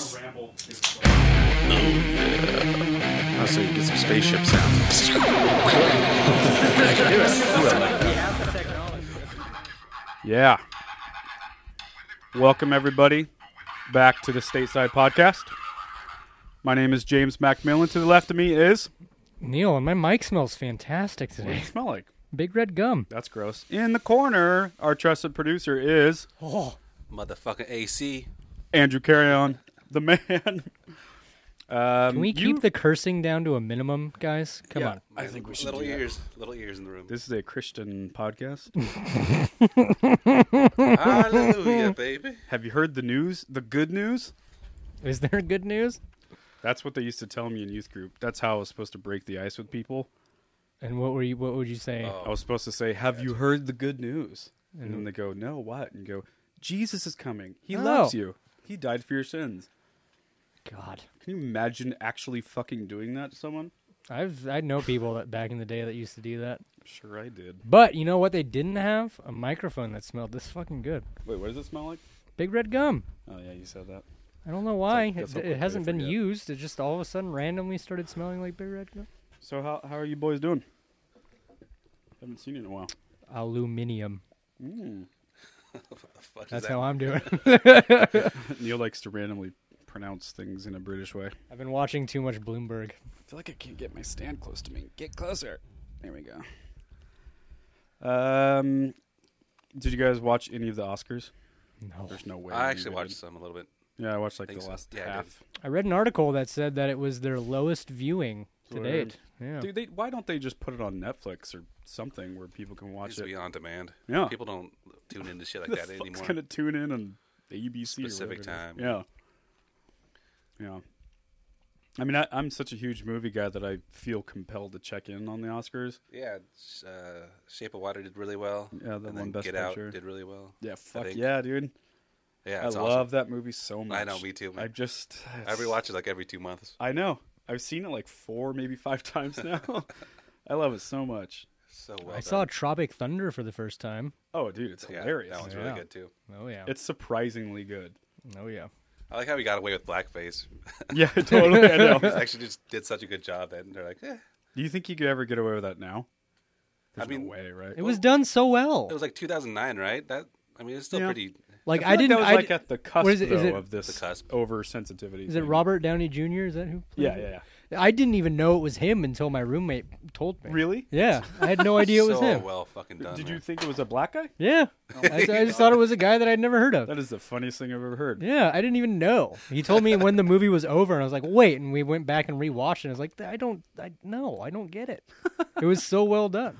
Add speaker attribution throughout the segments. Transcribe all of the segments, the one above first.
Speaker 1: scrambled to like,
Speaker 2: Oh, so you get some spaceship sounds.
Speaker 3: We have the technology.
Speaker 2: Yeah. Welcome everybody back to the Stateside Podcast. My name is James Macmillan. To the left of me is
Speaker 3: Neil, and my mic smells fantastic
Speaker 2: what do
Speaker 3: today.
Speaker 2: you smell like?
Speaker 3: Big red gum.
Speaker 2: That's gross. In the corner, our trusted producer is
Speaker 4: Motherfucking AC.
Speaker 2: Andrew Carrion, the man. Um,
Speaker 3: Can we keep
Speaker 2: you-
Speaker 3: the cursing down to a minimum, guys? Come
Speaker 2: Yeah,
Speaker 3: on.
Speaker 2: I think we should.
Speaker 4: Little
Speaker 2: do that.
Speaker 4: ears. Little ears in the room.
Speaker 2: This is a Christian podcast.
Speaker 4: Hallelujah, baby.
Speaker 2: Have you heard the news? The good news?
Speaker 3: Is there good news?
Speaker 2: That's what they used to tell me in youth group. That's how I was supposed to break the ice with people.
Speaker 3: And what were you? What would you say?
Speaker 2: I was supposed to say, "Have you heard the good news?" And then they go, "No, what?" And you go, "Jesus is coming. He
Speaker 3: Oh.
Speaker 2: loves you. He died for your sins."
Speaker 3: God,
Speaker 2: Can you imagine actually fucking doing that to someone?
Speaker 3: I've I know people that back in the day that used to do that.
Speaker 2: Sure, I did.
Speaker 3: But you know what? They didn't have a microphone that smelled this fucking good.
Speaker 2: Wait, what does it smell like?
Speaker 3: Big red gum.
Speaker 2: Oh yeah, you said that.
Speaker 3: I don't know why.
Speaker 2: that's how
Speaker 3: It,
Speaker 2: quickly
Speaker 3: it hasn't
Speaker 2: I
Speaker 3: been
Speaker 2: forget.
Speaker 3: used. It just all of a sudden randomly started smelling like big red gum.
Speaker 2: So how how are you boys doing? Haven't seen you in a while.
Speaker 3: Aluminium.
Speaker 4: What the fuck
Speaker 3: That's
Speaker 4: is that?
Speaker 3: how I'm doing.
Speaker 2: Neil likes to randomly pronounce things in a British way.
Speaker 3: I've been watching too much Bloomberg.
Speaker 2: I feel like I can't get my stand close to me. Get closer. There we go. Um, did you guys watch any of the Oscars?
Speaker 3: No.
Speaker 2: There's no way.
Speaker 4: I
Speaker 2: you
Speaker 4: actually
Speaker 2: didn't.
Speaker 4: watched some a little bit.
Speaker 2: Yeah, I watched like the
Speaker 4: Think so.
Speaker 2: last
Speaker 4: Yeah, I did.
Speaker 2: half.
Speaker 3: I read an article that said that it was their lowest viewing to
Speaker 2: Word.
Speaker 3: date. Yeah.
Speaker 2: Dude, they, why don't they just put it on Netflix or something where people can
Speaker 4: It
Speaker 2: watch
Speaker 4: used to
Speaker 2: it?
Speaker 4: be on demand.
Speaker 2: Yeah.
Speaker 4: People don't tune into shit like
Speaker 2: Who the
Speaker 4: that
Speaker 2: fuck's
Speaker 4: anymore.
Speaker 2: gonna tune in on ABC or
Speaker 4: Specific
Speaker 2: whatever it is?
Speaker 4: time.
Speaker 2: Yeah, yeah. I mean, I, I'm such a huge movie guy that I feel compelled to check in on the Oscars.
Speaker 4: Yeah. it's, Uh, Shape of Water did really well.
Speaker 2: Yeah, that
Speaker 4: and
Speaker 2: won
Speaker 4: then
Speaker 2: Best
Speaker 4: Get
Speaker 2: Picture.
Speaker 4: Out did really well.
Speaker 2: Yeah, fuck
Speaker 4: think-
Speaker 2: yeah, dude.
Speaker 4: Yeah,
Speaker 2: I
Speaker 4: it's
Speaker 2: love that movie so much.
Speaker 4: I know, me too, man.
Speaker 2: I just
Speaker 4: Awesome. I rewatch it like every two months.
Speaker 2: I know. I've seen it like four, maybe five times now. I love it so much.
Speaker 4: So well.
Speaker 3: I saw
Speaker 4: done.
Speaker 3: Tropic Thunder for the first time.
Speaker 2: Oh, dude, it's
Speaker 4: Yeah,
Speaker 2: hilarious.
Speaker 4: That one's
Speaker 3: Yeah.
Speaker 4: really good too.
Speaker 3: Oh yeah.
Speaker 2: It's surprisingly good.
Speaker 3: oh yeah.
Speaker 4: I like how he got away with blackface.
Speaker 2: Yeah, totally. I know.
Speaker 4: he actually just did such a good job that they're like, eh.
Speaker 2: Do you think you could ever get away with that now? There's
Speaker 4: mean,
Speaker 2: no way, right?
Speaker 3: It was done so well.
Speaker 4: It was like 2009, right? That I mean, it's still
Speaker 2: Yeah.
Speaker 4: pretty.
Speaker 3: like
Speaker 2: feel
Speaker 3: I,
Speaker 2: like
Speaker 3: didn't.
Speaker 2: That was
Speaker 3: I
Speaker 2: like
Speaker 3: d-
Speaker 2: at the cusp
Speaker 3: what is it-
Speaker 2: though,
Speaker 3: is it-
Speaker 2: of this
Speaker 4: The cusp.
Speaker 2: oversensitivity.
Speaker 3: is it
Speaker 2: thing.
Speaker 3: Robert Downey Jr.? Is that who? Played
Speaker 2: Yeah,
Speaker 3: it?
Speaker 2: yeah,
Speaker 3: I didn't even know it was him until my roommate told
Speaker 2: yeah.
Speaker 3: me.
Speaker 2: Really?
Speaker 3: Yeah. I had no idea it was
Speaker 4: so
Speaker 3: him.
Speaker 4: well fucking done.
Speaker 2: Did
Speaker 4: man.
Speaker 2: you think it was a black guy?
Speaker 3: Yeah. I, I just thought it was a guy that I'd never heard of.
Speaker 2: That is the funniest thing I've ever heard.
Speaker 3: Yeah, I didn't even know. He told me when the movie was over, and I was like, "Wait!" And we went back and rewatched, and I was like, "I don't, I no, I don't get it." It was so well done.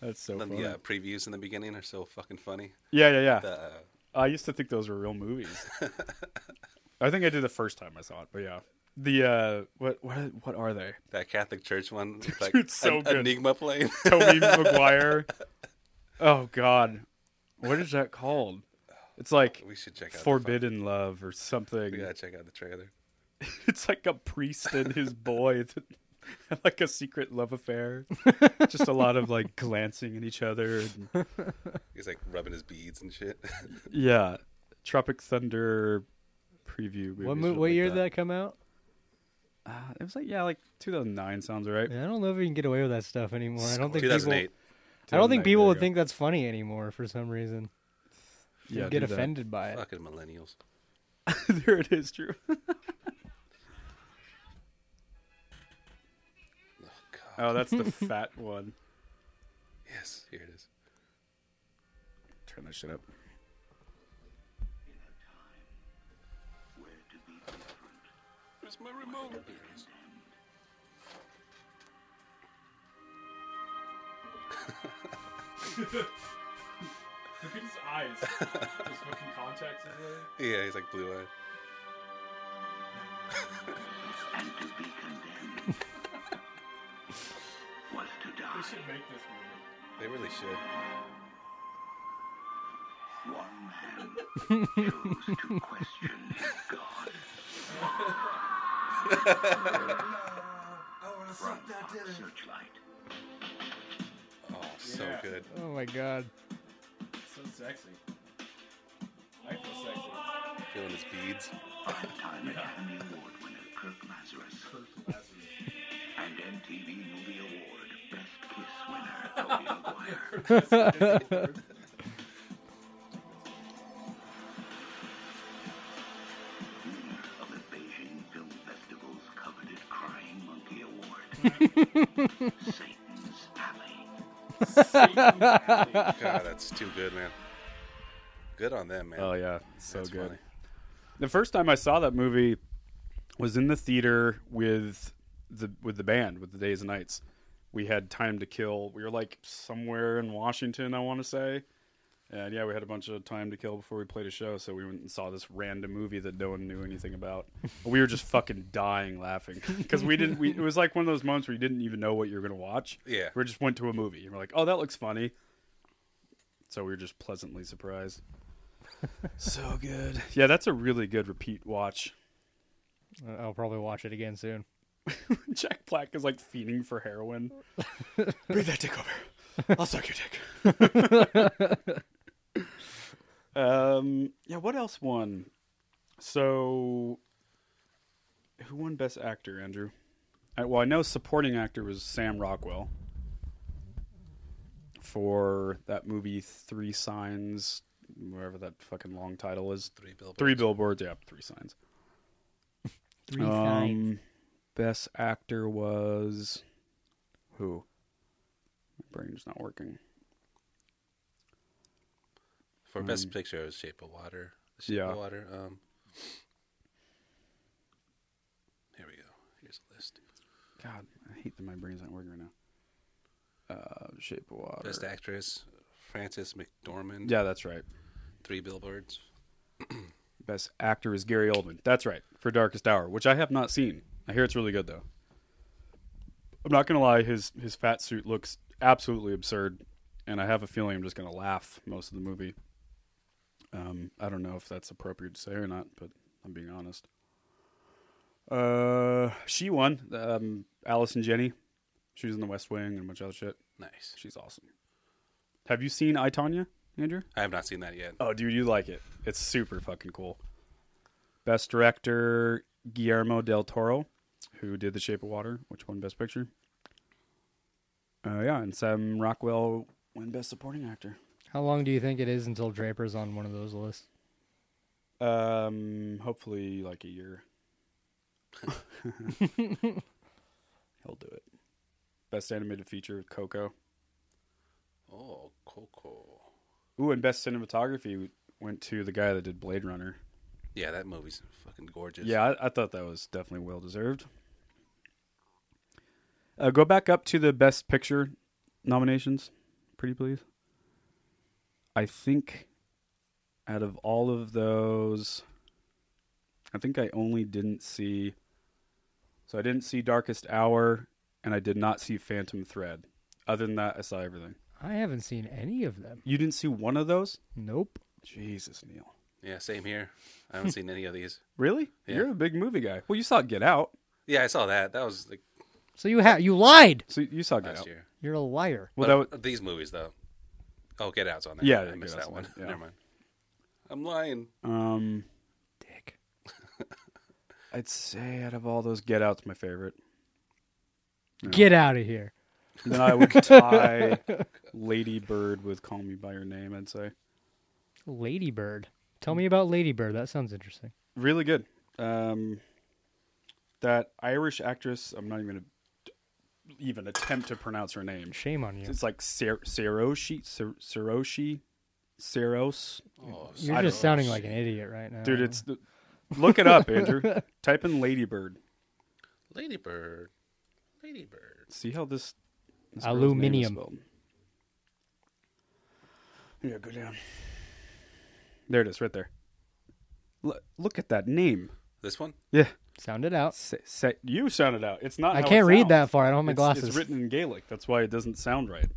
Speaker 2: That's so
Speaker 4: Then
Speaker 2: funny.
Speaker 4: the
Speaker 2: Yeah,
Speaker 4: uh, previews in the beginning are so fucking funny.
Speaker 2: yeah, yeah.
Speaker 4: The, uh,
Speaker 2: I used to think those were real movies. I think I did the first time I saw it, but yeah. The uh, what what what are they?
Speaker 4: that Catholic Church one, with, like
Speaker 2: Dude, so
Speaker 4: an-
Speaker 2: good.
Speaker 4: Enigma playing.
Speaker 2: Toby McGuire. Oh God, what is that called? It's like
Speaker 4: we should check out. the
Speaker 2: Forbidden Love or
Speaker 4: fuck- We
Speaker 2: something.
Speaker 4: gotta check out the trailer.
Speaker 2: It's like a priest and his boy, that have like a secret love affair. Just a lot of like glancing at each other. and-
Speaker 4: He's like rubbing his beads and shit.
Speaker 2: yeah, Tropic Thunder preview.
Speaker 3: What
Speaker 2: maybe
Speaker 3: mo-
Speaker 2: something
Speaker 3: what
Speaker 2: like
Speaker 3: year did that come out?
Speaker 2: Uh, it was like yeah, like 2009 sounds right.
Speaker 3: Yeah, I don't know if you can get away with that stuff anymore. I don't think people.
Speaker 4: 2008.
Speaker 3: I don't
Speaker 2: 2009,
Speaker 3: think people
Speaker 2: there
Speaker 3: would
Speaker 2: you go.
Speaker 3: think that's funny anymore for some reason. They'd
Speaker 2: Yeah,
Speaker 3: get
Speaker 2: do that.
Speaker 3: offended by it.
Speaker 4: Fucking millennials.
Speaker 2: there it is, Drew.
Speaker 4: Oh god.
Speaker 2: Oh, that's the fat one.
Speaker 4: Yes, here it is.
Speaker 2: Turn that shit up.
Speaker 4: Where's my remote? Here it is.
Speaker 1: look at his eyes. His fucking contacts in there.
Speaker 4: Yeah, he's like blue eyed.
Speaker 5: and to be condemned was to
Speaker 1: We
Speaker 5: die.
Speaker 1: should make this movie.
Speaker 4: They really should.
Speaker 5: One man chose to question his God. From Fox Searchlight,
Speaker 4: Oh, so
Speaker 1: Yeah.
Speaker 4: good.
Speaker 3: Oh my god.
Speaker 1: So sexy. I feel sexy.
Speaker 4: Feeling his beads.
Speaker 5: time and again he Lazarus. And MTV Movie Award Best Kiss winner, Tobey Maguire. Winner of the Beijing Film Festival's coveted Crying Monkey Award. Satan's Alley.
Speaker 1: God.
Speaker 4: God, that's too good, man. Good on them, man.
Speaker 2: Oh yeah, so
Speaker 4: That's
Speaker 2: good.
Speaker 4: funny.
Speaker 2: The first time I saw that movie was in the theater with the with the band with the Days and Nights. We had time to kill. We were like somewhere in Washington, I want to say, and yeah, we had a bunch of time to kill before we played a show, so we went and saw this random movie that no one knew anything about. we were just fucking dying laughing because we didn't. We, it was like one of those moments where you didn't even know what you were gonna watch.
Speaker 4: Yeah.
Speaker 2: we just went to a movie and we're like, oh, that looks funny. So we were just pleasantly surprised. so good. Yeah, that's a really good repeat watch.
Speaker 3: I'll probably watch it again soon.
Speaker 2: Jack Black is like fiending for heroin. Breathe that dick over. I'll suck your dick. um, yeah, what else won? So, who won Best Actor, Andrew? I, well, I know supporting actor was Sam Rockwell for that movie Three Signs, wherever that fucking long title is.
Speaker 4: Three billboards.
Speaker 2: Three billboards, yeah, three signs.
Speaker 3: Three
Speaker 2: Um,
Speaker 3: signs.
Speaker 2: Best actor was who? My brain's not working.
Speaker 4: For best picture, it was Shape of Water. The Shape
Speaker 2: Mm. Yeah.
Speaker 4: of Water. Um, here we go. Here's a list.
Speaker 2: God, I hate that my brain's not working right now. Uh, Shape of Water.
Speaker 4: Best actress, Frances McDormand.
Speaker 2: Yeah, that's right.
Speaker 4: Three billboards.
Speaker 2: Best actor is Gary Oldman. That's right for Darkest Hour, which I have not seen. I hear it's really good though. I'm not gonna lie, his his fat suit looks absolutely absurd, and I have a feeling I'm just gonna laugh most of the movie. Um, I don't know if that's appropriate to say or not, but I'm being honest. Uh, she won. Um, Alice and Jenny. She was in The West Wing and a bunch of other shit.
Speaker 4: Nice.
Speaker 2: She's awesome. Have you seen I Tanya, Andrew?
Speaker 4: I have not seen that yet.
Speaker 2: Oh, dude, you like it. It's super fucking cool. Best director Guillermo del Toro, who did The Shape of Water, which won Best Picture. Uh, yeah, and Sam Rockwell won Best Supporting Actor.
Speaker 3: How long do you think it is until Draper's on one of those lists?
Speaker 2: Um, hopefully, like a year. He'll do it. Best animated feature, Coco.
Speaker 4: Oh, Coco.
Speaker 2: Ooh, and best cinematography went to the guy that did Blade Runner.
Speaker 4: Yeah, that movie's fucking gorgeous.
Speaker 2: Yeah, I, I thought that was definitely well deserved. Uh, go back up to the best picture nominations, pretty please. I think out of all of those, I think I only didn't see. So I didn't see Darkest Hour, and I did not see Phantom Thread. Other than that, I saw everything.
Speaker 3: I haven't seen any of them.
Speaker 2: You didn't see one of those?
Speaker 3: Nope.
Speaker 2: Jesus, Neil.
Speaker 4: Yeah, same here. I haven't seen any of these.
Speaker 2: Really?
Speaker 4: Yeah.
Speaker 2: You're a big movie guy. Well, you saw Get Out.
Speaker 4: Yeah, I saw that. That was like
Speaker 3: So you ha- you lied.
Speaker 2: So you saw Get
Speaker 4: last
Speaker 2: Out.
Speaker 4: year.
Speaker 3: You're a liar.
Speaker 2: Well,
Speaker 4: But
Speaker 2: that was,
Speaker 4: these movies though. Oh, Get Out's on there.
Speaker 2: Yeah,
Speaker 4: I
Speaker 2: yeah,
Speaker 4: missed
Speaker 2: Get Out's
Speaker 4: that
Speaker 2: on
Speaker 4: one.
Speaker 2: there, yeah.
Speaker 4: Never mind. I'm lying.
Speaker 2: Um,
Speaker 3: Dick.
Speaker 2: I'd say out of all those Get Out's my favorite.
Speaker 3: Get out of here.
Speaker 2: Then I would tie Lady Bird with Call Me by Your Name. I'd say
Speaker 3: Ladybird. Tell me about Ladybird. That sounds interesting.
Speaker 2: really good. Um, that Irish actress. I'm not even gonna even attempt to pronounce her name.
Speaker 3: Shame on you.
Speaker 2: It's like Ser- Seroshi, Ser- Seroshi, Seros.
Speaker 4: Oh,
Speaker 3: You're
Speaker 2: I
Speaker 3: just
Speaker 2: don't
Speaker 3: sounding like an idiot right now.
Speaker 2: Dude, it's the, look it up, Andrew. Type in Lady Bird.
Speaker 4: Ladybird. Ladybird.
Speaker 2: See how this, this
Speaker 3: Aluminium.
Speaker 2: girl's name is spelled. Yeah, go down. There it is, right there. L- look at that name.
Speaker 4: This one?
Speaker 2: Yeah,
Speaker 3: sound it out.
Speaker 2: say, say, you sounded out. It's not.
Speaker 3: I
Speaker 2: how it
Speaker 3: can't read
Speaker 2: sounds.
Speaker 3: that far. I don't have my
Speaker 2: it's,
Speaker 3: glasses.
Speaker 2: It's written in Gaelic. That's why it doesn't sound right.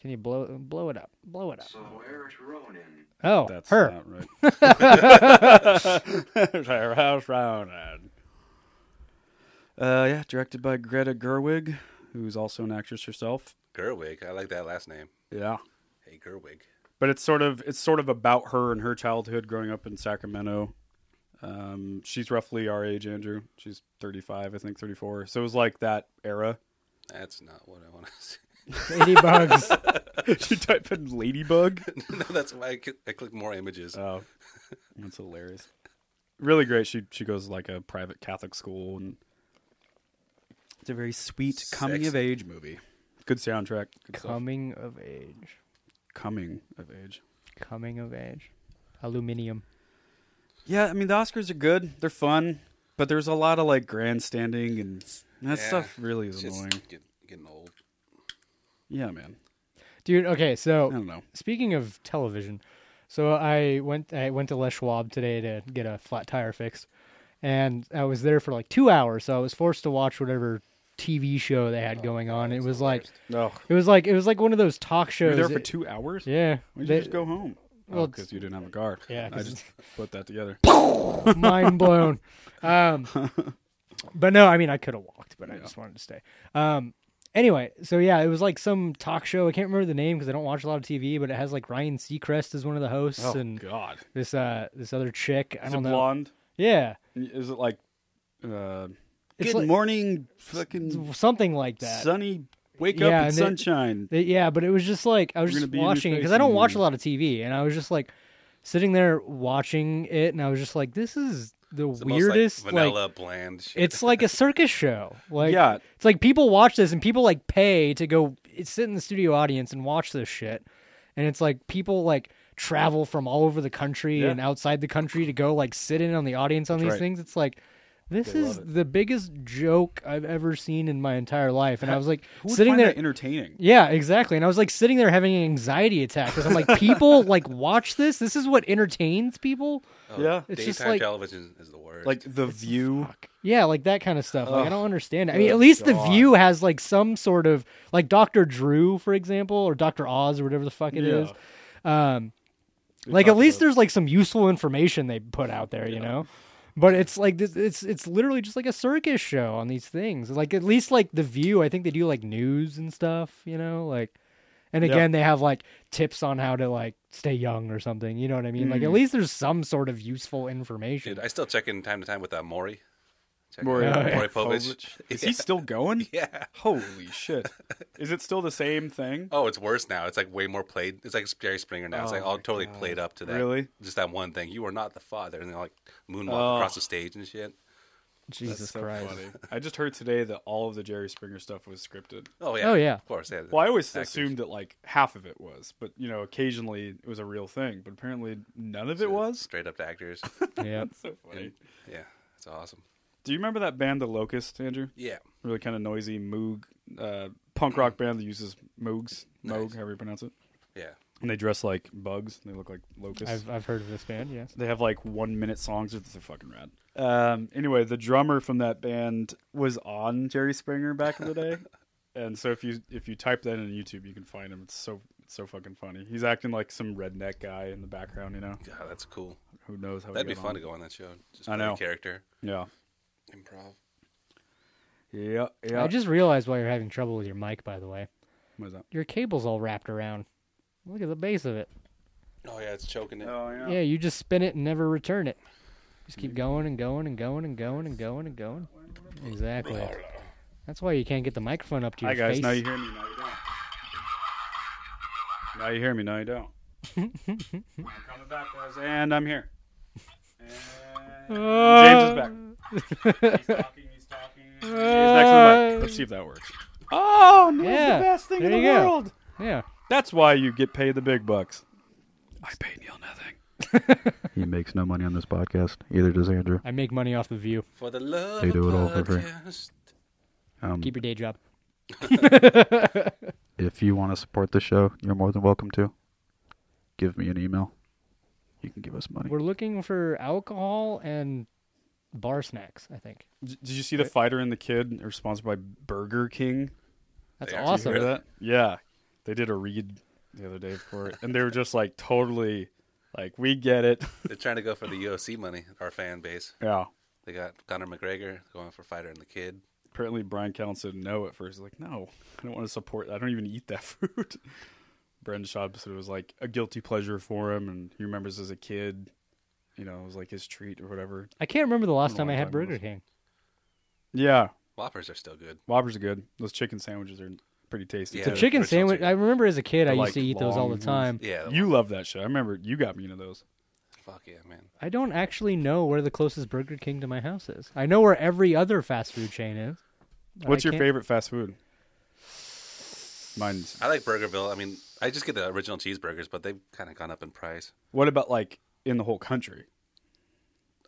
Speaker 3: Can you blow blow it up? Blow it up.
Speaker 5: So where's Ronan?
Speaker 3: Oh,
Speaker 2: That's
Speaker 3: her.
Speaker 2: not right. Her house rounded. Uh, yeah, directed by Greta Gerwig, who's also an actress herself.
Speaker 4: Gerwig. I like that last name.
Speaker 2: Yeah.
Speaker 4: Hey, Gerwig.
Speaker 2: but it's sort of it's sort of about her and her childhood growing up in Sacramento. Um, she's roughly our age, Andrew. She's 35, I think, 34. So it was like that era.
Speaker 4: That's not what I want to see.
Speaker 3: Lady bugs.
Speaker 2: you type in ladybug.
Speaker 4: no, that's why I, cl- I click more images.
Speaker 2: Oh, that's hilarious. Really great. She she goes to like a private Catholic school, and it's a very sweet coming of age movie. Good soundtrack. Good stuff.
Speaker 3: Coming of age.
Speaker 2: coming of age.
Speaker 3: Coming of age. Aluminium.
Speaker 2: Yeah, I mean the Oscars are good. They're fun, but there's a lot of like grandstanding and that
Speaker 4: Yeah.
Speaker 2: stuff really is
Speaker 4: It's just
Speaker 2: annoying.
Speaker 4: get- getting old.
Speaker 2: Yeah, man.
Speaker 3: Dude, okay, so
Speaker 2: I don't know.
Speaker 3: speaking of television, so I went I went to Les Schwab today to get a flat tire fixed, and I was there for like two hours, so I was forced to watch whatever TV show they
Speaker 2: Oh,
Speaker 3: had going on. It was like
Speaker 2: No,
Speaker 3: it was like it was like one of those talk
Speaker 2: you're
Speaker 3: shows.
Speaker 2: there for
Speaker 3: It-
Speaker 2: two hours.
Speaker 3: yeah,
Speaker 2: Why did
Speaker 3: they-
Speaker 2: you just go home?
Speaker 3: well,
Speaker 2: Well, because you didn't have a car.
Speaker 3: Yeah,
Speaker 2: I
Speaker 3: 'cause
Speaker 2: just put that together.
Speaker 3: mind blown. Um, but no, I mean, I could have walked, but I just wanted to stay. Um, anyway, so yeah, it was like some talk show. I can't remember the name because I don't watch a lot of TV, but it has like Ryan Seacrest as one of the hosts
Speaker 2: Oh
Speaker 3: and
Speaker 2: God!
Speaker 3: this uh this other chick. I
Speaker 2: Is it
Speaker 3: don't know.
Speaker 2: blonde?
Speaker 3: Yeah,
Speaker 2: Is it like? Uh,
Speaker 3: It's
Speaker 2: good
Speaker 3: like-
Speaker 2: morning, fucking
Speaker 3: something like that.
Speaker 2: sunny. Wake
Speaker 3: Yeah,
Speaker 2: up
Speaker 3: and
Speaker 2: and
Speaker 3: it-
Speaker 2: sunshine.
Speaker 3: They- yeah, but it was just like I was
Speaker 2: We're
Speaker 3: just
Speaker 2: gonna be in your
Speaker 3: watching it because
Speaker 2: face
Speaker 3: I don't
Speaker 2: in
Speaker 3: watch a
Speaker 2: the-
Speaker 3: lot of TV, and I was just like sitting there watching it, and I was just like, this is the
Speaker 4: It's the most, like,
Speaker 3: weirdest like
Speaker 4: vanilla bland shit.
Speaker 3: It's like a circus show. Like
Speaker 2: Yeah.
Speaker 3: it's like people watch this and people like pay to go sit in the studio audience and watch this shit. And it's like people like travel from all over the country
Speaker 2: Yeah.
Speaker 3: and outside the country to go like sit in on the audience on
Speaker 2: That's
Speaker 3: these
Speaker 2: right.
Speaker 3: things. It's like this
Speaker 2: They
Speaker 3: is
Speaker 2: love it.
Speaker 3: the biggest joke I've ever seen in my entire life. And I was like
Speaker 2: Who would
Speaker 3: sitting
Speaker 2: find
Speaker 3: there
Speaker 2: that entertaining.
Speaker 3: yeah, exactly. And I was like sitting there having an anxiety attack because I'm like, people like watch this. This is what entertains people.
Speaker 4: Oh,
Speaker 2: yeah.
Speaker 3: It's
Speaker 4: daytime
Speaker 3: just like-
Speaker 4: television is the worst.
Speaker 2: Like the view.
Speaker 3: Yeah, like that kind of stuff. Like I don't understand. it. I mean,
Speaker 2: Good
Speaker 3: at least the
Speaker 2: God.
Speaker 3: View has like some sort of like Doctor Drew, for example, or Doctor Oz, or whatever the fuck it
Speaker 2: Yeah.
Speaker 3: is. Um, like at least there's like some useful information they put out there, you know. But it's like this, it's it's literally just like a circus show on these things. Like at least like the View, I think they do like news and stuff, you know, like. And
Speaker 2: Yeah.
Speaker 3: again, they have like tips on how to like stay young or something. You know what I mean?
Speaker 2: Mm.
Speaker 3: Like at least there's some sort of useful information.
Speaker 4: Dude, I still check in time to time with uh, Maury. Check
Speaker 2: Maury-
Speaker 4: in-
Speaker 2: Oh,
Speaker 3: yeah.
Speaker 4: Maury Povich.
Speaker 2: Is he still going?
Speaker 4: Yeah.
Speaker 2: Holy shit! Is it still the same thing?
Speaker 4: Oh, it's worse now. It's like way more played. It's like Jerry Springer now. it's like all totally played up to that.
Speaker 2: Oh, Really?
Speaker 4: Just that one thing. You are not the father, and they like moonwalk
Speaker 2: Oh.
Speaker 4: across the stage and shit.
Speaker 3: Jesus
Speaker 2: So
Speaker 3: Christ.
Speaker 2: funny. I just heard today that all of the Jerry Springer stuff was scripted.
Speaker 4: Oh yeah.
Speaker 3: Oh, yeah.
Speaker 4: Of course. Yeah.
Speaker 2: Well, I always
Speaker 4: Actors.
Speaker 2: assumed that like half of it was, but you know, occasionally it was a real thing. But apparently, none of it was.
Speaker 4: Straight up to actors.
Speaker 3: Yeah.
Speaker 2: So funny.
Speaker 4: yeah. It's awesome.
Speaker 2: Do you remember that band, The Locust, Andrew?
Speaker 4: Yeah.
Speaker 2: Really kind of noisy moog uh, punk rock band that uses moogs, moog, however you pronounce it.
Speaker 4: Yeah.
Speaker 2: And they dress like bugs. They look like locusts.
Speaker 3: I've, I've heard of this band, yes.
Speaker 2: They have like one minute songs. They're they're fucking rad. Um, anyway, the drummer from that band was on Jerry Springer back in the day, and so if you if you type that in YouTube, you can find him. It's so it's so fucking funny. He's acting like some redneck guy in the background. You know,
Speaker 4: God, that's cool.
Speaker 2: who knows how he
Speaker 4: That'd be
Speaker 2: got
Speaker 4: fun
Speaker 2: on.
Speaker 4: to go on that show. Just
Speaker 2: I
Speaker 4: play the
Speaker 2: know.
Speaker 4: character
Speaker 2: Yeah,
Speaker 4: improv.
Speaker 2: yeah, yeah.
Speaker 3: I just realized why you're having trouble with your mic, by the way.
Speaker 2: what is that?
Speaker 3: Your cable's all wrapped around. Look at the base of it.
Speaker 4: Oh yeah, it's choking it.
Speaker 2: Oh
Speaker 3: Yeah, you just spin it and never return it. Just keep going and going and going and going and going and going. Exactly. That's why you can't get the microphone up to your
Speaker 2: Hi guys.
Speaker 3: face.
Speaker 2: Now you hear me. Now you don't. Now you hear me. Now you don't. I'm coming back, guys, and I'm here. And
Speaker 3: Uh,
Speaker 2: James is back. He's talking. He's talking. He's next to the mic. Let's see if that works. Oh, man,
Speaker 3: Yeah,
Speaker 2: the best thing
Speaker 3: there
Speaker 2: in the
Speaker 3: you go.
Speaker 2: world.
Speaker 3: Yeah.
Speaker 2: That's why you get paid the big bucks. I pay Neil nothing.
Speaker 6: He makes no money on this podcast. Either does Andrew.
Speaker 3: I make money off the view.
Speaker 4: For the love.
Speaker 6: They do
Speaker 4: of
Speaker 6: it all for free.
Speaker 4: podcast.
Speaker 6: Um,
Speaker 3: Keep your day job.
Speaker 6: if you want to support the show, you're more than welcome to. Give me an email. You can give us money.
Speaker 3: We're looking for alcohol and bar snacks, I think.
Speaker 2: D- Did you see the fighter and the kid are sponsored by Burger King?
Speaker 3: That's
Speaker 4: Yeah,
Speaker 3: awesome.
Speaker 2: Hear that? Yeah, they did a read the other day for it, and they were just like totally, like we get it.
Speaker 4: They're trying to go for the UFC money. Our fan base.
Speaker 2: Yeah.
Speaker 4: They got Conor McGregor going for Fighter and the Kid.
Speaker 2: Apparently, Brian Callen said no at first. He's like, no, I don't want to support. I don't even eat that food. Brendan Schaub said it was like a guilty pleasure for him, and he remembers as a kid. you know, it was like his treat or whatever.
Speaker 3: I can't remember the last
Speaker 2: Been a
Speaker 3: time I
Speaker 2: long
Speaker 3: had
Speaker 2: time
Speaker 3: Burger
Speaker 2: almost.
Speaker 3: King.
Speaker 2: Yeah,
Speaker 4: Whoppers are still good.
Speaker 2: Whoppers are good. Those chicken sandwiches are pretty tasty.
Speaker 4: Yeah,
Speaker 2: too.
Speaker 3: The
Speaker 4: they're
Speaker 3: chicken
Speaker 4: pretty salty.
Speaker 3: sandwich. I remember as a kid, I
Speaker 2: They're,
Speaker 3: used
Speaker 2: like,
Speaker 3: to eat those all
Speaker 2: long
Speaker 3: the
Speaker 2: ones.
Speaker 3: time.
Speaker 4: Yeah. the-
Speaker 2: You love that shit. I remember you got me into those.
Speaker 4: Fuck yeah, man.
Speaker 3: I don't actually know where the closest Burger King to my house is. I know where every other fast food chain is. but
Speaker 2: What's
Speaker 3: I
Speaker 2: your
Speaker 3: can't-
Speaker 2: favorite fast food? Mine's.
Speaker 4: I like Burgerville. I mean, I just get the original cheeseburgers, but they've kind of gone up in price.
Speaker 2: What about like in the whole country?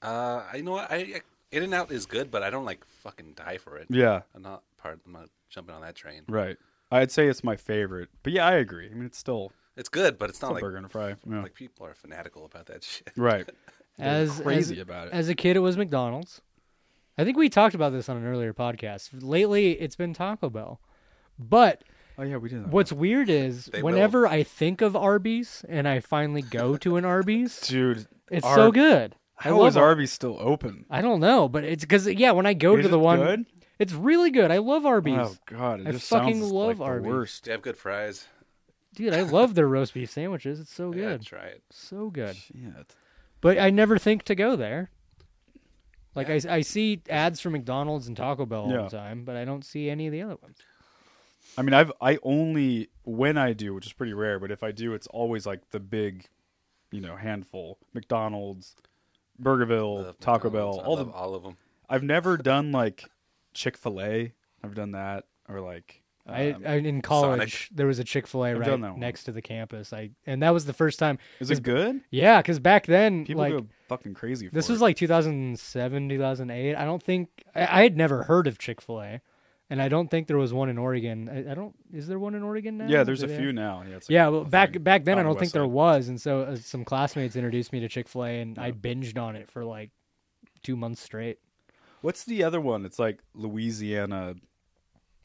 Speaker 4: Uh, I you know what I, I In and Out is good, but I don't like fucking die for it.
Speaker 2: Yeah,
Speaker 4: I'm not part. I'm not jumping on that train.
Speaker 2: right. I'd say it's my favorite, but yeah, I agree. I mean, it's still
Speaker 4: It's good, but it's
Speaker 2: it's
Speaker 4: not
Speaker 2: a
Speaker 4: like
Speaker 2: burger and a fry. Yeah.
Speaker 4: like people are fanatical about that shit.
Speaker 2: right.
Speaker 3: As as-
Speaker 2: crazy about it.
Speaker 3: As a kid, it was McDonald's. I think we talked about this on an earlier podcast. Lately, it's been Taco Bell. But
Speaker 2: Oh yeah, we did. That
Speaker 3: what's weird is
Speaker 4: They will.
Speaker 3: whenever I think of Arby's and I finally go to an Arby's,
Speaker 2: dude?
Speaker 3: it's
Speaker 2: Ar-
Speaker 3: so good. I
Speaker 2: How is
Speaker 3: love Ar-
Speaker 2: Arby's still open?
Speaker 3: I don't know, but it's because yeah, when I go
Speaker 2: Is
Speaker 3: to the
Speaker 2: it
Speaker 3: one,
Speaker 2: good?
Speaker 3: it's really good. I love Arby's,
Speaker 2: Oh god, it
Speaker 3: I
Speaker 2: just
Speaker 3: fucking
Speaker 2: sounds
Speaker 3: love
Speaker 2: like
Speaker 3: Arby's.
Speaker 2: The worst.
Speaker 4: They have good fries.
Speaker 3: dude. I love their roast beef sandwiches. It's so
Speaker 4: Yeah,
Speaker 3: good,
Speaker 4: try it.
Speaker 3: so good.
Speaker 2: Shit.
Speaker 3: But I never think to go there. Like I, I see ads for McDonald's and Taco Bell all
Speaker 2: Yeah.
Speaker 3: the time, but I don't see any of the other ones.
Speaker 2: I mean, I've I only when I do, which is pretty rare, but if I do, it's always like the big, you know, handful: McDonald's, Burgerville,
Speaker 4: Love
Speaker 2: Taco
Speaker 4: McDonald's.
Speaker 2: Bell,
Speaker 4: I
Speaker 2: all the
Speaker 4: love all of them.
Speaker 2: I've never done like Chick Fil A. I've done that, or like
Speaker 3: I,
Speaker 2: um,
Speaker 3: I in college there was a Chick Fil A
Speaker 2: I've
Speaker 3: right
Speaker 2: done that one.
Speaker 3: next to the campus. I and that was the first time.
Speaker 2: is it good?
Speaker 3: Yeah, because back then,
Speaker 2: People
Speaker 3: like
Speaker 2: go fucking crazy. For
Speaker 3: this
Speaker 2: it.
Speaker 3: was like 2007, 2008. I don't think I, I had never heard of Chick Fil A, and I don't think there was one in Oregon. I, I don't. Is there one in Oregon now?
Speaker 2: yeah. There's
Speaker 3: Do
Speaker 2: a
Speaker 3: they have-
Speaker 2: few now. Yeah, it's like
Speaker 3: yeah,
Speaker 2: a
Speaker 3: well, back
Speaker 2: thing.
Speaker 3: back then
Speaker 2: Out
Speaker 3: I
Speaker 2: on the
Speaker 3: don't think
Speaker 2: west
Speaker 3: there
Speaker 2: side.
Speaker 3: was, and so uh, some classmates introduced me to Chick Fil A, and I binged on it for like two months straight.
Speaker 2: What's the other one? It's like Louisiana.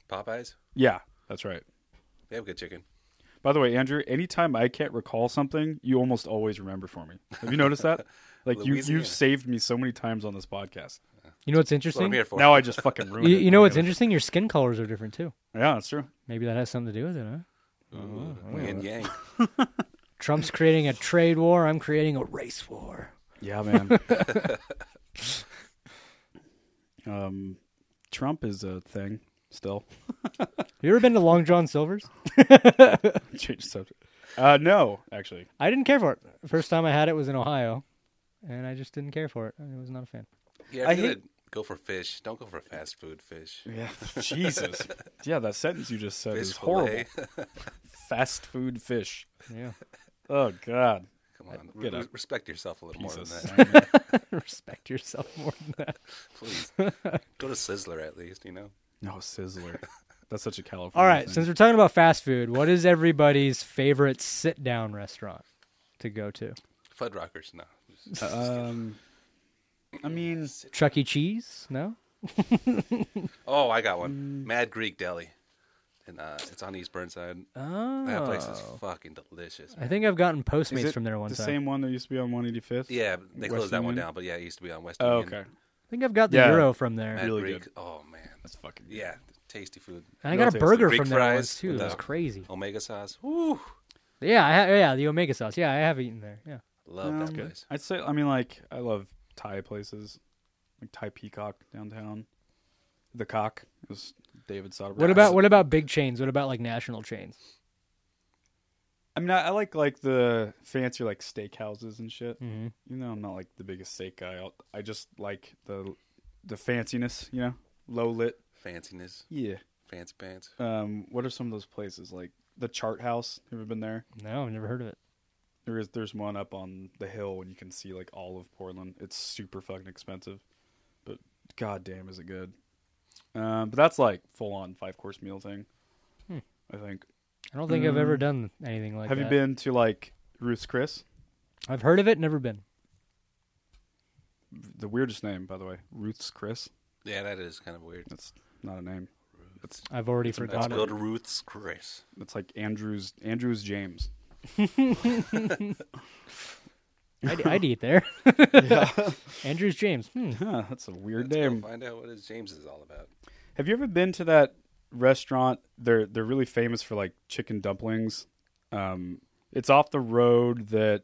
Speaker 4: Popeyes.
Speaker 2: Yeah, that's right.
Speaker 4: They have good chicken.
Speaker 2: By the way, Andrew, anytime I can't recall something, you almost always remember for me. Have you noticed that? Like you,
Speaker 4: Louisiana.
Speaker 2: you've saved me so many times on this podcast.
Speaker 3: You know what's
Speaker 4: That's what I'm
Speaker 3: interesting?
Speaker 4: here for.
Speaker 2: Now I just fucking ruined
Speaker 3: You,
Speaker 2: it.
Speaker 3: you know what's
Speaker 2: Yeah,
Speaker 3: interesting? Your skin colors are different too.
Speaker 2: Yeah, that's true.
Speaker 3: Maybe that has something to do with it, huh?
Speaker 4: Ooh,
Speaker 2: Mm-hmm.
Speaker 4: yin yang.
Speaker 3: Trump's creating a trade war. I'm creating a race war.
Speaker 2: Yeah, man. um, Trump is a thing still.
Speaker 3: You ever been to Long John Silver's?
Speaker 2: Change the subject. Uh, no, actually,
Speaker 3: I didn't care for it. First time I had it was in Ohio, and I just didn't care for it. I was not a fan.
Speaker 4: Yeah,
Speaker 2: I
Speaker 4: if you're
Speaker 2: hate-
Speaker 4: gonna go for fish. Don't go for fast food fish.
Speaker 2: yeah. Jesus, yeah, that sentence you just said
Speaker 4: Fish
Speaker 2: is horrible.
Speaker 4: fillet.
Speaker 2: Fast food fish.
Speaker 3: Yeah,
Speaker 2: Oh God,
Speaker 4: Come on,
Speaker 2: Get
Speaker 4: re-
Speaker 2: up.
Speaker 4: respect yourself a little more
Speaker 2: Jesus.
Speaker 4: than that,
Speaker 3: respect yourself more than that.
Speaker 4: please. go to Sizzler at least. You know,
Speaker 2: no sizzler. That's such a California.
Speaker 3: All right,
Speaker 2: thing.
Speaker 3: since we're talking about fast food, what is everybody's favorite sit-down restaurant to go to?
Speaker 4: Fuddruckers. No,
Speaker 2: um, I mean,
Speaker 3: Chuck E. Cheese? No.
Speaker 4: Oh, I got one. Mad Greek Deli, and uh, it's on East Burnside. That place is
Speaker 3: Oh.
Speaker 4: fucking delicious.
Speaker 3: I think I've gotten
Speaker 2: is
Speaker 3: Postmates
Speaker 2: it
Speaker 3: from there one
Speaker 2: the
Speaker 3: time.
Speaker 2: same one that used to be on 185th.
Speaker 4: Yeah, they
Speaker 2: West
Speaker 4: closed that one
Speaker 2: Union?
Speaker 4: down, but yeah, it used to be on West.
Speaker 2: Oh,
Speaker 4: Union.
Speaker 2: okay,
Speaker 3: I think I've got the
Speaker 2: Yeah.
Speaker 3: Euro from there.
Speaker 4: Mad
Speaker 2: Really
Speaker 4: Greek.
Speaker 2: good.
Speaker 4: Oh man,
Speaker 2: that's fucking. good.
Speaker 4: yeah, tasty food.
Speaker 3: And I
Speaker 2: No,
Speaker 3: got a
Speaker 2: tasty.
Speaker 3: burger
Speaker 4: Greek
Speaker 3: from there
Speaker 4: fries
Speaker 3: once too.
Speaker 4: with
Speaker 3: That was
Speaker 4: the-
Speaker 3: crazy.
Speaker 4: Omega sauce. Woo,
Speaker 3: Yeah, I ha- yeah, the omega sauce. Yeah, I have eaten there. Yeah.
Speaker 4: love
Speaker 2: Um,
Speaker 4: that place.
Speaker 2: I'd say. I mean, like, I love Thai places, like Thai Peacock downtown. The Cock is David Soderbergh.
Speaker 3: What about what about big chains? What about like national chains?
Speaker 2: I mean, I, I like like the fancy like steakhouses and shit.
Speaker 3: Mhm.
Speaker 2: You know, I'm not like the biggest steak guy. I'll, I just like the the fanciness. You know, low lit.
Speaker 4: Fanciness,
Speaker 2: Yeah.
Speaker 4: fancy pants.
Speaker 2: Um, what are some of those places like the Chart House? Have you ever been there?
Speaker 3: No, I've never heard of it.
Speaker 2: There is there's one up on the hill and you can see like all of Portland. It's super fucking expensive, but goddamn is it good. Um, but that's like full on five course meal thing. I think.
Speaker 3: I don't think I've ever
Speaker 2: Mm.
Speaker 3: done anything Hmm. like
Speaker 2: Have
Speaker 3: that.
Speaker 2: you been to like Ruth's Chris?
Speaker 3: I've heard of it, never been.
Speaker 2: The weirdest name, by the way, Ruth's Chris.
Speaker 4: Yeah, that is kind of weird.
Speaker 2: That's not a name. It's
Speaker 3: I've already
Speaker 4: Let's
Speaker 3: forgotten.
Speaker 4: go to Ruth's Chris.
Speaker 2: it's like Andrews Andrews James.
Speaker 3: I'd, I'd eat there. Andrews James. Hmm.
Speaker 2: Huh, that's a weird
Speaker 4: Let's go
Speaker 2: name.
Speaker 4: Find out what his James is all about.
Speaker 2: Have you ever been to that restaurant? They're they're really famous for like chicken dumplings. Um, it's off the road that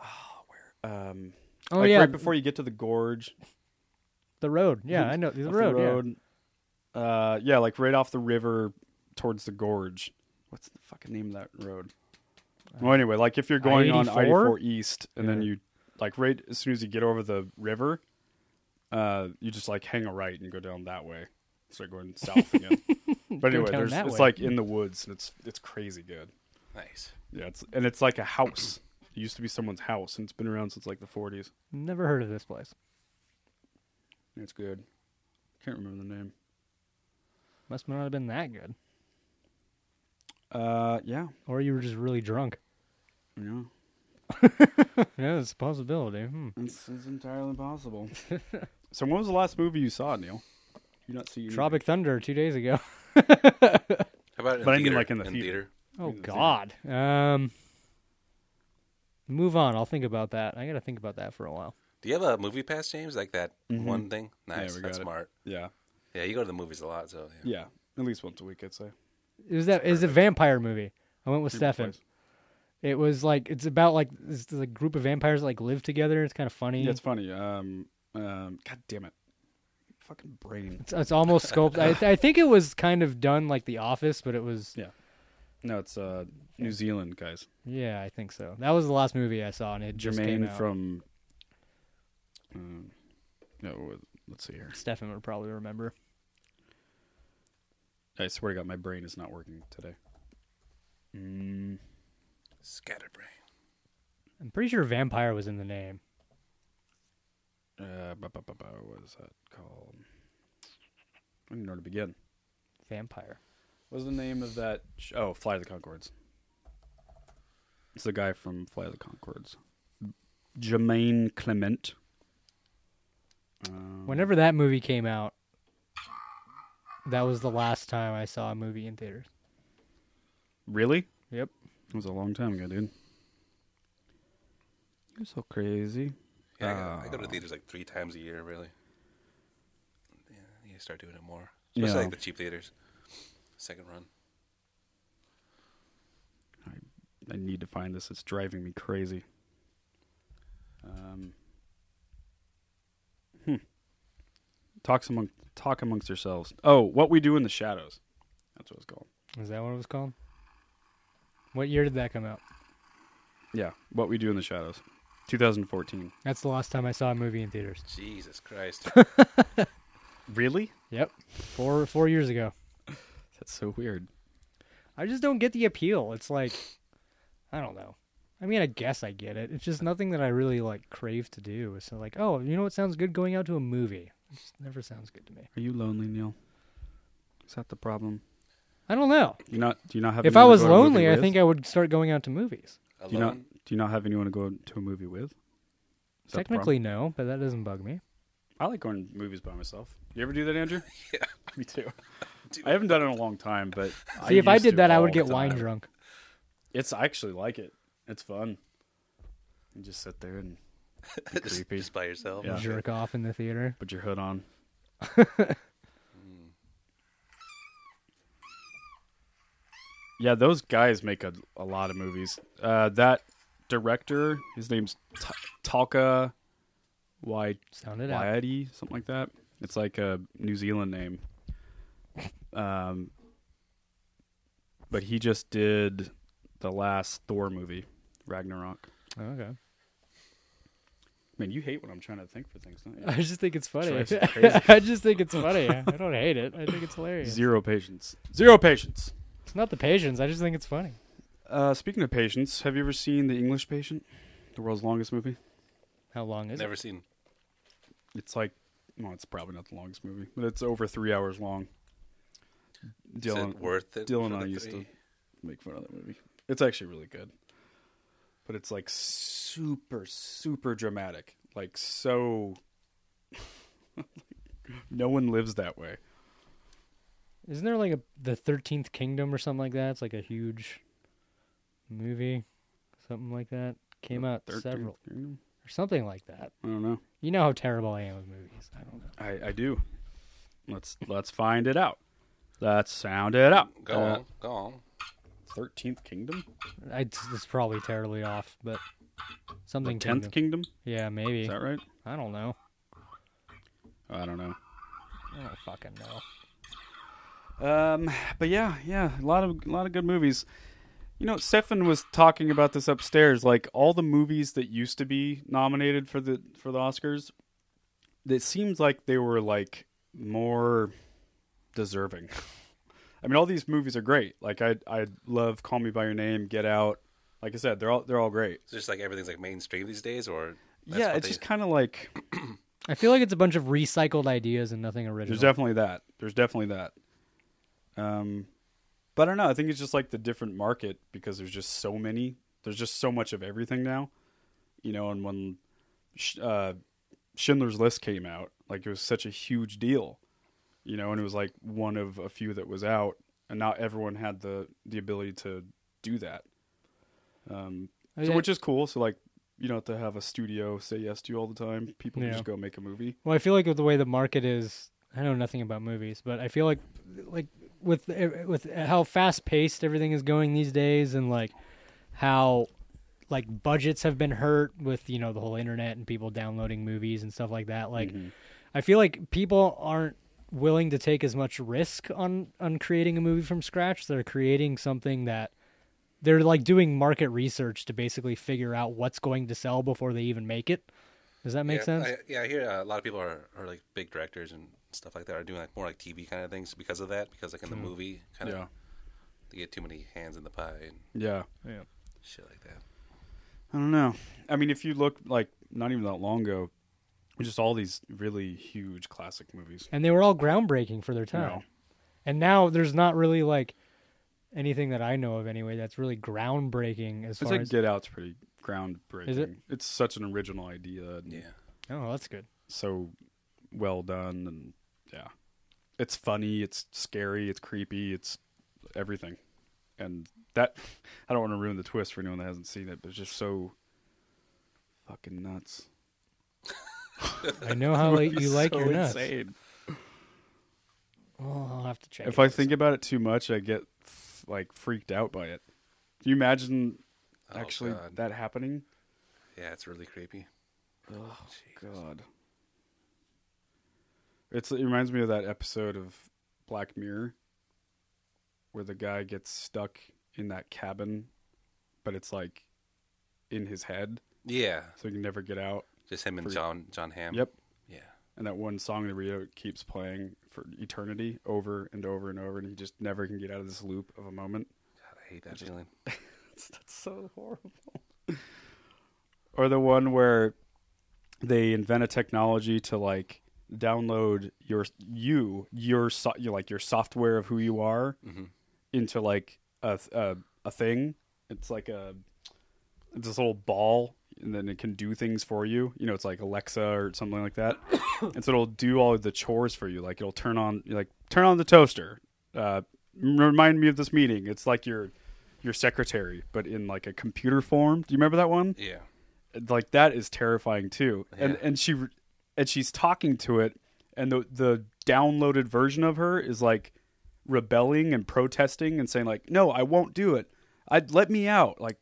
Speaker 2: oh, ah, where um,
Speaker 3: Oh
Speaker 2: like
Speaker 3: yeah,
Speaker 2: right before you get to the gorge.
Speaker 3: the road. Yeah, I know the
Speaker 2: off
Speaker 3: road. yeah.
Speaker 2: Yeah. Uh, yeah, like right off the river towards the gorge. What's the fucking name of that road?
Speaker 3: Uh,
Speaker 2: well, anyway, like if you're going on I
Speaker 3: I-84?
Speaker 2: four east, and then you like right as soon as you get over the river, uh, you just like hang a right and go down that way. Start going south again. But anyway,
Speaker 3: down
Speaker 2: there's,
Speaker 3: that
Speaker 2: it's
Speaker 3: way.
Speaker 2: like in the woods, and it's it's crazy good.
Speaker 4: Nice.
Speaker 2: Yeah, it's and it's like a house. It used to be someone's house, and it's been around since like the 40s.
Speaker 3: Never heard of this place.
Speaker 2: It's good. Can't remember the name.
Speaker 3: Must not have been that good,
Speaker 2: Uh, yeah,
Speaker 3: or you were just really drunk.
Speaker 2: yeah.
Speaker 3: Yeah, it's a possibility. Hmm.
Speaker 2: It's, it's entirely possible. so, when was the last movie you saw, Neil? You not see anything?
Speaker 3: Tropic Thunder two days ago.
Speaker 4: How about in
Speaker 2: But I mean,
Speaker 4: theater?
Speaker 2: like, in the theater.
Speaker 3: Oh
Speaker 2: Maybe the
Speaker 3: God. Um, move on. I'll think about that. I gotta think about that for a while.
Speaker 4: Do you have a movie pass, James? Like that one thing? Nice.
Speaker 2: Mm-hmm. we
Speaker 4: That's
Speaker 2: got it.
Speaker 4: smart.
Speaker 2: Yeah,
Speaker 4: Yeah, you go to the movies a lot, so yeah.
Speaker 2: yeah. At least once a week, I'd say.
Speaker 3: Is that is a vampire movie? I went with Stefan.
Speaker 2: twice.
Speaker 3: It was like it's about like this this, like, group of vampires that like live together. It's kind of funny.
Speaker 2: Yeah, it's funny. Um, um, God damn it, fucking brain.
Speaker 3: It's, it's almost sculpted. I, I think it was kind of done like The Office, but it was
Speaker 2: Yeah. No, it's uh New Zealand guys.
Speaker 3: yeah, I think so. That was the last movie I saw, and it just came
Speaker 2: Jermaine
Speaker 3: out.
Speaker 2: from. Um, no, let's see here.
Speaker 3: Stefan would probably remember.
Speaker 2: I swear to God, my brain is not working today. Mm,
Speaker 4: Scatterbrain.
Speaker 3: I'm pretty sure vampire was in the name.
Speaker 2: uh, bu- bu- bu- bu- what is that called? I don't even know where to begin.
Speaker 3: Vampire.
Speaker 2: What's the name of that? Sh- oh, Fly of the Concords. It's the guy from Fly of the Concords. Jermaine Clement. Um,
Speaker 3: Mm. Whenever that movie came out, that was the last time I saw a movie in theaters.
Speaker 2: really?
Speaker 3: Yep.
Speaker 2: It was a long time ago, dude. You're so crazy.
Speaker 4: Yeah, I, go, I go to theaters like three times a year, really. Yeah, you need to start doing it more. Especially
Speaker 2: Yeah.
Speaker 4: like the cheap theaters. Second run.
Speaker 2: I need to find this. It's driving me crazy. Um, hmm. Talks among talk amongst yourselves. Oh, what we do in the shadows. That's what it's called.
Speaker 3: Is that what it was called? What year did that come out?
Speaker 2: Yeah, what we do in the shadows. 2014.
Speaker 3: That's the last time I saw a movie in theaters.
Speaker 4: Jesus Christ.
Speaker 2: Really?
Speaker 3: Yep. Four four years ago.
Speaker 2: That's so weird.
Speaker 3: I just don't get the appeal. It's like I don't know. I mean, I guess I get it. It's just nothing that I really like crave to do. It's like, oh, you know what sounds good? Going out to a movie. It just never sounds good to me.
Speaker 2: Are you lonely, Neil? Is that the problem?
Speaker 3: I don't know.
Speaker 2: Do you not do you not have
Speaker 3: If I
Speaker 2: anyone to
Speaker 3: was
Speaker 2: go to a movie
Speaker 3: lonely, I
Speaker 2: with?
Speaker 3: think I would start going out to movies.
Speaker 2: Do you not
Speaker 4: Alone?
Speaker 2: do you not have anyone to go to a movie with? Is that the
Speaker 3: Technically,
Speaker 2: problem?
Speaker 3: no, but that doesn't bug me.
Speaker 2: I like going to movies by myself. You ever do that, Andrew?
Speaker 4: Yeah.
Speaker 2: Me too. I haven't done it in a long time, but
Speaker 3: See, if I
Speaker 2: used
Speaker 3: did
Speaker 2: to
Speaker 3: that, I would
Speaker 2: all
Speaker 3: get
Speaker 2: the
Speaker 3: wine
Speaker 2: time.
Speaker 3: drunk.
Speaker 2: It's I actually like it. It's fun. You just sit there and be
Speaker 4: just,
Speaker 2: creepy.
Speaker 4: just by yourself.
Speaker 2: Yeah.
Speaker 3: Jerk off in the theater.
Speaker 2: Put your hood on. yeah, those guys make a, a lot of movies. Uh, that director, his name's Ta Talka Wai-
Speaker 3: Sound it out.
Speaker 2: Waiati, something like that. It's like a New Zealand name. Um, but he just did the last Thor movie, Ragnarok.
Speaker 3: Okay.
Speaker 2: Man, you hate when I'm trying to think for things, don't you?
Speaker 3: I just think it's funny.
Speaker 2: Drives you crazy.
Speaker 3: I just think it's funny. I don't hate it. I think it's hilarious.
Speaker 2: Zero patience. Zero patience.
Speaker 3: It's not the patience. I just think it's funny.
Speaker 2: Uh, speaking of patients, have you ever seen The English Patient? The world's longest movie?
Speaker 3: How long is
Speaker 4: Never seen.
Speaker 2: It's like, well, it's probably not the longest movie, but it's over three hours long.
Speaker 4: Is
Speaker 2: Dylan,
Speaker 4: it worth it?
Speaker 2: Dylan
Speaker 4: for
Speaker 2: and I
Speaker 4: the
Speaker 2: used
Speaker 4: three?
Speaker 2: to make fun of that movie. It's actually really good. But it's like super, super dramatic. Like, so. no one lives that way.
Speaker 3: it? Isn't there like a the Thirteenth Kingdom or something like that? It's like a huge movie, something like that. Came out
Speaker 2: 13th
Speaker 3: several
Speaker 2: Kingdom?
Speaker 3: or something like that.
Speaker 2: I don't know.
Speaker 3: You know how terrible I am with movies. I don't know.
Speaker 2: I, I do. Let's let's find it out. Let's sound it out. Uh,
Speaker 4: Go on. Go on.
Speaker 2: Thirteenth Kingdom.
Speaker 3: I, it's, it's probably terribly off, but Something
Speaker 2: Tenth
Speaker 3: Kingdom.
Speaker 2: Kingdom?
Speaker 3: Yeah, maybe.
Speaker 2: Is that right? Oh,
Speaker 3: I don't know.
Speaker 2: I don't know.
Speaker 3: I don't fucking know.
Speaker 2: Um, but yeah, yeah, a lot of a lot of good movies. You know, Stefan was talking about this upstairs. Like all the movies that used to be nominated for the for the Oscars, it seems like they were like more deserving. I mean, all these movies are great. Like I I love Call Me by Your Name, Get Out. Like I said, they're all they're all great.
Speaker 4: It's just like everything's like mainstream these days, or that's
Speaker 2: yeah,
Speaker 4: what
Speaker 2: it's
Speaker 4: they-
Speaker 2: just kind of like
Speaker 3: I feel like it's a bunch of recycled ideas and nothing original.
Speaker 2: There's definitely that. There's definitely that. Um, but I don't know. I think it's just like the different market because there's just so many. There's just so much of everything now, you know. And when Sh- uh, Schindler's List came out, like it was such a huge deal, you know, and it was like one of a few that was out, and not everyone had the the ability to do that. Um, so,
Speaker 3: Oh, Yeah.
Speaker 2: which is cool. So like. You don't have to have a studio say yes to you all the time. People can
Speaker 3: Yeah.
Speaker 2: just go make a movie.
Speaker 3: Well, I feel like with the way the market is, I know nothing about movies, but I feel like like with e, with how fast paced everything is going these days, and like how like budgets have been hurt with you know the whole internet and people downloading movies and stuff like that. Like, I feel like people aren't willing to take as much risk on on creating a movie from scratch. They're creating something that they're like doing market research to basically figure out what's going to sell before they even make it. Does that make
Speaker 4: yeah,
Speaker 3: sense?
Speaker 4: I, yeah, I hear uh, a lot of people are, are like big directors and stuff like that are doing like more like TV kind of things because of that. Because like in the movie, kind of
Speaker 2: Yeah.
Speaker 4: they get too many hands in the pie and
Speaker 2: Yeah.
Speaker 4: shit like that.
Speaker 2: I don't know. I mean, if you look like not even that long ago, just all these really huge classic movies.
Speaker 3: and they were all groundbreaking for their time.
Speaker 2: Yeah.
Speaker 3: And now there's not really like anything that I know of anyway that's really groundbreaking as
Speaker 2: It's
Speaker 3: far
Speaker 2: like
Speaker 3: as
Speaker 2: Get Out's pretty groundbreaking.
Speaker 3: Is it?
Speaker 2: It's such an original idea. And
Speaker 4: Yeah,
Speaker 3: oh that's good.
Speaker 2: So well done, and yeah, it's funny. It's scary. It's creepy. It's everything. And that I don't want to ruin the twist for anyone that hasn't seen it, but it's just so fucking nuts.
Speaker 3: I know how like, you
Speaker 2: It's
Speaker 3: like
Speaker 2: so
Speaker 3: your nuts.
Speaker 2: insane.
Speaker 3: Well, I'll have to check.
Speaker 2: If
Speaker 3: it
Speaker 2: I
Speaker 3: out.
Speaker 2: think about it too much, I get f- like freaked out by it. Can you imagine
Speaker 4: Oh,
Speaker 2: actually
Speaker 4: God.
Speaker 2: that happening?
Speaker 4: yeah, it's really creepy.
Speaker 2: Oh God! It's it reminds me of that episode of Black Mirror where the guy gets stuck in that cabin, but it's like in his head,
Speaker 4: Yeah,
Speaker 2: so he can never get out.
Speaker 4: just him and
Speaker 2: Free-
Speaker 4: John John Hamm.
Speaker 2: Yep.
Speaker 4: Yeah.
Speaker 2: And that one song that Rio keeps playing for eternity, over and over and over, and he just never can get out of this loop of a moment.
Speaker 4: God, I hate that feeling.
Speaker 2: That's, that's so horrible. or the one where they invent a technology to like download your you your so, you like your software of who you are into like a, th- a a thing. It's like a it's this little ball, and then it can do things for you. You know, it's like Alexa or something like that. and so it'll do all of the chores for you. Like it'll turn on like turn on the toaster. Uh, remind me of this meeting. It's like your your secretary, but in like a computer form. Do you remember that one?
Speaker 4: Yeah.
Speaker 2: like that is terrifying too. And
Speaker 4: Yeah.
Speaker 2: and she and she's talking to it, and the the downloaded version of her is like rebelling and protesting and saying like, "No, I won't do it. I let me out." Like,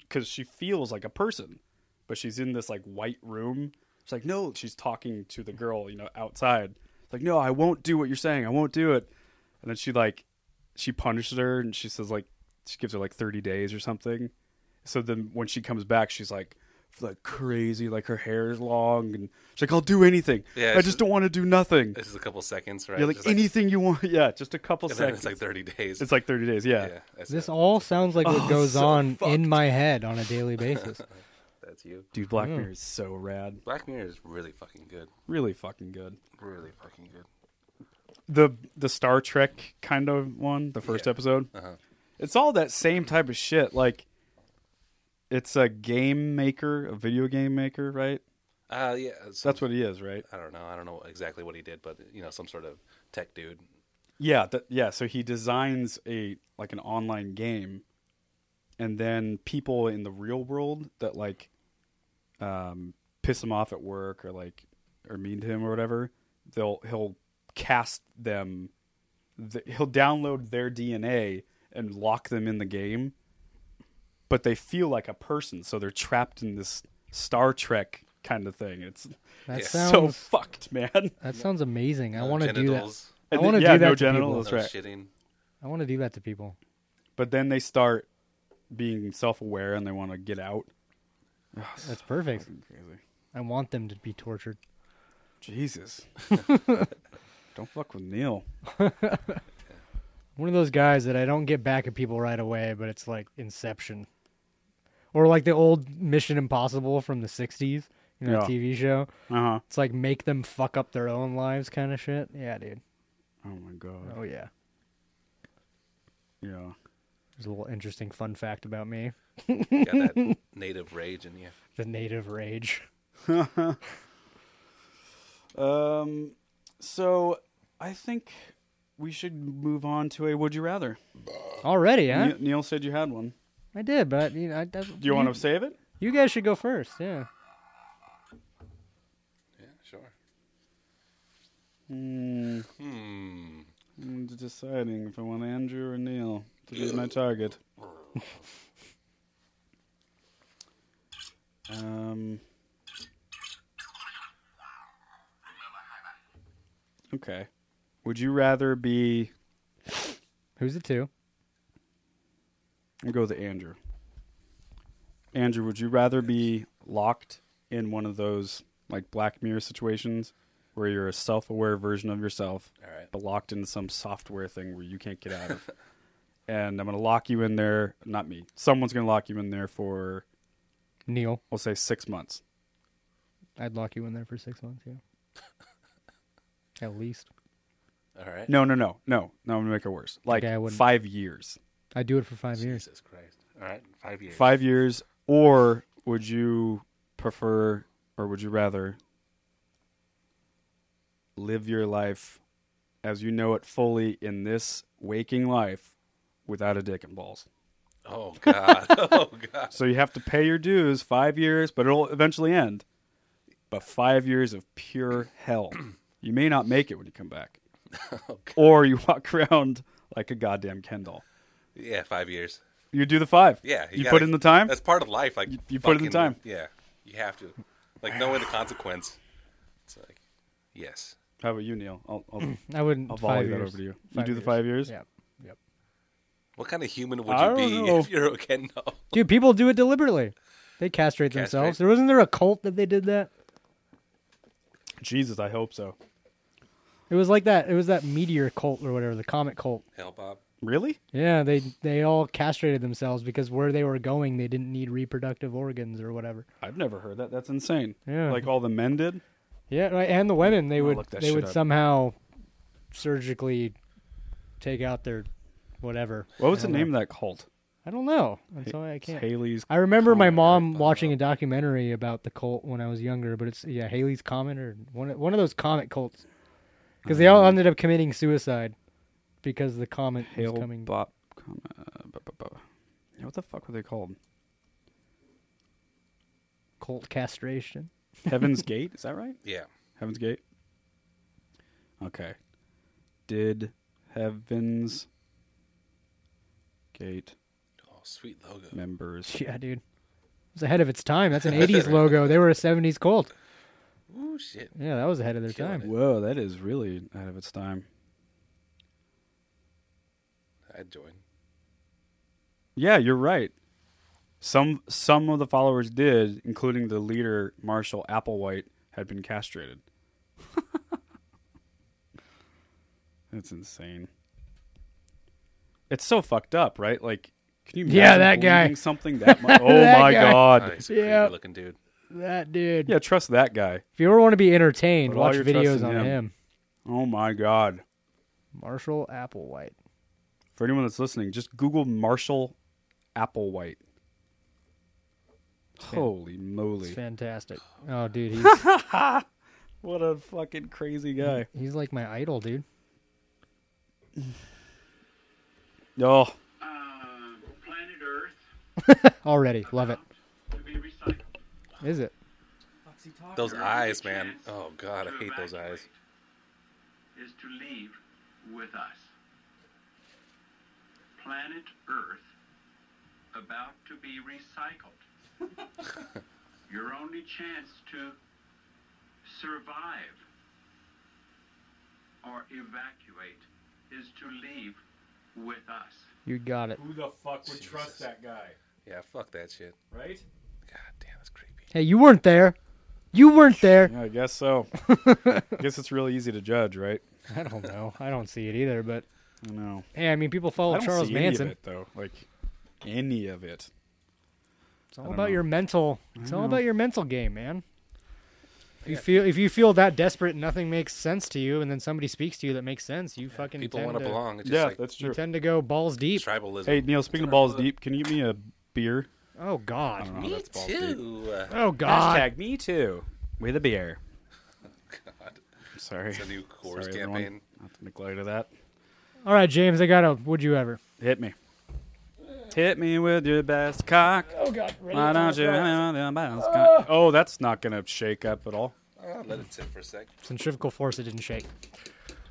Speaker 2: because she feels like a person, but she's in this like white room. It's like, no, she's talking to the girl, you know, outside. It's like, no, I won't do what you're saying. I won't do it. And then she like, she punishes her and she says like, she gives her like 30 days or something. So then when she comes back, she's like, like crazy, like her hair is long, and she's like, I'll do anything.
Speaker 4: Yeah,
Speaker 2: I
Speaker 4: it's-
Speaker 2: just don't want to do nothing.
Speaker 4: This is a couple seconds, Uh, right?
Speaker 2: Yeah, like
Speaker 4: Just
Speaker 2: anything you want. Yeah, just a couple
Speaker 4: and then
Speaker 2: seconds.
Speaker 4: it's like thirty days.
Speaker 2: It's like 30 days. Yeah.
Speaker 4: yeah, that's,
Speaker 3: this all sounds like what goes
Speaker 2: Oh, so
Speaker 3: on
Speaker 2: fucked.
Speaker 3: in my head on a daily basis.
Speaker 4: that's you.
Speaker 2: Dude, Black Mirror is so rad.
Speaker 4: Black Mirror is really fucking good.
Speaker 2: Really fucking good.
Speaker 4: Really fucking good.
Speaker 2: The the Star Trek kind of one, the first
Speaker 4: Yeah.
Speaker 2: episode.
Speaker 4: Uh-huh.
Speaker 2: It's all that same type of shit. Like, it's a game maker, a video game maker, right?
Speaker 4: Uh, yeah. So
Speaker 2: That's what he is, right?
Speaker 4: I don't know. I don't know exactly what he did, but you know, some sort of tech dude.
Speaker 2: Yeah, that, yeah. So he designs a like an online game, and then people in the real world that like um, piss him off at work or like or mean to him or whatever, they'll he'll cast them. Th- he'll download their DNA and lock them in the game, but they feel like a person, so they're trapped in this Star Trek kind of thing. It's
Speaker 3: That
Speaker 4: Yeah.
Speaker 3: sounds
Speaker 2: so fucked, man.
Speaker 3: that sounds amazing. I
Speaker 4: No
Speaker 3: want to do that.
Speaker 4: genitals,
Speaker 3: I
Speaker 2: And
Speaker 3: want to
Speaker 2: yeah,
Speaker 3: do that
Speaker 2: no
Speaker 3: to people.
Speaker 2: genitals. That's
Speaker 4: No
Speaker 2: right.
Speaker 4: shitting.
Speaker 3: I want to do that to people.
Speaker 2: But then they start being self-aware and they want to get out.
Speaker 3: That's perfect.
Speaker 2: Crazy.
Speaker 3: I want them to be tortured.
Speaker 2: Jesus. Don't fuck with Neil.
Speaker 3: One of those guys that I don't get back at people right away, but it's like Inception, or like the old Mission Impossible from the '60s, you know,
Speaker 2: Yeah.
Speaker 3: TV show.
Speaker 2: Uh huh.
Speaker 3: It's like make them fuck up their own lives, kind of shit. Yeah, dude.
Speaker 2: Oh my god.
Speaker 3: Oh yeah.
Speaker 2: Yeah.
Speaker 3: There's a little interesting fun fact about me:
Speaker 4: You got that native rage in you.
Speaker 3: the native rage.
Speaker 2: Um. So I think we should move on to a Would You Rather.
Speaker 3: Already, huh?
Speaker 2: Ne- Neil said you had one.
Speaker 3: I did, but you know, I, do
Speaker 2: Do you want to save it?
Speaker 3: You guys should go first. Yeah.
Speaker 4: Yeah, sure.
Speaker 2: Hmm.
Speaker 4: Hmm.
Speaker 2: I'm deciding if I want Andrew or Neil to be my target. Um. Okay. Would you rather be?
Speaker 3: Who's the two?
Speaker 2: I'll go with Andrew. Andrew, would you rather be locked in one of those like Black Mirror situations where you're a self-aware version of yourself,
Speaker 4: All right.
Speaker 2: but locked into some software thing where you can't get out of? and I'm gonna lock you in there. Not me. Someone's gonna lock you in there for
Speaker 3: Neil.
Speaker 2: we'll say six months.
Speaker 3: I'd lock you in there for six months. Yeah. At least
Speaker 4: All right.
Speaker 2: No, no, no, no, no. I'm gonna make it worse. Like
Speaker 3: Okay, I wouldn't.
Speaker 2: five years.
Speaker 3: I do it for five years.
Speaker 4: Jesus Christ. All right. Five years.
Speaker 2: Five years, or would you prefer, or would you rather live your life as you know it fully in this waking life without a dick and balls?
Speaker 4: Oh God. oh God.
Speaker 2: So you have to pay your dues five years, but it'll eventually end. But five years of pure hell. You may not make it when you come back. Or you walk around like a goddamn Ken doll.
Speaker 4: Yeah, five years.
Speaker 2: You do the five.
Speaker 4: Yeah.
Speaker 2: You,
Speaker 4: gotta-
Speaker 2: put in the time?
Speaker 4: That's part of life. Like
Speaker 2: You- you put in the time.
Speaker 4: Yeah. You have to. Like knowing the consequence. It's like, yes.
Speaker 2: How about you, Neil? I'll, I'll
Speaker 3: I wouldn't.
Speaker 2: I'll volley
Speaker 3: five
Speaker 2: that
Speaker 3: years.
Speaker 2: over to you. You do the five years?
Speaker 3: Yep. Yep.
Speaker 4: What kind of human would
Speaker 2: I
Speaker 4: you be
Speaker 2: don't know.
Speaker 4: if you're a Ken doll?
Speaker 3: Dude, people do it deliberately. They castrate,
Speaker 4: Castrate?
Speaker 3: themselves. There wasn't there a cult that they did that?
Speaker 2: Jesus, I hope so.
Speaker 3: It was like that. It was that meteor cult or whatever, the comet cult.
Speaker 4: Hell, Bob.
Speaker 2: Really?
Speaker 3: Yeah, they they all castrated themselves because where they were going, they didn't need reproductive organs or whatever.
Speaker 2: I've never heard that. That's insane.
Speaker 3: Yeah.
Speaker 2: Like all the men did.
Speaker 3: Yeah, right. And the women, they
Speaker 2: I'll
Speaker 3: would
Speaker 2: look that
Speaker 3: they
Speaker 2: shit
Speaker 3: would
Speaker 2: up.
Speaker 3: somehow surgically take out their whatever.
Speaker 2: What was the name of that cult?
Speaker 3: I don't know. And so I
Speaker 2: It's
Speaker 3: can't.
Speaker 2: Haley's.
Speaker 3: I remember my
Speaker 2: Comet,
Speaker 3: mom watching a documentary about the cult when I was younger, but it's yeah, Haley's Comet or one of- one of those comet cults. Because they all
Speaker 2: Um,
Speaker 3: ended up committing suicide because the comet
Speaker 2: Hale
Speaker 3: was coming.
Speaker 2: Bop. Come, uh, bu- bu- bu- Yeah, what the fuck were they called?
Speaker 3: cult castration.
Speaker 2: Heaven's Gate. Is that right?
Speaker 4: Yeah.
Speaker 2: Heaven's Gate. Okay. Did Heaven's Gate
Speaker 4: Oh, sweet logo.
Speaker 2: members?
Speaker 3: Yeah, dude. It was ahead of its time. That's an 80s logo. They were a 70s cult.
Speaker 4: Ooh, shit.
Speaker 3: Yeah, that was ahead of their
Speaker 4: Killing
Speaker 3: time.
Speaker 2: Whoa, that is really out of its time.
Speaker 4: I'd join.
Speaker 2: Yeah, you're right. Some some of the followers did, including the leader Marshall Applewhite, had been castrated. That's insane. It's so fucked up, right? Like, can you imagine
Speaker 3: Yeah, that guy.
Speaker 2: believing something that much? Oh
Speaker 3: That
Speaker 2: my
Speaker 3: guy.
Speaker 2: god!
Speaker 4: Oh, he's a
Speaker 3: Yeah.
Speaker 4: creepy looking dude.
Speaker 3: That dude.
Speaker 2: Yeah, trust that guy.
Speaker 3: If you ever want to be entertained,
Speaker 2: Put all
Speaker 3: watch
Speaker 2: your
Speaker 3: videos
Speaker 2: trust in
Speaker 3: on
Speaker 2: him.
Speaker 3: him.
Speaker 2: Oh my god!
Speaker 3: Marshall Applewhite.
Speaker 2: For anyone that's listening, just Google Marshall Applewhite. Holy
Speaker 3: It's
Speaker 2: moly!
Speaker 3: fantastic. Oh, dude, he's
Speaker 2: What a fucking crazy guy!
Speaker 3: he's like my idol, dude.
Speaker 2: Oh,
Speaker 5: Uh, planet Earth
Speaker 3: Already, love it.
Speaker 5: to be recycled.
Speaker 3: Is it?
Speaker 4: Those eyes, man. Oh God, I hate those eyes.
Speaker 5: Is to leave with us. Planet Earth about to be recycled. Your only chance to survive or evacuate is to leave with us.
Speaker 3: You got it.
Speaker 1: Who the fuck would
Speaker 4: Jesus.
Speaker 1: trust that guy,
Speaker 4: Yeah, fuck that shit.
Speaker 1: right?
Speaker 4: God damn, that's creepy.
Speaker 3: Hey, you weren't there. You weren't there.
Speaker 2: Yeah, I guess so. I guess it's really easy to judge, right?
Speaker 3: I don't know. I don't see it either. But
Speaker 2: I know.
Speaker 3: hey, I mean, people
Speaker 2: I
Speaker 3: follow
Speaker 2: don't
Speaker 3: Charles
Speaker 2: see
Speaker 3: Manson.
Speaker 2: any of it though. Like any of it.
Speaker 3: It's all
Speaker 2: don't
Speaker 3: about
Speaker 2: know.
Speaker 3: your mental. It's all
Speaker 2: know.
Speaker 3: about your mental game, man. If you feel if you feel that desperate, and nothing makes sense to you, and then somebody speaks to you that makes sense. You fucking
Speaker 4: People
Speaker 3: tend
Speaker 4: want to
Speaker 3: to
Speaker 4: belong. It's just
Speaker 2: yeah,
Speaker 4: like
Speaker 2: that's true.
Speaker 3: You tend to go balls deep.
Speaker 4: tribalism.
Speaker 2: Hey Neil, speaking of balls deep, can you get me a beer?
Speaker 3: Oh
Speaker 2: I
Speaker 3: God.
Speaker 2: don't know.
Speaker 4: me
Speaker 2: that's balls deep.
Speaker 4: too. Uh,
Speaker 3: Oh God.
Speaker 2: me too with a beer.
Speaker 4: God,
Speaker 2: I'm sorry.
Speaker 4: it's a new Coors
Speaker 2: Sorry, everyone.
Speaker 4: campaign.
Speaker 2: Not to make light of that.
Speaker 3: All right, James. I got a. Would you ever?
Speaker 2: Hit me. Hit me with your best cock.
Speaker 3: Oh God.
Speaker 2: Why don't you? Oh. that's not gonna shake up at all.
Speaker 4: Uh, let it sit for a sec.
Speaker 3: Centrifugal force. It didn't shake.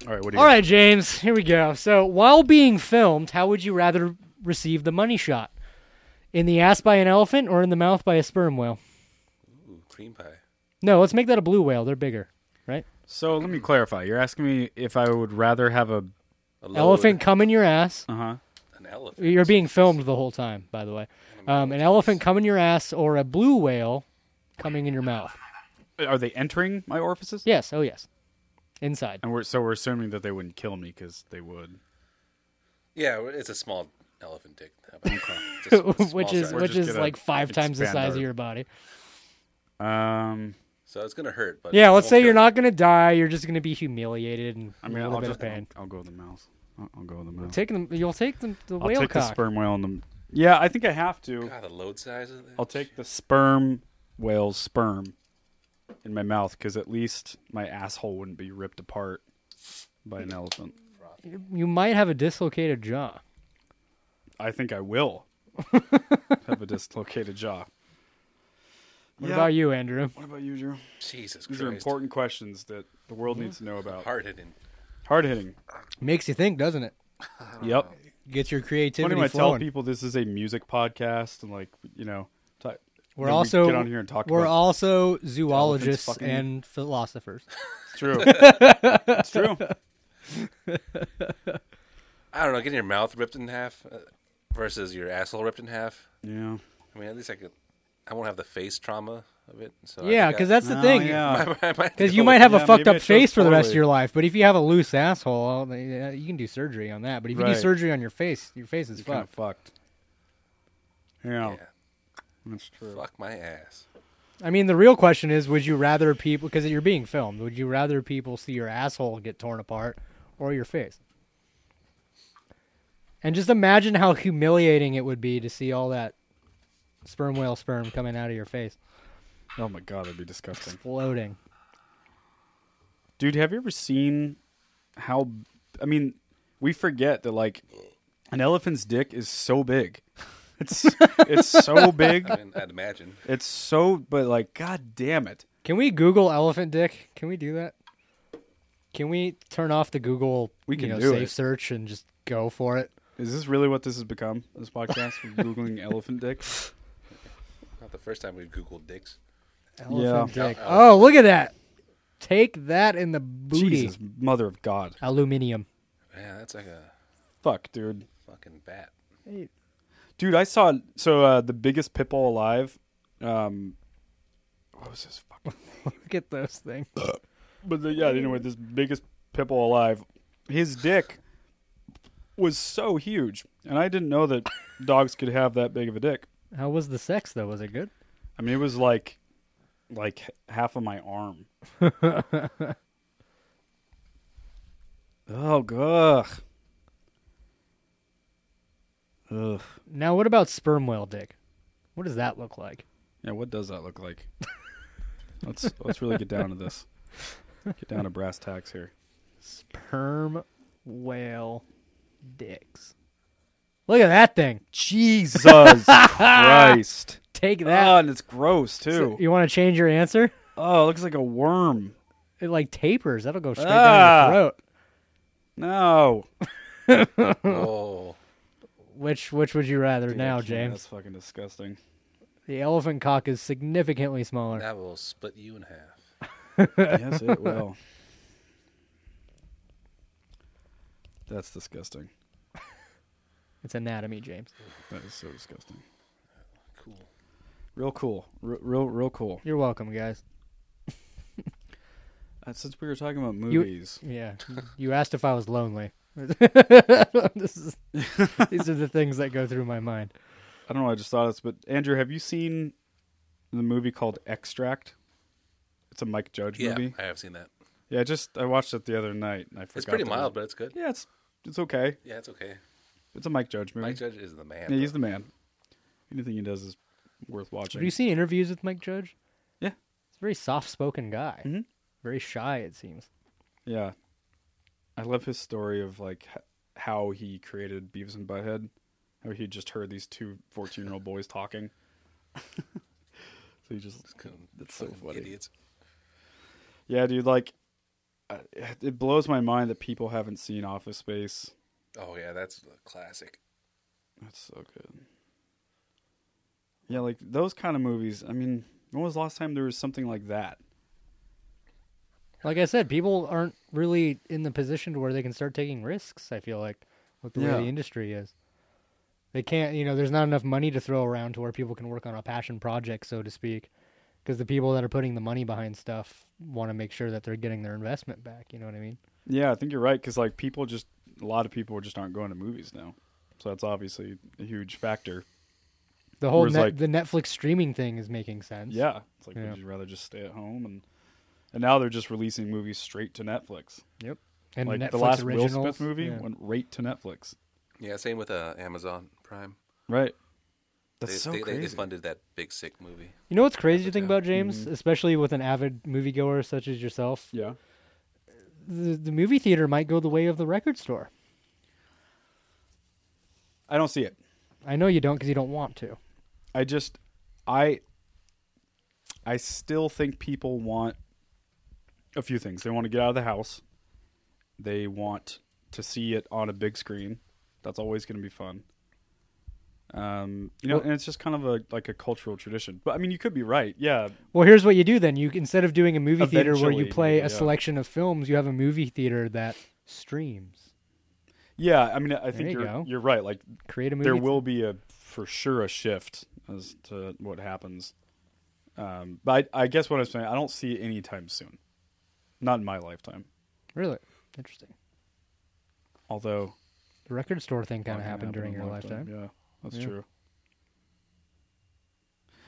Speaker 2: All right, what do you?
Speaker 3: All right, James, here we go. So, while being filmed, how would you rather receive the money shot? In the ass by an elephant or in the mouth by a sperm whale?
Speaker 4: Ooh, cream pie.
Speaker 3: No, let's make that a blue whale. They're bigger, right?
Speaker 2: So let me clarify. You're asking me if I would rather have a
Speaker 4: A
Speaker 3: Elephant come in your ass.
Speaker 2: uh huh.
Speaker 4: load- An elephant.
Speaker 3: You're being filmed the whole time, by the way. Um, an elephant come in your ass or a blue whale coming in your mouth.
Speaker 2: Are they entering my orifices?
Speaker 3: Yes, oh yes. Inside.
Speaker 2: And we're so we're assuming that they wouldn't kill me because they would.
Speaker 4: Yeah, it's a small elephant dick. How about that? Just a
Speaker 3: which
Speaker 4: small
Speaker 3: is
Speaker 4: size.
Speaker 2: We're
Speaker 3: which
Speaker 2: just
Speaker 3: is
Speaker 2: gonna
Speaker 3: like five times the
Speaker 2: expand
Speaker 3: size
Speaker 2: our-
Speaker 3: of your body.
Speaker 2: Um,
Speaker 4: so it's gonna hurt. But
Speaker 3: Yeah,
Speaker 4: it
Speaker 3: let's
Speaker 4: won't
Speaker 3: say you're
Speaker 4: kill you.
Speaker 3: not gonna die. You're just gonna be humiliated and
Speaker 2: I mean,
Speaker 3: a little
Speaker 2: I'll
Speaker 3: bit
Speaker 2: just
Speaker 3: of pain.
Speaker 2: I'll, I'll go with the mouse. I'll, I'll go with the mouse.
Speaker 3: Take them. You'll take them. The
Speaker 2: I'll
Speaker 3: whale
Speaker 2: take the
Speaker 3: cock.
Speaker 2: sperm whale and the. Yeah, I think I have to.
Speaker 4: God, the load size of that.
Speaker 2: I'll take the sperm whale's sperm in my mouth because at least my asshole wouldn't be ripped apart by an elephant.
Speaker 3: you might have a dislocated jaw.
Speaker 2: I think I will have a dislocated jaw.
Speaker 3: What
Speaker 2: Yeah.
Speaker 3: about you, Andrew?
Speaker 2: What about you, Drew?
Speaker 4: Jesus
Speaker 2: These
Speaker 4: Christ.
Speaker 2: are important questions that the world needs to know about.
Speaker 4: Hard hitting.
Speaker 2: Hard hitting.
Speaker 3: Makes you think, doesn't it?
Speaker 2: Yep.
Speaker 3: Gets your
Speaker 2: Funny
Speaker 3: creativity
Speaker 2: when I tell people this is a music podcast and like you know, t-
Speaker 3: we're
Speaker 2: then we
Speaker 3: also
Speaker 2: get on here and talk.
Speaker 3: we're
Speaker 2: about
Speaker 3: also zoologists
Speaker 2: fucking-
Speaker 3: and philosophers.
Speaker 2: It's true. it's true.
Speaker 4: I don't know. Getting your mouth ripped in half uh, versus your asshole ripped in half.
Speaker 2: Yeah.
Speaker 4: I mean, at least I could. I won't have the face trauma of it. So I
Speaker 3: yeah,
Speaker 4: think I-
Speaker 3: because that's the thing.
Speaker 2: Oh, Yeah. oh,
Speaker 4: I might
Speaker 3: Because
Speaker 4: go
Speaker 3: you
Speaker 4: with-
Speaker 3: might have
Speaker 2: Yeah,
Speaker 3: a fucked
Speaker 2: maybe I
Speaker 3: up face
Speaker 2: chose
Speaker 3: for the rest of
Speaker 2: poorly.
Speaker 3: your life, but if you have a loose asshole, well, yeah, you can do surgery on that. But if you
Speaker 2: Right.
Speaker 3: do surgery on your face, your face is
Speaker 2: Kind of
Speaker 3: fucked.
Speaker 2: fucked. Yeah,
Speaker 4: Yeah.
Speaker 2: that's true.
Speaker 4: Fuck my ass.
Speaker 3: I mean, the real question is, would you rather people because you're being filmed? Would you rather people see your asshole get torn apart or your face? And just imagine how humiliating it would be to see all that sperm whale sperm coming out of your face,
Speaker 2: Oh my god, that'd be disgusting.
Speaker 3: floating.
Speaker 2: Dude, have you ever seen how? I mean, we forget that like an elephant's dick is so big. It's it's so big.
Speaker 4: I mean, I'd imagine.
Speaker 2: It's so, but like, god damn it.
Speaker 3: Can we Google elephant dick? Can we do that? Can we turn off the Google
Speaker 2: We
Speaker 3: you
Speaker 2: can
Speaker 3: know,
Speaker 2: do
Speaker 3: safe
Speaker 2: it.
Speaker 3: search and just go for it?
Speaker 2: Is this really what this has become? This podcast, We're googling elephant dick.
Speaker 4: Not the first time we've Googled dicks.
Speaker 3: Elephant
Speaker 4: Yeah.
Speaker 3: dick. Oh, look at that! Take that in the booty.
Speaker 2: Jesus, mother of God,
Speaker 3: Aluminium.
Speaker 4: Yeah, that's like a
Speaker 2: fuck, dude.
Speaker 4: fucking bat.
Speaker 2: Dude, I saw so uh, the biggest pit bull alive. Um, what was his fucking
Speaker 3: Look at those things.
Speaker 2: But the, yeah, anyway, this biggest pit bull alive, his dick was so huge, and I didn't know that dogs could have that big of a dick.
Speaker 3: How was the sex though? Was it good?
Speaker 2: I mean, it was like like h- half of my arm. oh, ugh. Ugh.
Speaker 3: Now, what about sperm whale dick? What does that look like?
Speaker 2: Yeah, what does that look like? let's let's really get down to this. Get down to brass tacks here.
Speaker 3: Sperm whale dicks. Look at that thing.
Speaker 2: Jesus Christ.
Speaker 3: Take
Speaker 2: Oh,
Speaker 3: that.
Speaker 2: and it's gross too.
Speaker 3: So you want to change your answer?
Speaker 2: oh, it looks like a worm.
Speaker 3: It like tapers. That'll go straight
Speaker 2: Ah.
Speaker 3: down your
Speaker 2: No.
Speaker 3: throat.
Speaker 4: Oh,
Speaker 3: Which which would you rather
Speaker 2: Dude, I
Speaker 3: now,
Speaker 2: can't.
Speaker 3: James?
Speaker 2: That's fucking disgusting.
Speaker 3: The elephant cock is significantly smaller.
Speaker 4: That will split you in half.
Speaker 2: yes, it will. That's disgusting.
Speaker 3: It's anatomy, James.
Speaker 2: That is so disgusting.
Speaker 4: Cool.
Speaker 2: Real cool. R- real, real cool.
Speaker 3: You're welcome, guys.
Speaker 2: Uh, since we were talking about movies,
Speaker 3: Yeah, you asked if I was lonely. this is, these are the things that go through my mind.
Speaker 2: I don't know. I just thought this, but Andrew, have you seen the movie called Extract? It's a Mike Judge
Speaker 4: Yeah,
Speaker 2: movie.
Speaker 4: I have seen that.
Speaker 2: Yeah, I just I watched it the other night and I forgot.
Speaker 4: It's pretty
Speaker 2: that
Speaker 4: mild,
Speaker 2: it-
Speaker 4: but it's good.
Speaker 2: yeah, it's it's okay.
Speaker 4: Yeah, it's okay.
Speaker 2: It's a Mike Judge movie.
Speaker 4: Mike Judge is the man.
Speaker 2: yeah, he's
Speaker 4: though.
Speaker 2: the man. Anything he does is worth watching.
Speaker 3: Have you seen interviews with Mike Judge?
Speaker 2: Yeah.
Speaker 3: He's a very soft-spoken guy.
Speaker 2: Mhm.
Speaker 3: Very shy, it seems.
Speaker 2: Yeah. I love his story of like h- how he created Beavis and Butthead. How he just heard these two 14 year old boys talking. so he just. That's so
Speaker 4: Fucking
Speaker 2: funny.
Speaker 4: Idiots.
Speaker 2: Yeah, dude, like, I- it blows my mind that people haven't seen Office Space.
Speaker 4: Oh yeah, that's a classic.
Speaker 2: That's so good. Yeah, like those kind of movies. I mean, when was the last time there was something like that?
Speaker 3: Like I said, people aren't really in the position to where they can start taking risks. I feel like with the
Speaker 2: Yeah.
Speaker 3: way the industry is, they can't. You know, there's not enough money to throw around to where people can work on a passion project, so to speak, because the people that are putting the money behind stuff want to make sure that they're getting their investment back. You know what I mean?
Speaker 2: Yeah, I think you're right because like people just a lot of people just aren't going to movies now, so that's obviously a huge factor.
Speaker 3: The whole
Speaker 2: Whereas,
Speaker 3: net,
Speaker 2: like-
Speaker 3: the Netflix streaming thing is making sense.
Speaker 2: Yeah, it's like
Speaker 3: Yeah.
Speaker 2: would you rather just stay at home and and now they're just releasing movies straight to Netflix.
Speaker 3: and
Speaker 2: like
Speaker 3: Netflix
Speaker 2: the last
Speaker 3: originals.
Speaker 2: Will Smith movie
Speaker 3: yeah.
Speaker 2: went right to Netflix.
Speaker 4: Yeah, same with uh, Amazon Prime.
Speaker 2: Right. That's
Speaker 4: They,
Speaker 2: so
Speaker 4: they, they-
Speaker 2: crazy.
Speaker 4: they funded that big sick movie.
Speaker 3: You know what's crazy to think
Speaker 4: Yeah.
Speaker 3: about, James, especially with an avid moviegoer such as yourself.
Speaker 2: Yeah.
Speaker 3: The, the movie theater might go the way of the record store.
Speaker 2: I don't see it.
Speaker 3: I know you don't because you don't want to.
Speaker 2: I just I I still think people want a few things. They want to get out of the house. They want to see it on a big screen. That's always going to be fun. Um, you know,
Speaker 3: Well-
Speaker 2: and it's just kind of a like a cultural tradition. But I mean, you could be right. Yeah,
Speaker 3: Well, here's what you do then. You instead of doing a movie theater where
Speaker 2: Eventually,
Speaker 3: you play
Speaker 2: yeah.
Speaker 3: a selection of films, you have a movie theater that streams.
Speaker 2: yeah. I mean, I
Speaker 3: There
Speaker 2: think
Speaker 3: you
Speaker 2: you are
Speaker 3: go.
Speaker 2: you're right. Like
Speaker 3: Create a movie.
Speaker 2: there will be a for sure a shift as to what happens. Um, but I, I guess what I'm saying, I don't see it anytime soon. Not in my lifetime.
Speaker 3: really interesting.
Speaker 2: Although
Speaker 3: The record store thing kind
Speaker 2: Fucking
Speaker 3: of happened during
Speaker 2: in
Speaker 3: your
Speaker 2: my
Speaker 3: lifetime.
Speaker 2: Yeah, that's
Speaker 3: Yeah.
Speaker 2: true.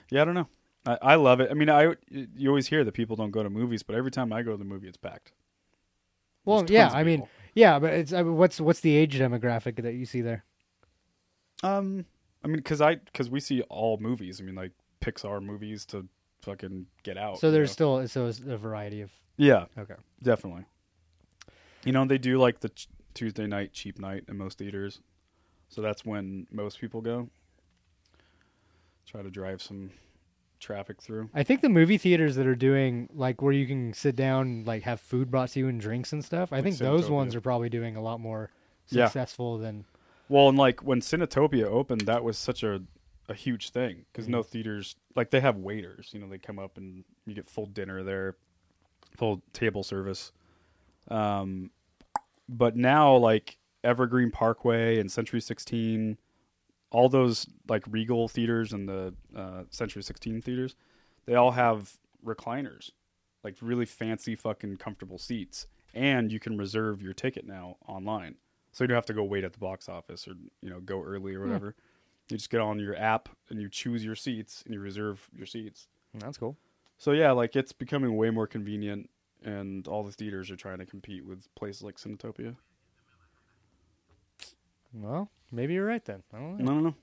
Speaker 2: Yeah, I don't know. I, I love it. I mean, I you always hear that people don't go to movies, but every time I go to the movie, it's packed.
Speaker 3: Well,
Speaker 2: There's
Speaker 3: yeah,
Speaker 2: tons of
Speaker 3: I mean,
Speaker 2: people.
Speaker 3: yeah, but it's I mean, what's what's the age demographic that you see there?
Speaker 2: Um, I mean, because I because we see all movies. I mean, like Pixar movies to fucking Get Out.
Speaker 3: so
Speaker 2: you
Speaker 3: there's
Speaker 2: know?
Speaker 3: still so it's a variety of
Speaker 2: yeah,
Speaker 3: okay.
Speaker 2: definitely. You know, they do like the ch- Tuesday night cheap night in most theaters, so that's when most people go. Try to drive some traffic through.
Speaker 3: I think the movie theaters that are doing like where you can sit down and like have food brought to you and drinks and stuff. I
Speaker 2: Like
Speaker 3: think those ones
Speaker 2: Cinetopia.
Speaker 3: are probably doing a lot more
Speaker 2: Yeah.
Speaker 3: successful than
Speaker 2: Well, and like when Cinetopia opened, that was such a a huge thing because no theaters like they have waiters. You know, they come up and you get full dinner there, full table service. Um, but now like Evergreen Parkway and Century Sixteen, all those like Regal theaters and the uh, Century Sixteen theaters, they all have recliners, like really fancy fucking comfortable seats, and you can reserve your ticket now online, so you don't have to go wait at the box office or you know go early or whatever. You just get on your app and you choose your seats and you reserve your seats.
Speaker 3: that's cool.
Speaker 2: So yeah, like it's becoming way more convenient, and all the theaters are trying to compete with places like Cinetopia.
Speaker 3: Well, maybe you're right then. I don't
Speaker 2: I
Speaker 3: know.
Speaker 2: don't know.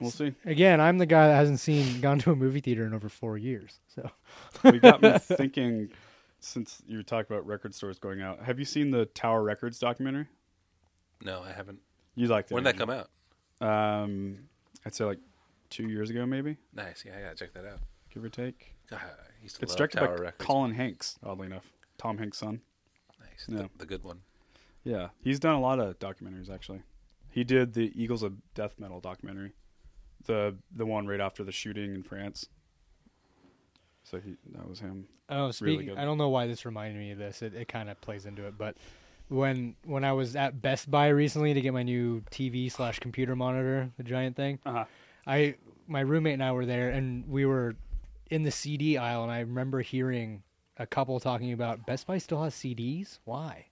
Speaker 2: We'll see.
Speaker 3: Again, I'm the guy that hasn't seen gone to a movie theater in over four years. So
Speaker 2: We got me thinking since you talked about record stores going out. Have you seen the Tower Records documentary?
Speaker 4: No, I haven't.
Speaker 2: You liked it.
Speaker 4: When did that come out?
Speaker 2: come? Um, I'd say like two years ago, maybe
Speaker 4: Nice. Yeah, I gotta check that out.
Speaker 2: give or take.
Speaker 4: God, I used to
Speaker 2: It's
Speaker 4: love
Speaker 2: directed
Speaker 4: Tower
Speaker 2: by
Speaker 4: Records.
Speaker 2: Colin Hanks, oddly enough. Tom Hanks' son.
Speaker 4: nice.
Speaker 2: Yeah.
Speaker 4: The, the good one.
Speaker 2: Yeah, he's done a lot of documentaries actually. He did the Eagles of Death Metal documentary, the the one right after the shooting in France. So he that was him.
Speaker 3: Oh,
Speaker 2: really
Speaker 3: speaking,
Speaker 2: good.
Speaker 3: I don't know why this reminded me of this. It, it kind of plays into it, but when when I was at Best Buy recently to get my new TV slash computer monitor, the giant thing,
Speaker 2: Uh-huh.
Speaker 3: I my roommate and I were there, and we were in the CD aisle, and I remember hearing a couple talking about Best Buy still has CDs. Why?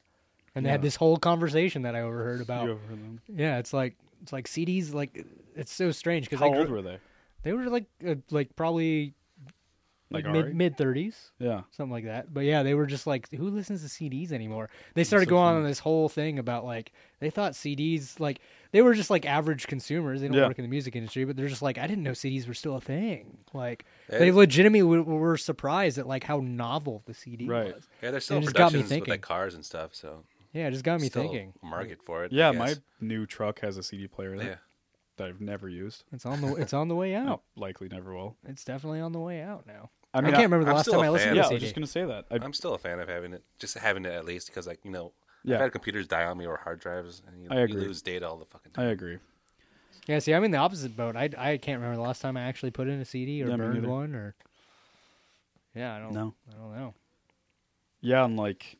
Speaker 3: And they had this whole conversation that I overheard about.
Speaker 2: You ever heard of them?
Speaker 3: Yeah, it's like it's like CDs. Like it's so strange because
Speaker 2: How old were they?
Speaker 3: they were like uh, like probably
Speaker 2: Like
Speaker 3: like
Speaker 2: our age?
Speaker 3: mid mid thirties
Speaker 2: Yeah.
Speaker 3: something like that. But yeah, they were just like, who listens to CDs anymore? They started going on this whole thing about like they thought CDs like they were just like average consumers. They don't
Speaker 2: Yeah.
Speaker 3: work in the music industry, but they're just like, I didn't know CDs were still a thing. Like
Speaker 4: Hey.
Speaker 3: they legitimately w- were surprised at like how novel the CD
Speaker 2: Right.
Speaker 3: was.
Speaker 4: Yeah, there's still
Speaker 3: It just got me
Speaker 4: productions with like
Speaker 3: thinking.
Speaker 4: cars and stuff, so
Speaker 3: Yeah, it just got me
Speaker 4: still
Speaker 3: thinking.
Speaker 4: a market for it. I
Speaker 2: Yeah,
Speaker 4: guess.
Speaker 2: my new truck has a CD player in it
Speaker 4: yeah.
Speaker 2: that I've never used.
Speaker 3: It's on the it's on the way out.
Speaker 2: Likely never will.
Speaker 3: It's definitely on the way out now.
Speaker 2: I
Speaker 3: I,
Speaker 2: mean, I-
Speaker 3: can't remember the
Speaker 4: I'm
Speaker 3: last
Speaker 4: still
Speaker 3: time I
Speaker 4: a
Speaker 3: listened
Speaker 4: fan.
Speaker 2: Yeah,
Speaker 3: to a
Speaker 2: I
Speaker 3: CD.
Speaker 2: was just gonna say that. I,
Speaker 4: I'm still a fan of having it, just having it at least, because like you know,
Speaker 2: Yeah.
Speaker 4: I've had computers die on me or hard drives, and you,
Speaker 2: I
Speaker 4: you
Speaker 2: agree.
Speaker 4: lose data all the fucking
Speaker 2: I
Speaker 4: time.
Speaker 2: agree.
Speaker 3: Yeah, see, I'm in the opposite boat. I, I can't remember the last time I actually put in a CD or
Speaker 2: Yeah, me
Speaker 3: burned
Speaker 2: neither.
Speaker 3: one or. Yeah, I don't.
Speaker 2: No.
Speaker 3: I don't know.
Speaker 2: Yeah, and like,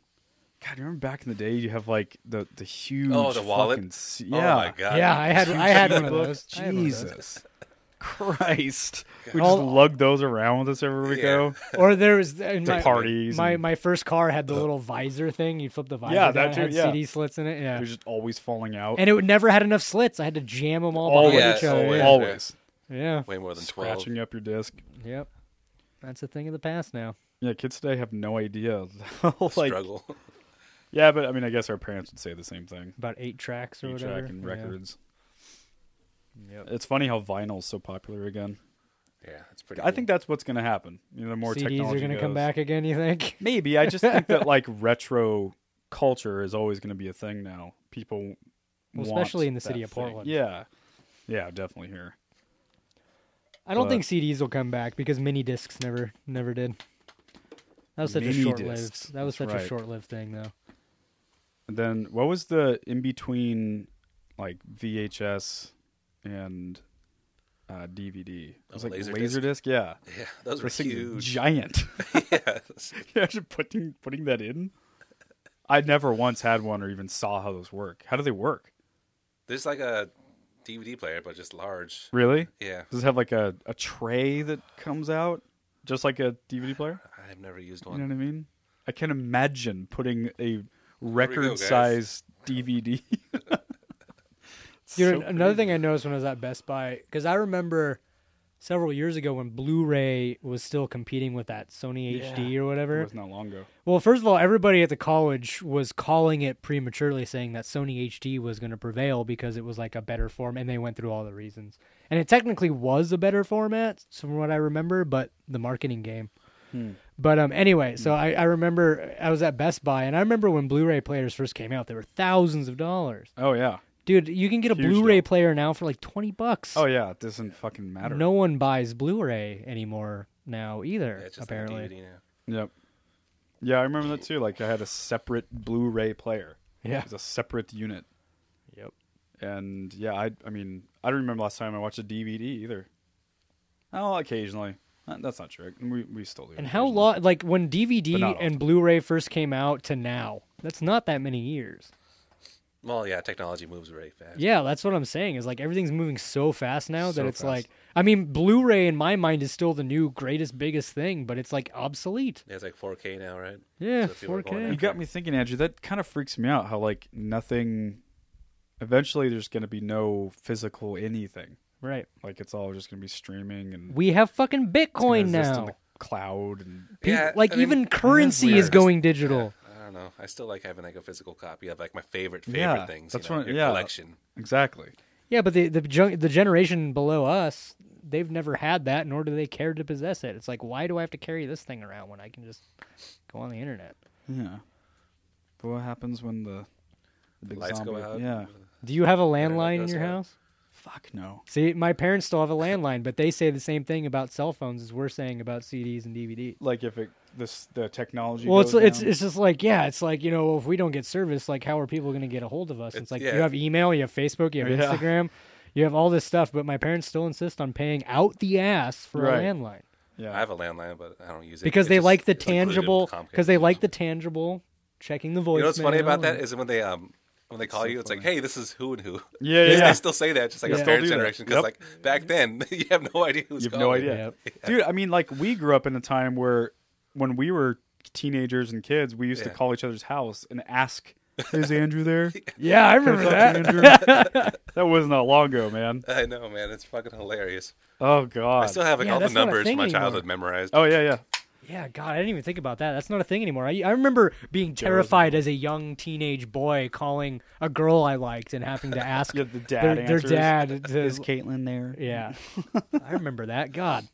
Speaker 2: God, you remember back in the day, you have like the the huge
Speaker 4: Oh, the wallet?
Speaker 2: fucking C-
Speaker 4: Oh
Speaker 2: yeah,
Speaker 4: my god.
Speaker 3: Yeah, I had I had one of
Speaker 2: Look,
Speaker 3: those. I had one of those.
Speaker 2: Jesus Christ, we just
Speaker 3: All-
Speaker 2: lug those around with us everywhere we
Speaker 4: Yeah.
Speaker 2: go.
Speaker 3: Or there was uh, in
Speaker 2: To
Speaker 3: my,
Speaker 2: parties
Speaker 3: My
Speaker 2: and-
Speaker 3: my first car had the little visor thing. You'd flip the visor.
Speaker 2: Yeah,
Speaker 3: Yeah,
Speaker 2: that
Speaker 3: that
Speaker 2: too,
Speaker 3: Had
Speaker 2: yeah.
Speaker 3: CD slits in it.
Speaker 2: They're
Speaker 3: Yeah,
Speaker 2: just always falling out.
Speaker 3: and it would never had enough slits. I had to jam them all
Speaker 2: always,
Speaker 3: behind
Speaker 4: Yeah,
Speaker 3: each other.
Speaker 2: always,
Speaker 4: yeah.
Speaker 2: always.
Speaker 3: Yeah.
Speaker 4: way more than twelve.
Speaker 2: scratching up your disc.
Speaker 3: Yep. That's a thing of the past now.
Speaker 2: Yeah, kids today have no idea.
Speaker 4: the
Speaker 2: like,
Speaker 4: struggle.
Speaker 2: yeah, but I mean, I guess our parents would say the same thing.
Speaker 3: About eight tracks or
Speaker 2: Eight
Speaker 3: whatever.
Speaker 2: track and
Speaker 3: Yeah.
Speaker 2: records.
Speaker 3: Yep.
Speaker 2: It's funny how vinyl's so popular again.
Speaker 4: yeah, it's pretty.
Speaker 2: I think that's what's going to happen. You know, the more
Speaker 3: CDs are
Speaker 2: technology
Speaker 3: going to come
Speaker 2: goes.
Speaker 3: back again. You think?
Speaker 2: Maybe I just think that like retro culture is always going to be a thing now. People, want
Speaker 3: Well, especially in the
Speaker 2: that
Speaker 3: city of
Speaker 2: thing.
Speaker 3: Portland.
Speaker 2: Yeah, yeah, definitely here.
Speaker 3: I don't
Speaker 2: But-
Speaker 3: think CDs will come back because mini discs never never did. That was such
Speaker 2: Mini
Speaker 3: a short-lived.
Speaker 2: discs,
Speaker 3: That was
Speaker 2: that's
Speaker 3: such
Speaker 2: right.
Speaker 3: a short-lived thing, though.
Speaker 2: And then what was the in between, like VHS and uh, DVD? It was
Speaker 4: Oh,
Speaker 2: like
Speaker 4: Laserdisc?
Speaker 2: Laserdisc. Yeah,
Speaker 4: Yeah, those were
Speaker 2: this thing's
Speaker 4: huge.
Speaker 2: giant.
Speaker 4: yeah,
Speaker 2: Can you imagine putting putting that in. I never once had one or even saw how those work. How do they work?
Speaker 4: there's like a DVD player, but just large.
Speaker 2: Really?
Speaker 4: Yeah,
Speaker 2: Does it have like a, a tray that comes out just like a DVD player?
Speaker 4: I've never used
Speaker 2: You
Speaker 4: one.
Speaker 2: know what I mean? I can imagine putting a
Speaker 4: we go,
Speaker 2: record
Speaker 4: guys.
Speaker 2: size DVD.
Speaker 3: Dude, another thing I noticed when I was at Best Buy, because I remember several years ago when Blu-ray was still competing with that Sony HD or
Speaker 2: It
Speaker 3: whatever.
Speaker 2: was not long ago.
Speaker 3: Well, first of all, everybody at the college was calling it prematurely, saying that Sony HD was going to prevail because it was like a better form, and they went through all the reasons. And it technically was a better format, so from what I remember, but the marketing game.
Speaker 4: Hmm.
Speaker 3: But um, anyway, so I, I remember I was at Best Buy, and I remember when Blu-ray players first came out, they were thousands of dollars.
Speaker 2: Oh yeah.
Speaker 3: Dude, you can get a
Speaker 2: Huge
Speaker 3: Blu-ray
Speaker 2: deal.
Speaker 3: player now for like twenty bucks.
Speaker 2: Oh yeah, it doesn't fucking matter.
Speaker 3: no one buys Blu-ray anymore now either.
Speaker 4: Yeah, it's just
Speaker 3: apparently,
Speaker 4: like a DVD now.
Speaker 2: Yep. Yeah, I remember that too. Like I had a separate Blu-ray player.
Speaker 3: Yeah.
Speaker 2: It was a separate unit.
Speaker 3: Yep.
Speaker 2: And yeah, I I mean I don't remember last time I watched a DVD either. Oh, occasionally. Uh, That's not true. We we still do.
Speaker 3: and how
Speaker 2: occasionally.
Speaker 3: long? Like when
Speaker 2: But
Speaker 3: DVD
Speaker 2: not often.
Speaker 3: and Blu-ray first came out to now, that's not that many years.
Speaker 4: Well, yeah, technology moves very fast.
Speaker 3: Yeah, that's what I'm saying. Is like everything's moving so fast now
Speaker 2: So
Speaker 3: that it's
Speaker 2: fast.
Speaker 3: like, I mean, Blu-ray in my mind is still the new greatest, biggest thing, but it's like obsolete.
Speaker 4: Yeah, it's like 4K now, right?
Speaker 3: Yeah,
Speaker 4: So if you were going
Speaker 3: 4K.
Speaker 2: You got me thinking, Andrew. That kind of freaks me out. How like nothing. Eventually, there's going to be no physical anything.
Speaker 3: Right.
Speaker 2: Like it's all just going to be streaming and
Speaker 3: We have fucking
Speaker 2: it's gonna
Speaker 3: Bitcoin
Speaker 2: exist in
Speaker 3: now.
Speaker 2: the cloud. And
Speaker 3: Pe-
Speaker 4: Yeah,
Speaker 3: like
Speaker 4: I mean,
Speaker 3: even currency
Speaker 4: weird.
Speaker 3: is going digital.
Speaker 4: I don't know. I still like having like a physical copy of like my favorite favorite
Speaker 2: Yeah,
Speaker 4: things.
Speaker 2: that's
Speaker 4: you know,
Speaker 2: what-
Speaker 4: your
Speaker 2: yeah.
Speaker 4: collection.
Speaker 2: exactly.
Speaker 3: Yeah, but the the gen- the generation below us, they've never had that, nor do they care to possess it. It's like, why do I have to carry this thing around when I can just go on the internet?
Speaker 2: Yeah. But what happens when the, the big
Speaker 4: Lights go
Speaker 2: zombie-
Speaker 4: out.
Speaker 2: Yeah.
Speaker 3: Do you have a
Speaker 4: Internet
Speaker 3: landline in
Speaker 4: does
Speaker 3: your
Speaker 4: have-
Speaker 3: house?
Speaker 2: Fuck no.
Speaker 3: See, my parents still have a landline, but they say the same thing about cell phones as we're saying about CDs and DVDs.
Speaker 2: Like if it this the technology.
Speaker 3: Well, it's
Speaker 2: goes
Speaker 3: it's
Speaker 2: down.
Speaker 3: it's just like yeah, it's like you know if we don't get service, like how are people going to get a hold of us? It's,
Speaker 4: It's-
Speaker 3: like
Speaker 4: yeah.
Speaker 3: you have email, you have Facebook, you have
Speaker 2: Yeah.
Speaker 3: Instagram, you have all this stuff, but my parents still insist on paying out the ass for
Speaker 2: Right.
Speaker 3: a landline
Speaker 2: yeah.
Speaker 4: I have a landline, but I don't use it
Speaker 3: because
Speaker 4: It
Speaker 3: they
Speaker 4: just
Speaker 3: like the
Speaker 4: is included with
Speaker 3: tangible
Speaker 4: Comcast.
Speaker 3: because they like the tangible checking the voice.
Speaker 4: You know what's funny about that is when they um when they call you, it's like, hey, this is who and who.
Speaker 2: Yeah,
Speaker 4: They-
Speaker 2: yeah,
Speaker 4: They
Speaker 2: yeah.
Speaker 4: still say that, just like
Speaker 2: Yeah.
Speaker 4: our
Speaker 2: Still do
Speaker 4: parents'
Speaker 2: that.
Speaker 4: generation,
Speaker 2: Yep.
Speaker 4: because like back then you have no idea who's
Speaker 2: you have
Speaker 4: calling.
Speaker 2: no idea,
Speaker 3: Yep.
Speaker 2: dude. I mean, like we grew up in a time where when we were teenagers and kids, we used to
Speaker 4: Yeah.
Speaker 2: call each other's house and ask, "Is Andrew there?"
Speaker 3: yeah, I remember that.
Speaker 2: Andrew. that wasn't that long ago, man.
Speaker 4: I know, man. It's fucking hilarious.
Speaker 2: Oh
Speaker 4: I
Speaker 2: god.
Speaker 4: still have like
Speaker 3: Yeah,
Speaker 4: all the
Speaker 3: that's not a
Speaker 4: numbers
Speaker 3: thing
Speaker 4: from my
Speaker 3: anymore.
Speaker 4: childhood memorized.
Speaker 2: oh yeah, yeah.
Speaker 3: Yeah, God, I didn't even think about that. That's not a thing anymore. I, I remember being terrified as a young teenage boy calling a girl I liked and having to ask
Speaker 2: Yeah, the dad
Speaker 3: their, their
Speaker 2: answers.
Speaker 3: dad to-
Speaker 2: Is Caitlin there?
Speaker 3: yeah, I remember that. God,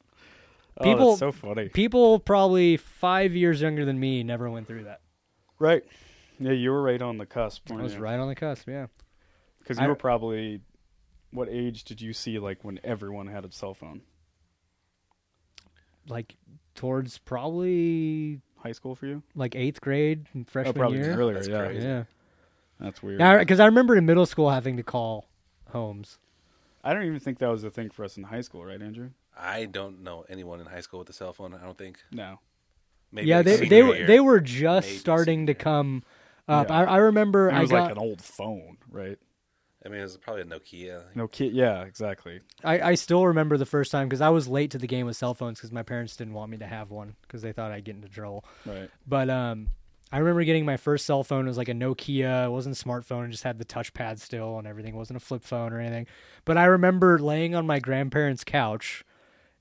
Speaker 2: Oh,
Speaker 3: people
Speaker 2: that's so funny.
Speaker 3: people probably five years younger than me never went through that.
Speaker 2: Right. Yeah, you were right on the cusp.
Speaker 3: I was right on the cusp. Yeah,
Speaker 2: Because you
Speaker 3: I-
Speaker 2: were probably, what age did you see like when everyone had a cell phone?
Speaker 3: like towards probably
Speaker 2: High school for you? Oh,
Speaker 3: like eighth grade freshman
Speaker 2: probably
Speaker 3: year.
Speaker 2: earlier.
Speaker 4: That's
Speaker 2: yeah,
Speaker 4: crazy.
Speaker 3: Yeah,
Speaker 2: that's weird.
Speaker 3: now because I remember in middle school having to call homes.
Speaker 2: I don't even think that was a thing for us in high school, right, Andrew?
Speaker 4: I don't know anyone in high school with a cell phone. I don't think.
Speaker 2: No.
Speaker 4: Maybe
Speaker 3: yeah,
Speaker 4: like
Speaker 3: they
Speaker 4: senior
Speaker 3: they were
Speaker 4: year.
Speaker 3: they were just
Speaker 4: Maybe
Speaker 3: starting to come up.
Speaker 2: Yeah.
Speaker 3: I, I remember
Speaker 2: It
Speaker 3: I
Speaker 2: was
Speaker 3: got
Speaker 2: like an old phone, right?
Speaker 4: I mean, it was probably a Nokia.
Speaker 2: No kid. Yeah, exactly.
Speaker 3: I, I still remember the first time because I was late to the game with cell phones because my parents didn't want me to have one because they thought I'd get into trouble.
Speaker 2: Right.
Speaker 3: But um, I remember getting my first cell phone. It was like a Nokia. It wasn't a smartphone. It just had the touchpad still and everything. It wasn't a flip phone or anything. But I remember laying on my grandparents' couch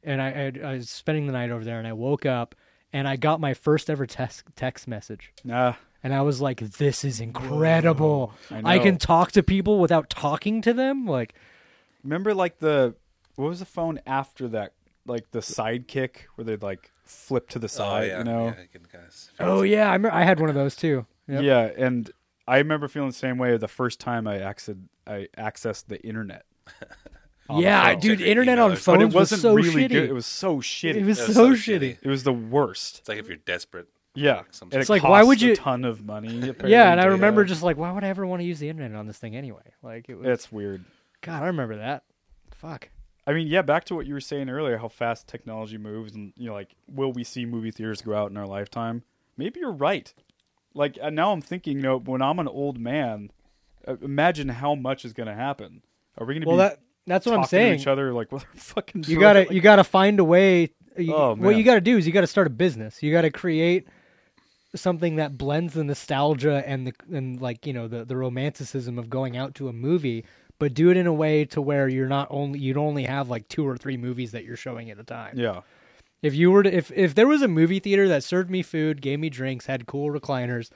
Speaker 3: and I, I, I was spending the night over there and I woke up and I got my first ever text text message.
Speaker 2: Nah.
Speaker 3: And I was like, this is incredible.
Speaker 2: I
Speaker 3: I, can
Speaker 2: know.
Speaker 3: talk to people without talking to them. Like,
Speaker 2: Remember like the what was the phone after that? Like the sidekick where they'd like flip to the
Speaker 4: Oh
Speaker 2: side,
Speaker 4: yeah,
Speaker 2: you know?
Speaker 4: yeah, I can kind of-
Speaker 3: oh, yeah. I, remember, I had one of those too. Yep.
Speaker 2: Yeah, and I remember feeling the same way the first time I accessed I accessed the internet. on a
Speaker 3: Yeah,
Speaker 2: phone.
Speaker 3: dude,
Speaker 4: Check your
Speaker 3: internet
Speaker 4: email
Speaker 3: on
Speaker 4: or
Speaker 2: but
Speaker 3: phones
Speaker 4: something.
Speaker 2: it
Speaker 3: was
Speaker 2: wasn't
Speaker 3: so
Speaker 2: really
Speaker 3: shitty.
Speaker 2: good. It was so shitty.
Speaker 3: It was
Speaker 4: It was
Speaker 3: so
Speaker 4: so
Speaker 3: shitty.
Speaker 4: shitty.
Speaker 2: It was the worst.
Speaker 4: It's like if you're desperate.
Speaker 2: Yeah,
Speaker 4: Some-
Speaker 2: and it
Speaker 4: It's
Speaker 3: like,
Speaker 2: cost
Speaker 3: why would
Speaker 2: a
Speaker 3: you-
Speaker 2: ton of money. Apparently,
Speaker 3: Yeah, and I
Speaker 2: to-
Speaker 3: remember just like, why would I ever want to use the internet on this thing anyway? Like, it was,
Speaker 2: it's weird.
Speaker 3: God, I remember that. Fuck.
Speaker 2: I mean, yeah, back to what you were saying earlier, how fast technology moves, and you know, like, will we see movie theaters go out in our lifetime? Maybe you're right. Like uh, now, I'm thinking, you know, when I'm an old man, uh, imagine how much is going to happen. Are we going to
Speaker 3: Well,
Speaker 2: be
Speaker 3: that that's what
Speaker 2: talking
Speaker 3: I'm saying.
Speaker 2: to each other like, well, fucking,
Speaker 3: You
Speaker 2: drunk,
Speaker 3: gotta
Speaker 2: like-
Speaker 3: you gotta find a way. You,
Speaker 2: Oh,
Speaker 3: what
Speaker 2: man.
Speaker 3: you gotta do is you gotta start a business. You gotta create something that blends the nostalgia and the and like you know the the romanticism of going out to a movie, but do it in a way to where you're not only you'd only have like two or three movies that you're showing at a time.
Speaker 2: yeah,
Speaker 3: If you were to, if if there was a movie theater that served me food, gave me drinks, had cool recliners,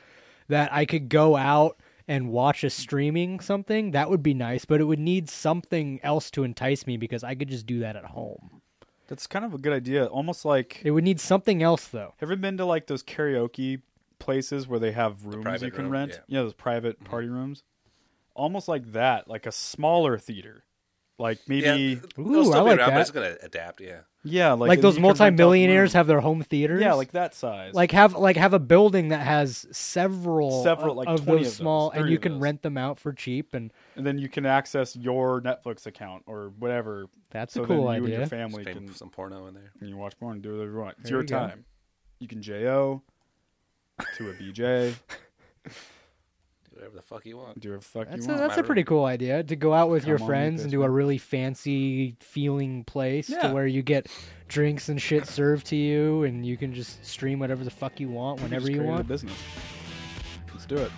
Speaker 3: that I could go out and watch a streaming something, that would be nice. But it would need something else to entice me because I could just do that at home.
Speaker 2: that's kind of a good idea. Almost like
Speaker 3: It would need something else though.
Speaker 2: Have you ever been to like those karaoke places where they have rooms
Speaker 4: private
Speaker 2: you can
Speaker 4: room,
Speaker 2: rent?
Speaker 4: yeah. Mm-hmm.
Speaker 2: Yeah, those private party rooms. Almost like that, like a smaller theater. Like
Speaker 4: Yeah,
Speaker 2: maybe
Speaker 4: they'll
Speaker 3: Ooh,
Speaker 4: still
Speaker 3: I
Speaker 4: be
Speaker 3: like
Speaker 4: around,
Speaker 3: that.
Speaker 4: But it's gonna adapt. Yeah,
Speaker 2: yeah, like,
Speaker 3: Like, those
Speaker 2: you can rent out
Speaker 3: multimillionaires
Speaker 2: rooms.
Speaker 3: have their home theaters.
Speaker 2: Yeah, like that size.
Speaker 3: like have like have a building that has several
Speaker 2: Several,
Speaker 3: of-
Speaker 2: like
Speaker 3: of
Speaker 2: 20
Speaker 3: those
Speaker 2: of those,
Speaker 3: small,
Speaker 2: 30
Speaker 3: and you
Speaker 2: of
Speaker 3: can
Speaker 2: those.
Speaker 3: rent them out for cheap, and
Speaker 2: and then you can access your Netflix account or whatever.
Speaker 3: that's
Speaker 2: so
Speaker 3: a cool
Speaker 2: then you and your
Speaker 3: idea.
Speaker 2: family
Speaker 4: Just
Speaker 2: can,
Speaker 4: put some porno in there.
Speaker 2: you watch porn and do whatever you want. It's
Speaker 3: There
Speaker 2: your
Speaker 3: you go.
Speaker 2: time. You can JO to a BJ,
Speaker 4: Do whatever the fuck you want.
Speaker 2: do whatever the fuck
Speaker 3: That's
Speaker 2: you
Speaker 3: a,
Speaker 2: want.
Speaker 3: that's a pretty cool idea to go out with your
Speaker 2: Come on,
Speaker 3: friends
Speaker 2: Lucas,
Speaker 3: and do a really fancy feeling place
Speaker 2: Yeah.
Speaker 3: to where you get drinks and shit served to you and you can just stream whatever the fuck you want
Speaker 2: We just
Speaker 3: whenever you
Speaker 2: created a
Speaker 3: want.
Speaker 2: business. Let's do it.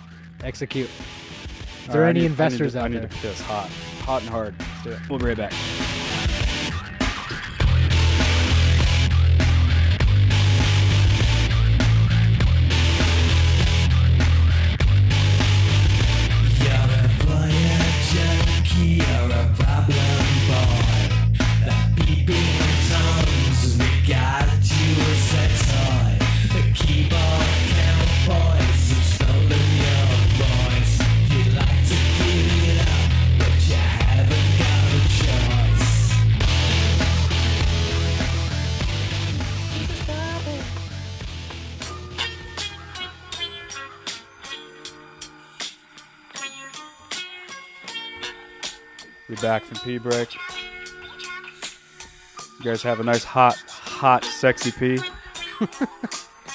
Speaker 3: Execute. Is
Speaker 2: All
Speaker 3: there
Speaker 2: right, I
Speaker 3: any
Speaker 2: need- I need to-
Speaker 3: investors
Speaker 2: I
Speaker 3: out
Speaker 2: need
Speaker 3: there?
Speaker 2: to piss hot, hot and hard. Let's do it. We'll be right back.
Speaker 7: You like to give it up, but you haven't got a chance.
Speaker 2: Be back from pee break. You guys have a nice hot, hot, sexy pee.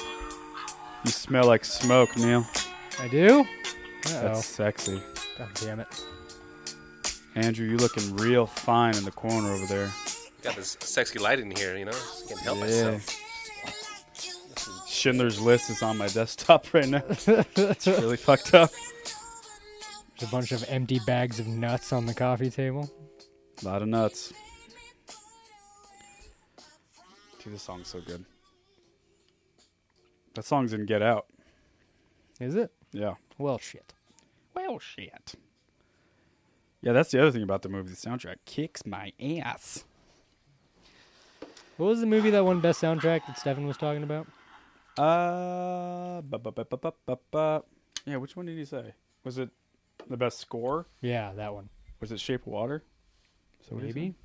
Speaker 2: you smell like smoke, Neil.
Speaker 3: I do.
Speaker 2: That's
Speaker 3: Oh,
Speaker 2: sexy.
Speaker 3: god damn it!
Speaker 2: Andrew, you looking real fine in the corner over there.
Speaker 4: Got this sexy light in here, you know? Just can't help myself.
Speaker 2: Schindler's List is on my desktop right now. it's really fucked up.
Speaker 3: There's a bunch of empty bags of nuts on the coffee table.
Speaker 2: A lot of nuts. Dude, this song's so good. That song's in Get Out.
Speaker 3: Is it?
Speaker 2: Yeah.
Speaker 3: Well, shit. Well, shit.
Speaker 2: Yeah, that's the other thing about the movie. The soundtrack kicks my ass.
Speaker 3: What was the movie that won best soundtrack that Stefan was talking about?
Speaker 2: Uh, bu- bu- bu- bu- bu- bu- bu- yeah. Which one did he say? Was it the best score?
Speaker 3: Yeah, that one.
Speaker 2: Was it Shape of Water? So
Speaker 3: Maybe.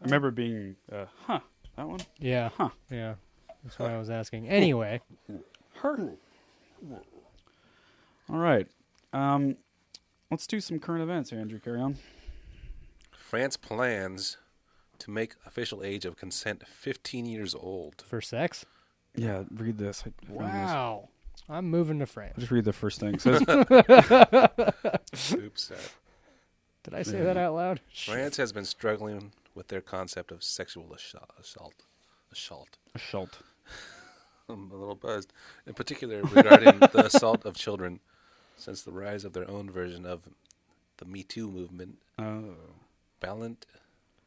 Speaker 2: I remember being, uh, huh, that one.
Speaker 3: Yeah.
Speaker 2: Huh.
Speaker 3: Yeah. That's why I was asking. Anyway,
Speaker 2: Her. All right. Um, let's do some current events here, Andrew. Carry on.
Speaker 4: France plans to make official age of consent 15 years old.
Speaker 3: for sex.
Speaker 2: Yeah, read this. I found this.
Speaker 3: Wow. I'm moving to France.
Speaker 2: Just read the first thing. It says
Speaker 4: Oops. sorry.
Speaker 3: Did I say that out loud?
Speaker 4: France has been struggling with their concept of sexual assault. Assault. assault.
Speaker 2: Schult.
Speaker 4: I'm a little buzzed. In particular, regarding the assault of children since the rise of their own version of the Me Too movement.
Speaker 2: Oh,
Speaker 4: Balance,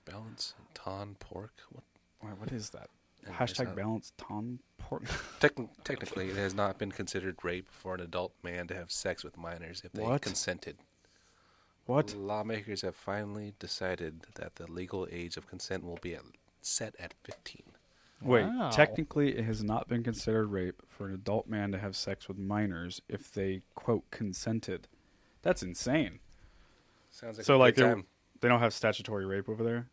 Speaker 4: balance, ton, pork. What?
Speaker 2: why- what is that?
Speaker 4: Yeah, it's
Speaker 2: Hashtag
Speaker 4: not-
Speaker 2: balance Tom Port.
Speaker 4: Techn- technically, it has not been considered rape for an adult man to have sex with minors if they
Speaker 2: What?
Speaker 4: consented.
Speaker 2: what?
Speaker 4: Lawmakers have finally decided that the legal age of consent will be at, set at 15.
Speaker 2: Wait,
Speaker 3: Wow.
Speaker 2: technically, it has not been considered rape for an adult man to have sex with minors if they quote consented. That's insane.
Speaker 4: Sounds like
Speaker 2: so
Speaker 4: a
Speaker 2: like
Speaker 4: good
Speaker 2: they
Speaker 4: time.
Speaker 2: they don't have statutory rape over there.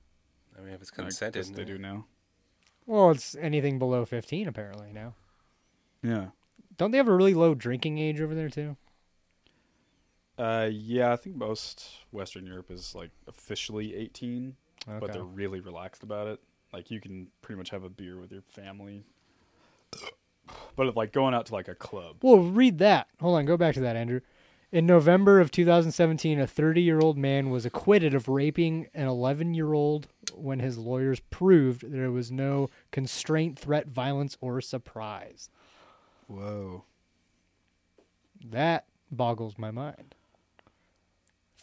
Speaker 4: I mean, if it's
Speaker 2: I guess
Speaker 4: consented,
Speaker 2: they do now.
Speaker 3: Well, it's anything below 15 apparently now.
Speaker 2: Yeah.
Speaker 3: Don't they have a really low drinking age over there too?
Speaker 2: Uh, yeah, I think most Western Europe is like officially 18, but
Speaker 3: Okay.
Speaker 2: they're really relaxed about it. Like you can pretty much have a beer with your family. But if, like going out to like a club,
Speaker 3: Well, read that. Hold on, go back to that, Andrew. In November of 2017, a 30 year old man was acquitted of raping an 11 year old when his lawyers proved there was no constraint, threat, violence, or surprise.
Speaker 2: whoa,
Speaker 3: That boggles my mind.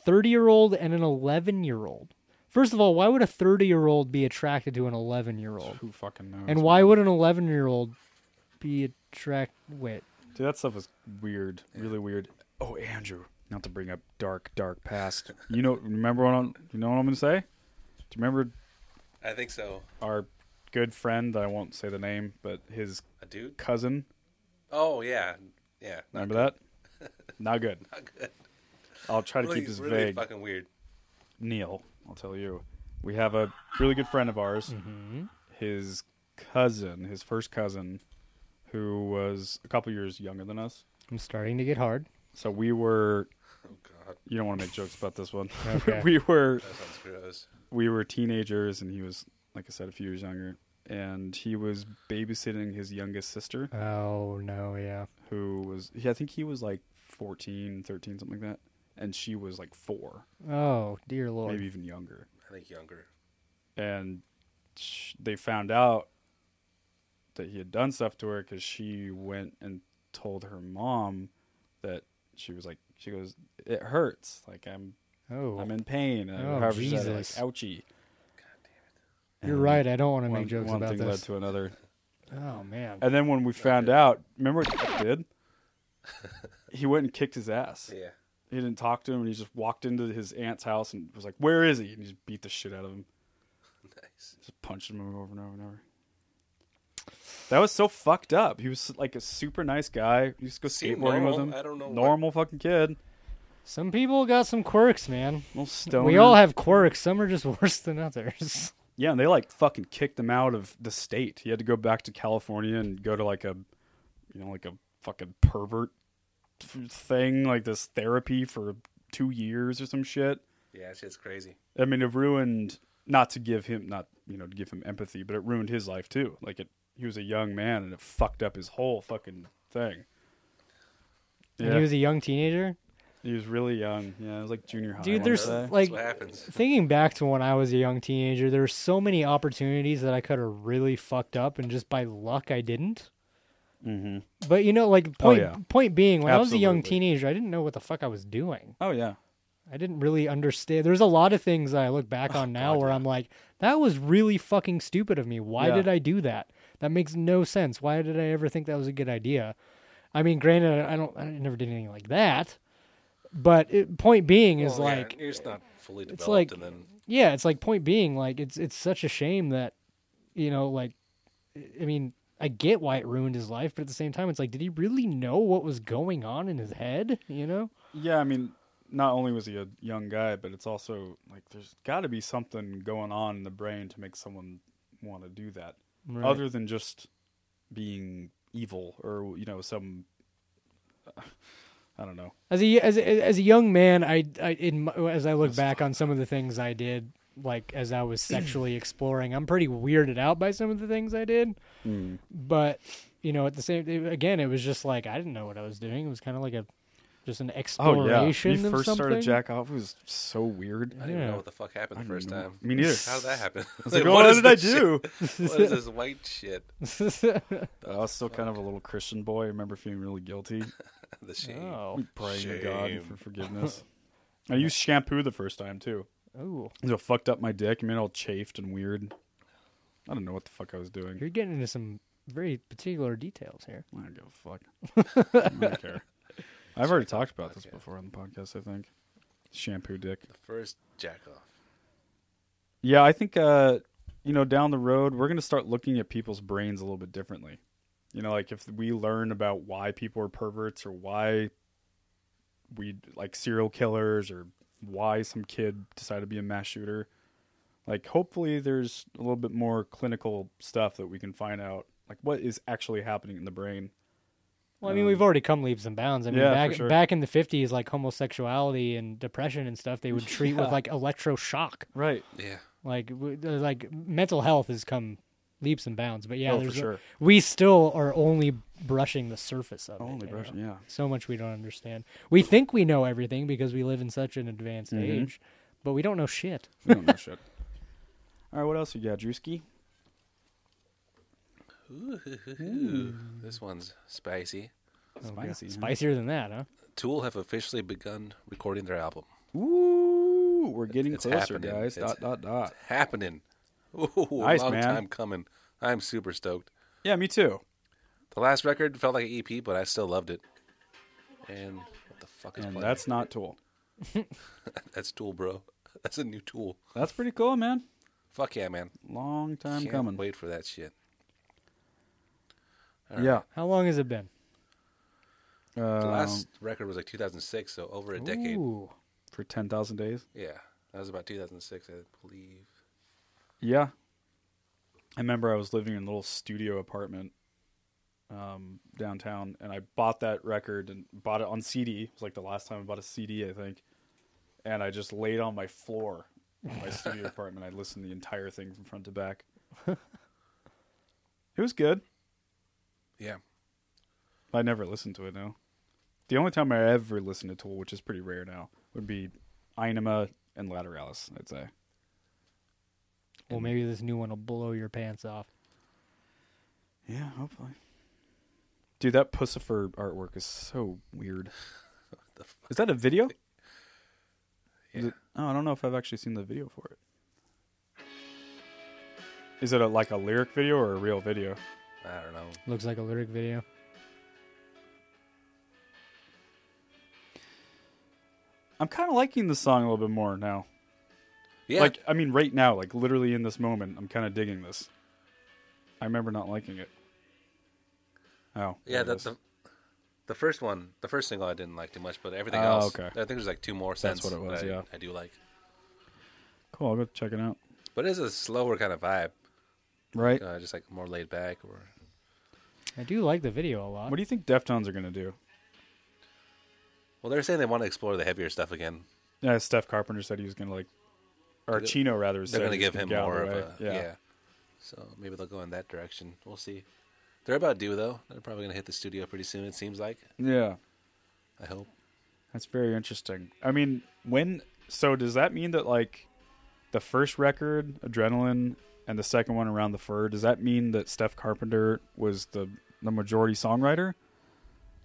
Speaker 3: 30 year old and an 11 year old. First of all, why would a 30 year old be attracted to an 11 year old?
Speaker 2: who fucking knows?
Speaker 3: And why
Speaker 2: man?
Speaker 3: would an 11 year old be attracted? Wait.
Speaker 2: Dude, that stuff was weird, really weird. Oh, Andrew, not to bring up dark, dark past. you know, remember what I'm, you know what I'm gonna say? Do you remember
Speaker 4: I think so.
Speaker 2: our good friend? that I won't say the name, but his
Speaker 4: A dude?
Speaker 2: cousin.
Speaker 4: Oh, yeah. Yeah. Not
Speaker 2: Remember that? Not good.
Speaker 4: good.
Speaker 2: I'll try to
Speaker 4: Really,
Speaker 2: keep this
Speaker 4: really
Speaker 2: vague.
Speaker 4: fucking weird.
Speaker 2: Neil, I'll tell you. We have a really good friend of ours. His cousin, his first cousin, who was a couple years younger than us.
Speaker 3: I'm starting to get hard.
Speaker 2: So we were.
Speaker 4: Oh, God.
Speaker 2: You don't want to make jokes about this one.
Speaker 3: Okay.
Speaker 2: we were
Speaker 4: That sounds gross.
Speaker 2: we were teenagers, and he was, like I said, a few years younger. And he was babysitting his youngest sister,
Speaker 3: Oh, no, yeah.
Speaker 2: who was, yeah, I think he was like 14, 13, something like that. And she was like four,
Speaker 3: Oh, dear Lord.
Speaker 2: maybe even younger.
Speaker 4: I think younger.
Speaker 2: and sh they found out that he had done stuff to her because she went and told her mom that she was like she goes it hurts like i'm
Speaker 3: Oh,
Speaker 2: i'm in pain and
Speaker 3: Oh,
Speaker 2: however she said it,
Speaker 3: Jesus.
Speaker 2: like ouchie
Speaker 3: you're right. I don't want to
Speaker 2: one,
Speaker 3: make jokes
Speaker 2: one
Speaker 3: about
Speaker 2: thing led
Speaker 3: this.
Speaker 2: to another
Speaker 3: Oh, man.
Speaker 2: and then when we found out remember what Jeff did he went and kicked his ass
Speaker 4: Yeah.
Speaker 2: he didn't talk to him and he just walked into his aunt's house and was like where is he and he just beat the shit out of him
Speaker 4: Nice.
Speaker 2: just punched him over and over and over. That was so fucked up. He was like a super nice guy. You just go
Speaker 4: Seemed
Speaker 2: skateboarding
Speaker 4: normal.
Speaker 2: with him.
Speaker 4: I don't know what-
Speaker 2: Normal fucking kid.
Speaker 3: Some people got some quirks, man.
Speaker 2: Little stoner.
Speaker 3: We all have quirks. Some are just worse than others.
Speaker 2: Yeah, and they like fucking kicked him out of the state. He had to go back to California and go to like a, you know, like a fucking pervert f- thing, like this therapy for two years or some shit.
Speaker 4: Yeah, that shit's crazy.
Speaker 2: I mean, it ruined not to give him not you know to give him empathy, but it ruined his life too. Like it, he was a young man, and it fucked up his whole fucking thing.
Speaker 3: When
Speaker 2: Yeah,
Speaker 3: he was a young teenager.
Speaker 2: really young. Yeah, it was like junior high. I
Speaker 3: Dude,
Speaker 2: wanna
Speaker 3: there's
Speaker 2: say.
Speaker 3: like
Speaker 4: That's what happens.
Speaker 3: thinking back to when I was a young teenager, there were so many opportunities that I could have really fucked up, and just by luck, I didn't.
Speaker 2: Mhm.
Speaker 3: But you know, like point
Speaker 2: yeah.
Speaker 3: point being, when I was a young
Speaker 2: Absolutely.
Speaker 3: teenager, I didn't know what the fuck I was doing.
Speaker 2: oh yeah,
Speaker 3: I didn't really understand. There's a lot of things that I look
Speaker 2: Oh,
Speaker 3: back on now where I'm like, that was really fucking stupid of me. Why
Speaker 2: Yeah.
Speaker 3: did I do that? That makes no sense. Why did I ever think that was a good idea? I mean, granted, I don't, I never did anything like that. But it, point being is
Speaker 4: Well, yeah,
Speaker 3: like,
Speaker 4: you're just not fully developed,
Speaker 3: like-
Speaker 4: and then
Speaker 3: yeah, it's like point being, like it's it's such a shame that, you know, like, I mean, I get why it ruined his life, but at the same time, it's like, did he really know what was going on in his head? You know?
Speaker 2: yeah. I mean, not only was he a young guy, but it's also like there's got to be something going on in the brain to make someone want to do that,
Speaker 3: Right.
Speaker 2: other than just being evil or you know some. I don't know.
Speaker 3: As a as a, as a young man, I, I in my, as I look back on some of the things I did, like as I was sexually exploring, I'm pretty weirded out by some of the things I did.
Speaker 2: Hmm.
Speaker 3: But you know, at the same it- again, it was just like I didn't know what I was doing. It was kind of like a just an
Speaker 2: Oh yeah,
Speaker 3: exploration
Speaker 2: you
Speaker 3: of
Speaker 2: first
Speaker 3: something.
Speaker 2: started jack off was so weird.
Speaker 4: I didn't even
Speaker 3: Yeah.
Speaker 4: know what the fuck happened the
Speaker 2: I
Speaker 4: first
Speaker 2: know.
Speaker 4: time.
Speaker 2: Me neither.
Speaker 4: How did that happen?
Speaker 2: I was like,
Speaker 4: Like,
Speaker 2: what,
Speaker 4: is
Speaker 2: did I
Speaker 4: this shit?
Speaker 2: do?
Speaker 4: What is this white shit?
Speaker 2: But I was still kind of a little Christian boy. I remember feeling really guilty,
Speaker 4: The shame.
Speaker 3: oh,
Speaker 2: We praying to God
Speaker 4: Shame.
Speaker 2: for forgiveness. I used shampoo the first time too.
Speaker 3: oh,
Speaker 2: It fucked up my dick. I mean, all chafed and weird. I don't know what the fuck I was doing.
Speaker 3: you're getting into some very particular details here.
Speaker 2: I don't give a fuck. I don't care. I've already talked about this before on the podcast. I think shampoo dick.
Speaker 4: First jack off.
Speaker 2: Yeah, I think uh, you know down the road we're going to start looking at people's brains a little bit differently. You know, like if we learn about why people are perverts or why we like serial killers or why some kid decided to be a mass shooter, like hopefully there's a little bit more clinical stuff that we can find out, like what is actually happening in the brain.
Speaker 3: Well, I mean, we've already come leaps and bounds. I mean,
Speaker 2: Um, yeah, for
Speaker 3: back
Speaker 2: sure.
Speaker 3: back in the '50s, like homosexuality and depression and stuff, they would treat with like electroshock.
Speaker 2: Right.
Speaker 4: Yeah.
Speaker 3: like w- there's, like mental health has come leaps and bounds but yeah
Speaker 2: Oh, for
Speaker 3: there's a-
Speaker 2: sure.
Speaker 3: we still are only brushing the surface of
Speaker 2: Only
Speaker 3: it you
Speaker 2: brush.
Speaker 3: know?
Speaker 2: Yeah.
Speaker 3: so much we don't understand we think we know everything because we live in such an advanced
Speaker 2: Mm-hmm.
Speaker 3: age but we don't know shit
Speaker 2: We don't know shit. All right, what else you got, Drewski?
Speaker 4: This one's spicy.
Speaker 2: Oh, Spicy. huh?
Speaker 3: spicier than that huh
Speaker 4: Tool have officially begun recording their album.
Speaker 2: Ooh, we're getting
Speaker 4: it's
Speaker 2: closer,
Speaker 4: happening.
Speaker 2: guys.
Speaker 4: It's-
Speaker 2: dot dot dot.
Speaker 4: Happening. Ooh,
Speaker 2: Nice,
Speaker 4: long
Speaker 2: man.
Speaker 4: time coming. I'm super stoked.
Speaker 2: Yeah, me too.
Speaker 4: The last record felt like an EP, but I still loved it. And what the fuck is
Speaker 2: And
Speaker 4: playing?
Speaker 2: that's not Tool.
Speaker 4: that's Tool, bro. That's a new Tool.
Speaker 2: That's pretty cool, man.
Speaker 4: Fuck yeah, man.
Speaker 2: Long time
Speaker 4: Can't
Speaker 2: coming.
Speaker 4: Wait for that shit. All
Speaker 2: Yeah.
Speaker 4: right.
Speaker 3: how long has it been
Speaker 4: The
Speaker 2: Um,
Speaker 4: last record was like 2006, so over a decade.
Speaker 3: Ooh.
Speaker 2: for 10,000 days.
Speaker 4: Yeah, that was about 2006, I believe.
Speaker 2: Yeah. I remember I was living in a little studio apartment um, downtown, and I bought that record and bought it on CD. It was like the last time I bought a CD, I think. And I just laid on my floor in my studio apartment. I listened to the entire thing from front to back. it was good.
Speaker 4: Yeah,
Speaker 2: I never listened to it now. The only time I ever listened to Tool, which is pretty rare now, would be Inema and Lateralis, I'd say.
Speaker 3: well maybe this new one will blow your pants off
Speaker 2: Yeah, hopefully. Dude, that Pussifer artwork is so weird.
Speaker 4: the fuck?
Speaker 2: Is that a video? Is
Speaker 4: Yeah.
Speaker 2: it- oh, I don't know if I've actually seen the video for it. Is it a, like a lyric video or a real video?
Speaker 4: I don't know.
Speaker 3: looks like a lyric video
Speaker 2: I'm kind of liking the song a little bit more now.
Speaker 4: Yeah,
Speaker 2: Like, I mean, right now, like literally in this moment, I'm kind of digging this. I remember not liking it. Oh,
Speaker 4: yeah.
Speaker 2: there
Speaker 4: The,
Speaker 2: it is.
Speaker 4: the, the first one, the first single, I didn't like too much, but everything
Speaker 2: Oh,
Speaker 4: else,
Speaker 2: okay.
Speaker 4: I think there's like two more.
Speaker 2: That's
Speaker 4: since
Speaker 2: what it was,
Speaker 4: that I,
Speaker 2: yeah.
Speaker 4: I do like,
Speaker 2: cool. I'll go check it out.
Speaker 4: but it's a slower kind of vibe,
Speaker 2: Right.
Speaker 4: uh, just like more laid back. Or
Speaker 3: i do like the video a lot
Speaker 2: What do you think Deftones are gonna do?
Speaker 4: well, they're saying they want to explore the heavier stuff again.
Speaker 2: Yeah, Steph Carpenter said he was going to like, or
Speaker 4: They're-
Speaker 2: Chino rather.
Speaker 4: They're
Speaker 2: said
Speaker 4: going to
Speaker 2: he was
Speaker 4: give
Speaker 2: gonna
Speaker 4: him
Speaker 2: get out
Speaker 4: more
Speaker 2: the
Speaker 4: of
Speaker 2: way.
Speaker 4: a yeah. So maybe they'll go in that direction. We'll see. They're about due though. They're probably going to hit the studio pretty soon. It seems like.
Speaker 2: yeah, yeah.
Speaker 4: I hope.
Speaker 2: That's very interesting. I mean, when so does that mean that like the first record, Adrenaline, and the second one, Around the Fur, does that mean that Steph Carpenter was the the majority songwriter?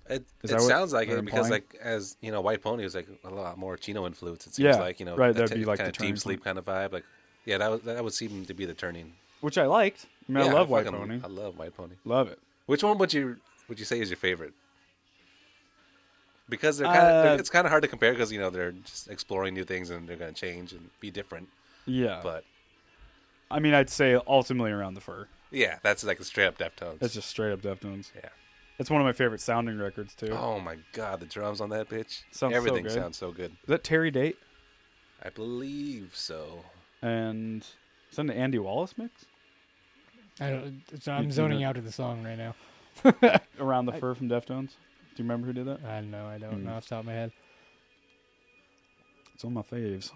Speaker 4: It,
Speaker 2: Is
Speaker 4: it
Speaker 2: that what
Speaker 4: sounds like
Speaker 2: they're
Speaker 4: it because,
Speaker 2: implying?
Speaker 4: like, as you know, White Pony was like a lot more Chino influence. It seems
Speaker 2: Yeah,
Speaker 4: like you know,
Speaker 2: right,
Speaker 4: a
Speaker 2: that'd
Speaker 4: t-
Speaker 2: be, like,
Speaker 4: kind
Speaker 2: the
Speaker 4: of
Speaker 2: turning
Speaker 4: deep sleep kind of vibe. Like, yeah, that was, that would seem to be the turning.
Speaker 2: Which I liked. I mean, I
Speaker 4: Yeah,
Speaker 2: love White
Speaker 4: fucking-
Speaker 2: Pony.
Speaker 4: I love White Pony.
Speaker 2: love it.
Speaker 4: Which one would you would you say is your favorite? Because they're kind of
Speaker 2: Uh,
Speaker 4: it's kind of hard to compare because you know they're just exploring new things and they're going to change and be different.
Speaker 2: Yeah,
Speaker 4: But
Speaker 2: I mean, I'd say ultimately Around the Fur.
Speaker 4: yeah, that's like a straight up Deftones.
Speaker 2: That's just straight up Deftones.
Speaker 4: yeah.
Speaker 2: It's one of my favorite sounding records too.
Speaker 4: Oh my god, the drums on that bitch!
Speaker 2: Sounds so
Speaker 4: Everything
Speaker 2: good.
Speaker 4: sounds so good.
Speaker 2: Is that Terry Date
Speaker 4: I believe so.
Speaker 2: and is that an Andy Wallace mix?
Speaker 3: I don't, it's,
Speaker 2: You
Speaker 3: I'm
Speaker 2: do
Speaker 3: zoning
Speaker 2: not-
Speaker 3: out to the song right now.
Speaker 2: Around the Fur from Deftones. Do you remember who did that?
Speaker 3: I don't know. I don't
Speaker 2: Hmm.
Speaker 3: know off the top of my head.
Speaker 2: It's on my faves.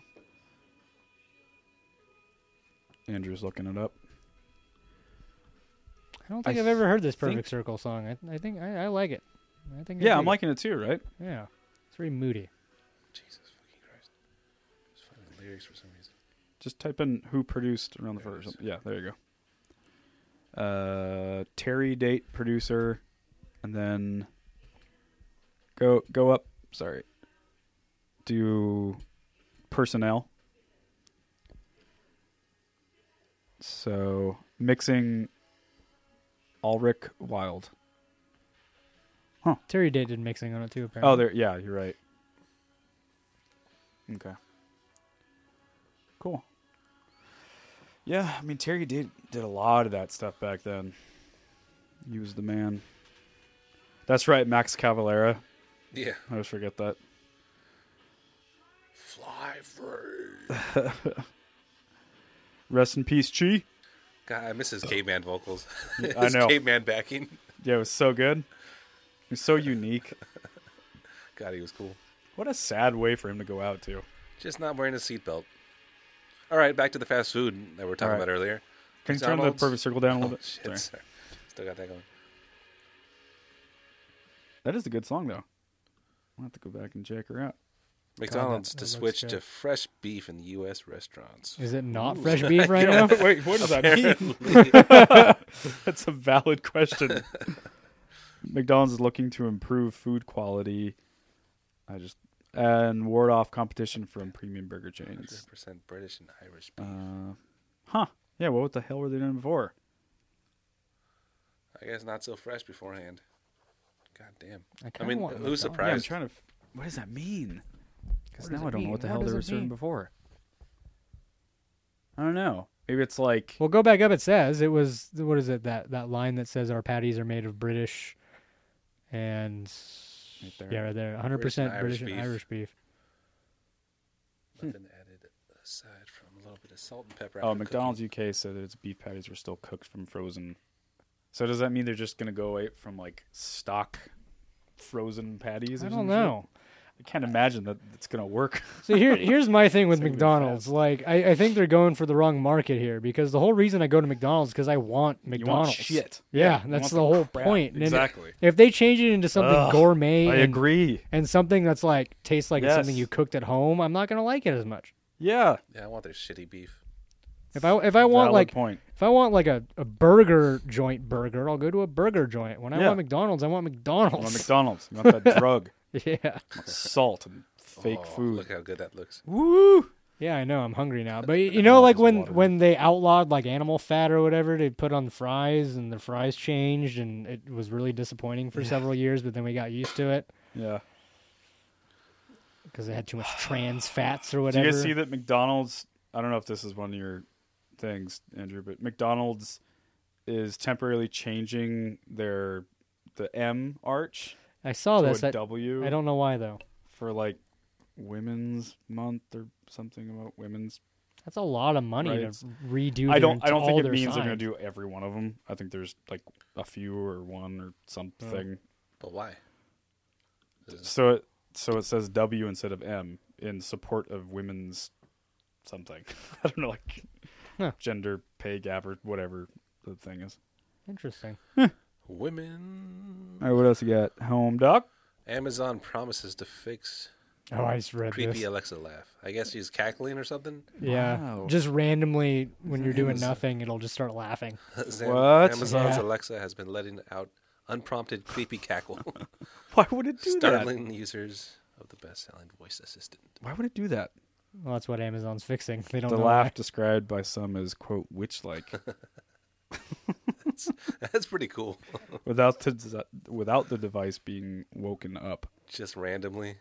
Speaker 2: Andrew's looking it up.
Speaker 3: I don't
Speaker 2: I
Speaker 3: think I have ever heard this
Speaker 2: think-
Speaker 3: Perfect Circle song. I, I think I, I like it. I think. I
Speaker 2: Yeah, I'm
Speaker 3: dig it.
Speaker 2: liking it too, right?
Speaker 3: Yeah, it's very moody.
Speaker 4: Jesus fucking Christ! Just finding the lyrics for some reason.
Speaker 2: Just type in who produced around the
Speaker 4: There it
Speaker 2: first. Yeah, there you go. Uh, Terry Date producer, and then go go up. Sorry, do personnel. So mixing Ulrich Wild.
Speaker 3: Terry Day did mixing on it too. Apparently.
Speaker 2: Oh, there. Yeah, you're right. Okay. Cool. Yeah, I mean Terry did did a lot of that stuff back then. He was the man. That's right, Max Cavalera.
Speaker 4: Yeah,
Speaker 2: I always forget that.
Speaker 4: fly free.
Speaker 2: Rest in peace, Chi.
Speaker 4: God, I miss his caveman vocals.
Speaker 2: I
Speaker 4: His
Speaker 2: know.
Speaker 4: caveman backing.
Speaker 2: Yeah, it was so good. It was so unique.
Speaker 4: God, he was cool.
Speaker 2: What a sad way for him to go out to.
Speaker 4: Just not wearing a seatbelt. All right, back to the fast food that we were talking
Speaker 2: All right.
Speaker 4: about earlier.
Speaker 2: Can you turn the
Speaker 4: McDonald's?
Speaker 2: perfect circle down a
Speaker 4: Oh,
Speaker 2: little bit?
Speaker 4: shit,
Speaker 2: Sorry.
Speaker 4: sorry. Still got that going.
Speaker 2: That is a good song though. I'll have to go back and check her out.
Speaker 4: McDonald's
Speaker 3: that
Speaker 4: to
Speaker 3: looks
Speaker 4: switch
Speaker 3: good.
Speaker 4: to fresh beef in U.S. restaurants.
Speaker 3: Is it not fresh beef right now?
Speaker 2: Wait, what does that mean?
Speaker 4: Apparently.
Speaker 2: That's a valid question. McDonald's is looking to improve food quality. I just and ward off competition from premium burger chains.
Speaker 4: 100% British and Irish beef.
Speaker 2: Uh, huh? Yeah. Well, what the hell were they doing before?
Speaker 4: I guess not so fresh beforehand. God damn.
Speaker 3: I,
Speaker 4: I
Speaker 3: kinda
Speaker 4: mean,
Speaker 3: want
Speaker 4: who's
Speaker 2: Yeah, I'm
Speaker 4: surprised?
Speaker 2: trying to. f- What does that mean? Because
Speaker 3: What does
Speaker 2: now
Speaker 3: it
Speaker 2: I don't
Speaker 3: mean?
Speaker 2: know what the
Speaker 3: What
Speaker 2: hell they
Speaker 3: does it
Speaker 2: were serving
Speaker 3: mean?
Speaker 2: before. I don't know. Maybe it's like
Speaker 3: Well, go back up. It says it was what is it that that line that says our patties are made of British and
Speaker 2: Right there.
Speaker 3: yeah, right there, 100
Speaker 4: British and
Speaker 3: percent
Speaker 4: Irish
Speaker 3: British and
Speaker 4: beef.
Speaker 3: Irish beef.
Speaker 4: Nothing added aside from a little bit of salt and pepper.
Speaker 2: Hmm. oh,
Speaker 4: after
Speaker 2: McDonald's
Speaker 4: cooking.
Speaker 2: UK said that its beef patties were still cooked from frozen. So does that mean they're just gonna go away from like stock frozen patties? Or
Speaker 3: I
Speaker 2: some
Speaker 3: don't
Speaker 2: shit?
Speaker 3: know.
Speaker 2: I can't imagine that it's gonna work.
Speaker 3: So here, here's my thing with
Speaker 2: It's gonna be
Speaker 3: McDonald's.
Speaker 2: fast.
Speaker 3: Like, I, I think they're going for the wrong market here because the whole reason I go to McDonald's because I want
Speaker 2: You want
Speaker 3: McDonald's.
Speaker 2: shit.
Speaker 3: Yeah,
Speaker 2: you want
Speaker 3: that's the whole
Speaker 2: crap.
Speaker 3: point. And
Speaker 2: Exactly.
Speaker 3: If they change it into something
Speaker 2: Ugh,
Speaker 3: gourmet,
Speaker 2: I
Speaker 3: and-
Speaker 2: agree.
Speaker 3: and something that's like tastes like it's something
Speaker 2: Yes.
Speaker 3: you cooked at home, I'm not gonna like it as much.
Speaker 2: Yeah.
Speaker 4: Yeah, I want their shitty beef.
Speaker 3: If I if I want
Speaker 2: Valid
Speaker 3: like
Speaker 2: point.
Speaker 3: if I want like a, a burger joint burger, I'll go to a burger joint. When I
Speaker 2: Yeah.
Speaker 3: want McDonald's, I want
Speaker 2: You want
Speaker 3: McDonald's.
Speaker 2: McDonald's. You want that drug,
Speaker 3: yeah,
Speaker 2: You want salt and fake
Speaker 4: Oh,
Speaker 2: food.
Speaker 4: Look how good that looks.
Speaker 2: Woo!
Speaker 3: yeah, I know. I'm hungry now. But y- you know, like
Speaker 2: Mouth is
Speaker 3: when
Speaker 2: watering.
Speaker 3: when they outlawed like animal fat or whatever, they put on fries, and the fries changed, and it was really disappointing for several years. But then we got used to it
Speaker 2: Yeah.
Speaker 3: because they had too much trans fats or
Speaker 2: Do you
Speaker 3: whatever.
Speaker 2: guys see that McDonald's? I don't know if this is one of your things, Andrew, but McDonald's is temporarily changing their the M arch
Speaker 3: I saw
Speaker 2: to
Speaker 3: this.
Speaker 2: a
Speaker 3: I,
Speaker 2: W
Speaker 3: Oh, I don't know why though.
Speaker 2: for like Women's Month or something about women's.
Speaker 3: That's a lot of money
Speaker 2: Right,
Speaker 3: to
Speaker 2: it's-
Speaker 3: redo.
Speaker 2: I don't.
Speaker 3: Their,
Speaker 2: I don't think
Speaker 3: all
Speaker 2: it
Speaker 3: their
Speaker 2: means
Speaker 3: signs.
Speaker 2: they're gonna do every one of them. I think there's like a few or one
Speaker 3: Oh.
Speaker 2: or something.
Speaker 4: But why?
Speaker 2: So it so it says W instead of M, in support of women's something. I don't know, like
Speaker 3: Huh.
Speaker 2: gender pay gap or whatever the thing is.
Speaker 3: Interesting.
Speaker 4: Women.
Speaker 2: All right, what else you got? Home doc.
Speaker 4: Amazon promises to fix
Speaker 3: Oh, I just read
Speaker 4: creepy
Speaker 3: this.
Speaker 4: Alexa laugh. I guess she's cackling or something.
Speaker 3: Yeah,
Speaker 2: Wow.
Speaker 3: just randomly when you're doing
Speaker 4: Amazon.
Speaker 3: nothing, it'll just start laughing.
Speaker 4: Zam-
Speaker 2: What?
Speaker 4: Amazon's
Speaker 3: Yeah.
Speaker 4: Alexa has been letting out unprompted creepy cackle,
Speaker 2: Why would it do that?
Speaker 4: startling users of the best-selling voice assistant.
Speaker 2: Why would it do that?
Speaker 3: Well, that's what Amazon's fixing. They don't
Speaker 2: The
Speaker 3: know
Speaker 2: laugh described by some as quote witch-like,
Speaker 4: That's pretty cool.
Speaker 2: without the without the device being woken up.
Speaker 4: Just randomly.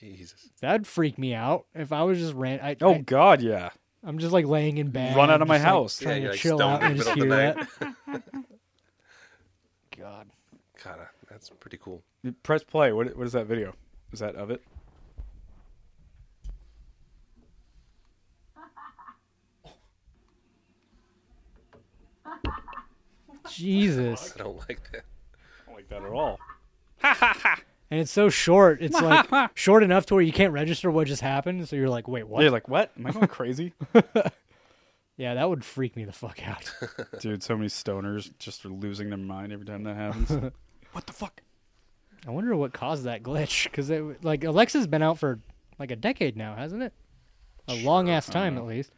Speaker 4: Jesus.
Speaker 3: why. That'd freak me out if I was just ran. I,
Speaker 2: Oh
Speaker 3: I,
Speaker 2: God, yeah.
Speaker 3: I'm just like laying in bed.
Speaker 2: Run out
Speaker 3: I'm
Speaker 2: of my
Speaker 3: just, like,
Speaker 2: house.
Speaker 3: trying
Speaker 4: Yeah,
Speaker 3: to
Speaker 4: you're, like,
Speaker 3: chill out
Speaker 4: stoned in
Speaker 3: and
Speaker 4: the
Speaker 3: just hear
Speaker 4: middle of the
Speaker 3: that. God.
Speaker 4: God, uh, that's pretty cool.
Speaker 2: Press play. What what is that video? Is that of it?
Speaker 3: Jesus.
Speaker 4: I don't like that.
Speaker 2: I don't like that at all.
Speaker 3: And it's so short. It's like short enough to where you can't register what just happened. So you're like, wait, what?
Speaker 2: Yeah, like what? Am I going crazy?
Speaker 3: Yeah, that would freak me the fuck out.
Speaker 2: Dude, so many stoners just are losing their mind every time that happens. what the fuck?
Speaker 3: I wonder what caused that glitch because it like Alexa's been out for like a decade now, hasn't it? A long ass time at least.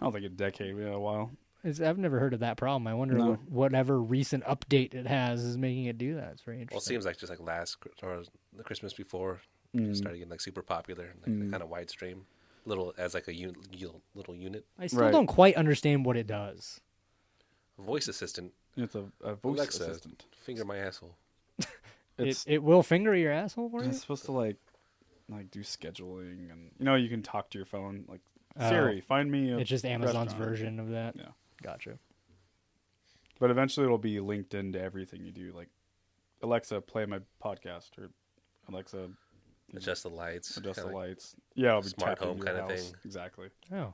Speaker 2: I don't think a decade, yeah, a while.
Speaker 3: It's, I've never heard of that problem. I wonder
Speaker 2: No.
Speaker 3: what, whatever recent update it has is making it do that. It's very
Speaker 4: Well, it
Speaker 3: interesting.
Speaker 4: seems like just like last Chri- or the Christmas before,
Speaker 2: Mm.
Speaker 4: it started getting like super popular, like kind of wide stream, little as like a un- u- little unit
Speaker 3: I still
Speaker 2: Right.
Speaker 3: don't quite understand what it does.
Speaker 4: voice assistant.
Speaker 2: It's a, a voice
Speaker 4: Alexa,
Speaker 2: assistant.
Speaker 4: finger my asshole.
Speaker 3: It,
Speaker 2: It's,
Speaker 3: it will finger your asshole for you.
Speaker 2: it's supposed to like like do scheduling and you know you can talk to your phone like
Speaker 3: Oh.
Speaker 2: Siri, find me. A
Speaker 3: It's just Amazon's
Speaker 2: restaurant.
Speaker 3: version of that.
Speaker 2: Yeah.
Speaker 3: Gotcha.
Speaker 2: But eventually it'll be linked into everything you do. Like Alexa, play my podcast, or Alexa,
Speaker 4: Adjust the lights.
Speaker 2: adjust the
Speaker 4: kinda like-
Speaker 2: lights. Yeah, it'll be
Speaker 4: smart
Speaker 2: tapping
Speaker 4: home
Speaker 2: your
Speaker 4: kinda
Speaker 2: house.
Speaker 4: thing.
Speaker 2: Exactly.
Speaker 3: Oh,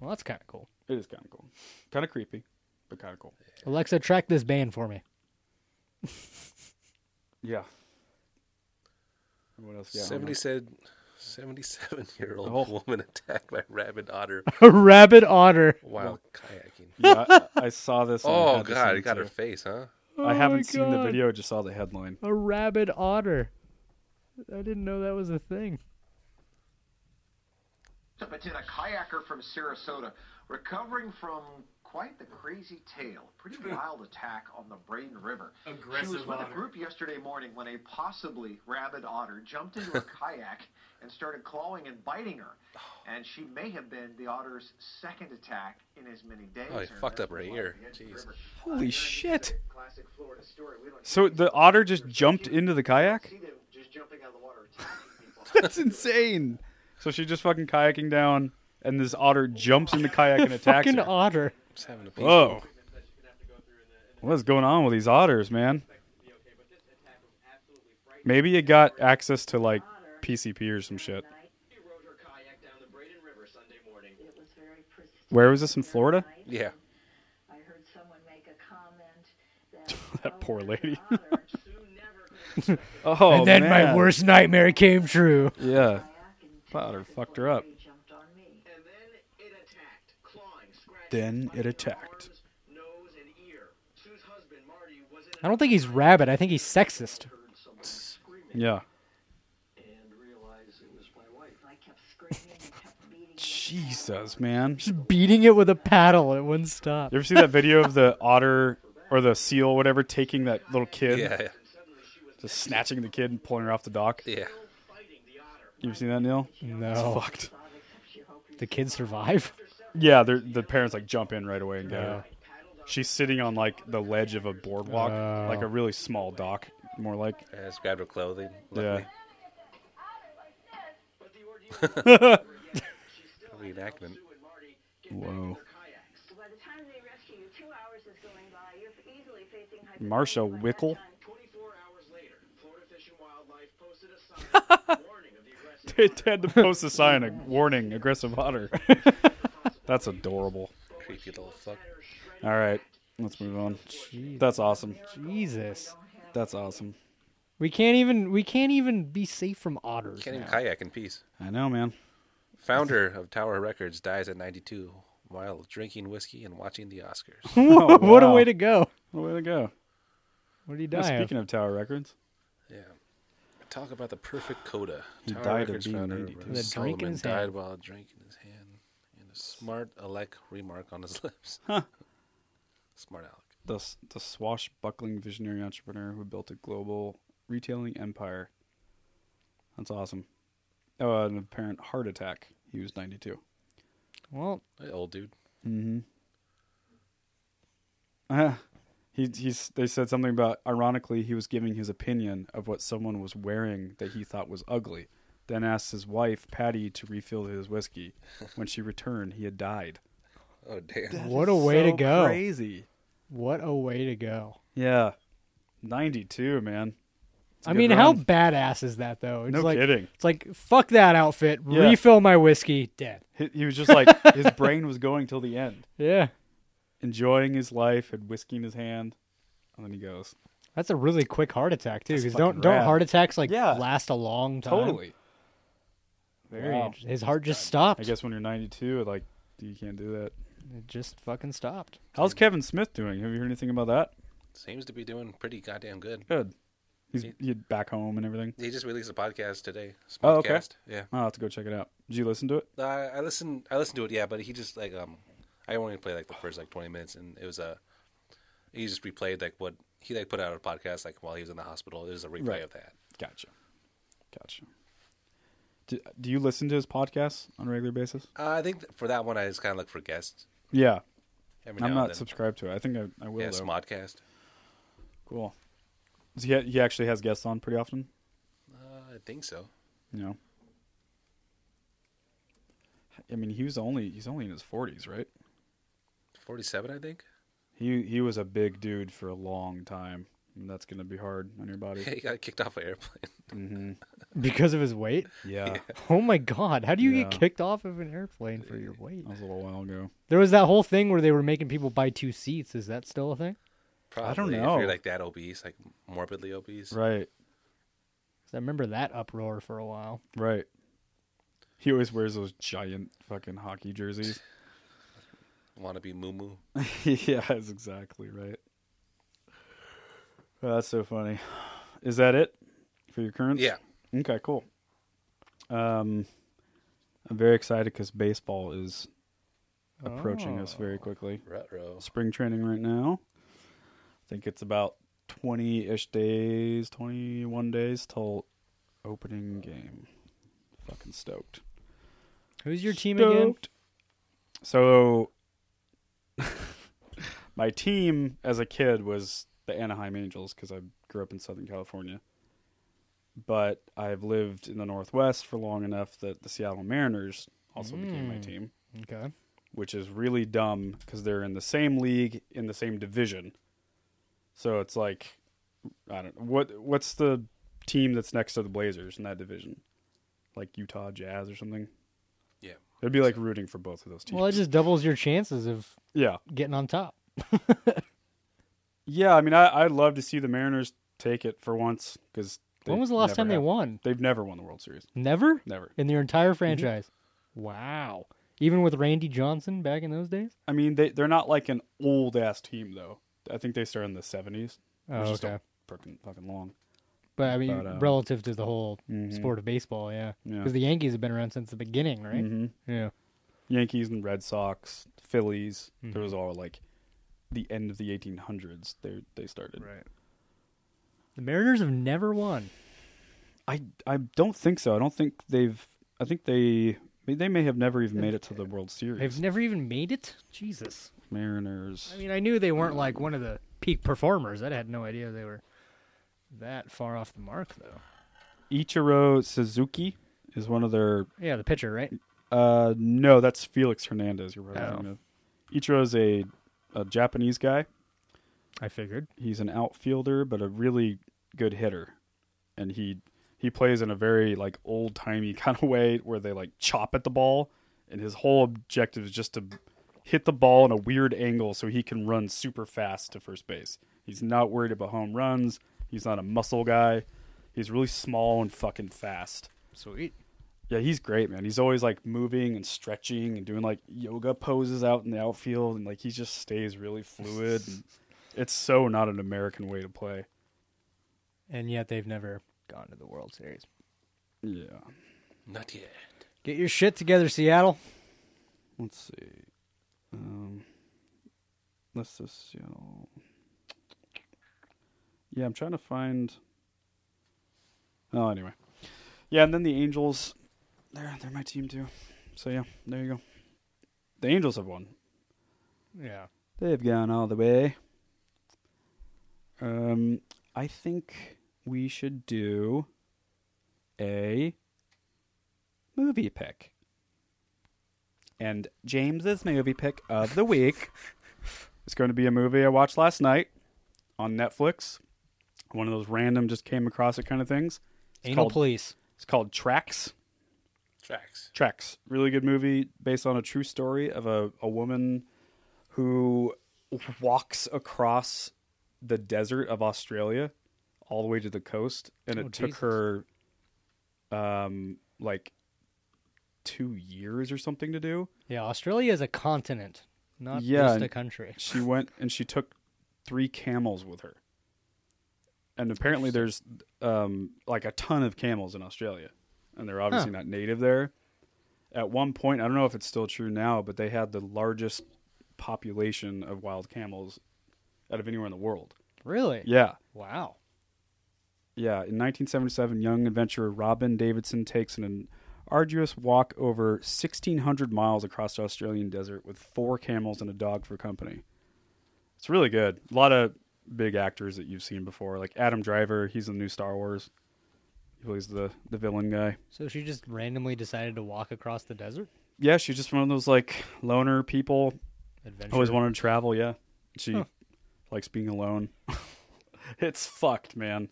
Speaker 3: well, that's kind of cool.
Speaker 2: It is kind of cool, kind of creepy, but kind of cool.
Speaker 3: Alexa, track this band for me.
Speaker 2: Yeah. What else? Yeah,
Speaker 4: Seventy said, seventy-seven-year-old
Speaker 2: Oh.
Speaker 4: woman attacked by rabid otter
Speaker 3: A rabid otter.
Speaker 4: while kayaking.
Speaker 2: yeah, I, I saw this. and I
Speaker 4: Oh
Speaker 2: had to
Speaker 4: God,
Speaker 2: send
Speaker 4: it got
Speaker 2: to
Speaker 4: her face, huh?
Speaker 2: you. I
Speaker 3: Oh
Speaker 2: haven't
Speaker 3: my
Speaker 2: seen the
Speaker 3: God.
Speaker 2: video. I just saw the headline.
Speaker 3: A rabid otter. I didn't know that was a thing.
Speaker 7: precipitate a kayaker from Sarasota recovering from quite the crazy tale, pretty wild attack on the Braden River. she was
Speaker 1: Aggressive
Speaker 7: with
Speaker 1: otter.
Speaker 7: a group yesterday morning when a possibly rabid otter jumped into a kayak and started clawing and biting her. And she may have been the otter's second attack in as many days.
Speaker 4: Oh, he
Speaker 7: Her
Speaker 4: fucked up
Speaker 7: investment
Speaker 4: right
Speaker 7: along
Speaker 4: here.
Speaker 7: the edge of the
Speaker 4: Jeez.
Speaker 7: river. Uh,
Speaker 2: Holy
Speaker 7: Aaron,
Speaker 2: shit.
Speaker 7: it's a Classic Florida story. We don't
Speaker 2: So the otter just jumped into the kayak.
Speaker 7: see them just jumping out of the water attacking people.
Speaker 2: That's insane. So she's just fucking kayaking down, and this otter jumps in the kayak and attacks
Speaker 3: Fucking
Speaker 2: her.
Speaker 3: otter.
Speaker 4: Just having a peaceful-
Speaker 2: Whoa. What is going on with these otters, man? Maybe you got access to like PCP or some shit.
Speaker 8: It was very pristine.
Speaker 2: Where was this in Florida?
Speaker 4: Yeah,
Speaker 8: I heard someone make a comment that,
Speaker 2: That poor
Speaker 8: "Oh,
Speaker 2: lady."
Speaker 8: an otter soon never goes
Speaker 2: Oh,
Speaker 3: and then my
Speaker 2: man.
Speaker 3: worst nightmare came true.
Speaker 2: Yeah.
Speaker 8: back and
Speaker 2: That otter
Speaker 8: takes it
Speaker 2: fucked
Speaker 8: before
Speaker 2: her up.
Speaker 8: he jumped on me.
Speaker 2: Then it attacked.
Speaker 3: I don't think he's rabid. I think he's sexist.
Speaker 2: Yeah.
Speaker 8: I kept screaming and kept beating
Speaker 2: Jesus, man. You
Speaker 3: Beating it with a paddle, it wouldn't stop.
Speaker 2: ever see that video of the otter or the seal, whatever, taking that little kid,
Speaker 4: yeah, yeah,
Speaker 2: just snatching the kid and pulling her off the dock?
Speaker 4: yeah.
Speaker 2: You ever seen that, Neil?
Speaker 3: No.
Speaker 2: Fucked.
Speaker 3: The kids survive.
Speaker 2: Yeah, they're- the parents like jump in right away and get her. She's sitting on like the ledge of a boardwalk,
Speaker 3: Oh.
Speaker 2: like a really small dock, more like.
Speaker 4: I just grabbed her clothing.
Speaker 2: Yeah.
Speaker 4: Luckily, reenactment.
Speaker 2: Whoa.
Speaker 8: By the time they rescue you, two hours is going by. You're easily facing hypothermia
Speaker 2: Marsha
Speaker 8: by that
Speaker 2: Wickle?
Speaker 8: time.
Speaker 2: They had to post a sign, a warning, aggressive otter. That's adorable.
Speaker 4: Creepy little fuck.
Speaker 2: All right, let's move on. That's awesome.
Speaker 3: Jesus.
Speaker 2: That's awesome.
Speaker 3: We can't even we can't even be safe from otters.
Speaker 4: Can't even
Speaker 3: now.
Speaker 4: kayak in peace.
Speaker 2: I know, man.
Speaker 4: Founder of Tower Records dies at 92 while drinking whiskey and watching the Oscars.
Speaker 2: Oh,
Speaker 3: what a
Speaker 2: wow.
Speaker 3: way to go!
Speaker 2: Way to go.
Speaker 3: What did he
Speaker 2: Yeah,
Speaker 3: die? of?
Speaker 2: speaking of Tower Records,
Speaker 4: Yeah. Talk about the perfect coda.
Speaker 2: He
Speaker 4: Tower
Speaker 2: died of
Speaker 4: Records
Speaker 2: being
Speaker 4: founder
Speaker 2: 92.
Speaker 4: Russ
Speaker 3: The drink in
Speaker 4: Solomon
Speaker 3: his
Speaker 4: died
Speaker 3: hand.
Speaker 4: while drinking his hand, and a smart Alec remark on his lips. smart Alec.
Speaker 2: the the swashbuckling visionary entrepreneur who built a global retailing empire. That's awesome. Oh, an apparent heart attack. He was 92.
Speaker 3: well,
Speaker 4: Hey, old dude.
Speaker 3: Mm-hmm.
Speaker 2: Uh, he he's they said something about ironically he was giving his opinion of what someone was wearing that he thought was ugly. Then asked his wife Patty to refill his whiskey. When she returned, he had died.
Speaker 4: Oh damn.
Speaker 3: what a way to
Speaker 2: So
Speaker 3: go!
Speaker 2: Crazy.
Speaker 3: What a way to go!
Speaker 2: Yeah, 92, man. It's a
Speaker 3: I
Speaker 2: good
Speaker 3: mean, how
Speaker 2: run.
Speaker 3: badass is that though? It's
Speaker 2: No
Speaker 3: like,
Speaker 2: kidding.
Speaker 3: It's like fuck that outfit.
Speaker 2: Yeah.
Speaker 3: Refill my whiskey. Dead.
Speaker 2: He, he was just like his brain was going till the end,
Speaker 3: Yeah,
Speaker 2: enjoying his life, had whiskey in his hand, and then he goes
Speaker 3: that's a really quick heart attack too.
Speaker 2: That's
Speaker 3: Because
Speaker 2: fucking
Speaker 3: don't don't
Speaker 2: rad.
Speaker 3: heart attacks like
Speaker 2: Yeah.
Speaker 3: last a long time.
Speaker 2: totally.
Speaker 3: Very
Speaker 2: Wow.
Speaker 3: interesting. His heart just stopped.
Speaker 2: I guess when you're 92, like you can't do that.
Speaker 3: it just fucking stopped.
Speaker 2: How's Kevin Smith doing? Have you heard anything about that?
Speaker 4: Seems to be doing pretty goddamn good.
Speaker 2: Good. He's he back home and everything.
Speaker 4: He just released a podcast today. His
Speaker 2: Oh, okay.
Speaker 4: podcast. Yeah.
Speaker 2: I'll have to go check it out. Did you listen to it?
Speaker 4: Uh, I listened. I listened to it. Yeah, but he just like um, I only played like the first like twenty minutes, and it was a. He just replayed like what he like put out a podcast like while he was in the hospital. It was a replay
Speaker 2: Right.
Speaker 4: of that.
Speaker 2: Gotcha. Gotcha. Do, do you listen to his podcasts on a regular basis?
Speaker 4: Uh, I think th- for that one, I just kind of look for guests.
Speaker 2: Yeah.
Speaker 4: Every
Speaker 2: I'm
Speaker 4: now
Speaker 2: not
Speaker 4: and then.
Speaker 2: subscribed to it. I think I, I will,
Speaker 4: Yeah,
Speaker 2: though.
Speaker 4: Smodcast.
Speaker 2: Cool. Does he, he actually has guests on pretty often?
Speaker 4: Uh, I think so.
Speaker 2: You know? I mean, he was only he's only in his 40s, right?
Speaker 4: Forty-seven, I think.
Speaker 2: He he was a big dude for a long time. And that's going to be hard on your body.
Speaker 4: he got kicked off an airplane.
Speaker 3: Because of his weight?
Speaker 2: yeah.
Speaker 3: Oh my god, how do you
Speaker 2: Yeah.
Speaker 3: get kicked off of an airplane for your weight?
Speaker 2: That was a little while ago.
Speaker 3: There was that whole thing where they were making people buy two seats. Is that still a thing?
Speaker 4: Probably.
Speaker 2: know.
Speaker 4: If you're like that obese, like morbidly obese.
Speaker 2: Right.
Speaker 3: 'Cause I remember that uproar for a while.
Speaker 2: Right. He always wears those giant fucking hockey jerseys.
Speaker 4: Want to be moo moo.
Speaker 2: yeah, that's exactly right. Oh, that's so funny. Is that it for your currents?
Speaker 4: Yeah.
Speaker 2: Okay, cool. Um, I'm very excited because baseball is approaching us very quickly.
Speaker 4: Rut row.
Speaker 2: Spring training right now. I think it's about 20 ish days, 21 days till opening game. Fucking stoked.
Speaker 3: Who's your team again?
Speaker 2: Stoked. So my team as a kid was the Anaheim Angels because I grew up in Southern California. But I've lived in the Northwest for long enough that the Seattle Mariners also became
Speaker 3: Hmm.
Speaker 2: my team,
Speaker 3: Okay.
Speaker 2: which is really dumb because they're in the same league in the same division. So it's like I don't what what's the team that's next to the Blazers in that division? Like Utah Jazz or something?
Speaker 4: Yeah.
Speaker 2: It'd be like rooting for both of those teams.
Speaker 3: Well, it just doubles your chances of
Speaker 2: yeah,
Speaker 3: getting on top.
Speaker 2: yeah. I mean, I, I'd love to see the Mariners take it for once because
Speaker 3: when was the last time they won?
Speaker 2: They've never won the World Series.
Speaker 3: Never?
Speaker 2: Never.
Speaker 3: In their entire franchise. Wow. Even with Randy Johnson back in those days?
Speaker 2: I mean, they they're not like an old ass team though. I think they started in the seventies.
Speaker 3: Oh,
Speaker 2: which is
Speaker 3: okay.
Speaker 2: still fucking fucking long.
Speaker 3: But I mean,
Speaker 2: But, uh,
Speaker 3: relative to the whole sport of baseball, yeah. Mm.
Speaker 2: Yeah.
Speaker 3: Because the Yankees have been around since the beginning, right?
Speaker 2: Mhm.
Speaker 3: Yeah.
Speaker 2: Yankees and Red Sox, Phillies. There was all like the end of the eighteen hundreds. They they started.
Speaker 3: The Mariners have never won.
Speaker 2: I I don't think so. I don't think they've. I think they they may have never even made it to the World Series.
Speaker 3: They've never even made it. Jesus.
Speaker 2: Mariners.
Speaker 3: I mean, I knew they weren't like one of the peak performers. I had no idea they were that far off the mark, though.
Speaker 2: Ichiro Suzuki is one of their.
Speaker 3: Yeah, the pitcher, right?
Speaker 2: Uh, no, that's Felix Hernandez. You're right.
Speaker 3: Oh.
Speaker 2: thinking of. Ichiro is a, a Japanese guy.
Speaker 3: I figured.
Speaker 2: He's an outfielder, but a really good hitter, and he he plays in a very like old timey kind of way where they like chop at the ball, and his whole objective is just to hit the ball in a weird angle so he can run super fast to first base. He's not worried about home runs. He's not a muscle guy. He's really small and fucking fast.
Speaker 3: Sweet.
Speaker 2: Yeah, he's great, man. He's always like moving and stretching and doing like yoga poses out in the outfield, and like he just stays really fluid. And it's so not an American way to play.
Speaker 3: And yet they've never gone to the World Series.
Speaker 2: Yeah.
Speaker 4: Not yet.
Speaker 3: Get your shit together, Seattle.
Speaker 2: Let's see. Um, let's just you know. Yeah, I'm trying to find. Oh, anyway. Yeah, and then the Angels, they're they're my team too. So yeah, there you go. The Angels have won.
Speaker 3: Yeah.
Speaker 2: They've gone all the way. Um, I think we should do a movie pick. And James's movie pick of the week is going to be a movie I watched last night on Netflix. One of those random just came across it kind of things.
Speaker 3: Anal
Speaker 2: called-
Speaker 3: police.
Speaker 2: It's called Tracks.
Speaker 4: Tracks.
Speaker 2: Tracks. Really good movie based on a true story of a, a woman who walks across the desert of Australia all the way to the coast. And it
Speaker 3: Oh,
Speaker 2: took
Speaker 3: Jesus.
Speaker 2: her um like two years or something to do.
Speaker 3: Yeah, Australia is a continent, not
Speaker 2: Yeah,
Speaker 3: just a
Speaker 2: and-
Speaker 3: country.
Speaker 2: She went and she took three camels with her. And apparently there's um like a ton of camels in Australia. And they're obviously not native there. At one point, I don't know if it's still true now, but they had the largest population of wild camels out of anywhere in the world.
Speaker 3: Really?
Speaker 2: Yeah.
Speaker 3: Wow.
Speaker 2: Yeah, in 1977, young adventurer Robin Davidson takes an arduous walk over 1,600 miles across the Australian desert with four camels and a dog for company. It's really good. A lot of big actors that you've seen before, like Adam Driver. He's in the new Star Wars. He plays the the villain guy.
Speaker 3: So she just randomly decided to walk across the desert?
Speaker 2: Yeah, she's just one of those like loner people.
Speaker 3: Adventure.
Speaker 2: Always wanted to travel. Yeah, she likes being alone. it's fucked, man.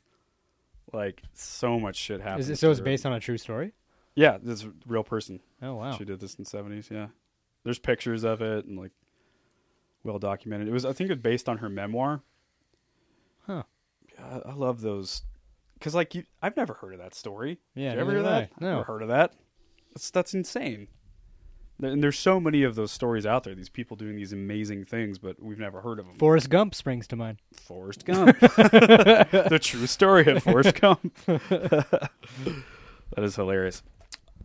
Speaker 2: Like so much shit happens.
Speaker 3: Is it, so it's
Speaker 2: to her.
Speaker 3: based on a true story?
Speaker 2: Yeah, this is a real person.
Speaker 3: Oh wow.
Speaker 2: She did this in the 70s, yeah. There's pictures of it and like well documented. It was I think it was based on her memoir.
Speaker 3: Huh.
Speaker 2: Yeah, I, I love those cuz like you I've never heard of that story.
Speaker 3: Yeah,
Speaker 2: Did you ever hear
Speaker 3: neither
Speaker 2: that?
Speaker 3: have I. No.
Speaker 2: Never heard of that. That's that's insane. There- And there's so many of those stories out there. These people doing these amazing things, but we've never heard of them.
Speaker 3: Forrest Gump springs to mind.
Speaker 2: Forrest Gump. the true story of Forrest Gump. that is hilarious.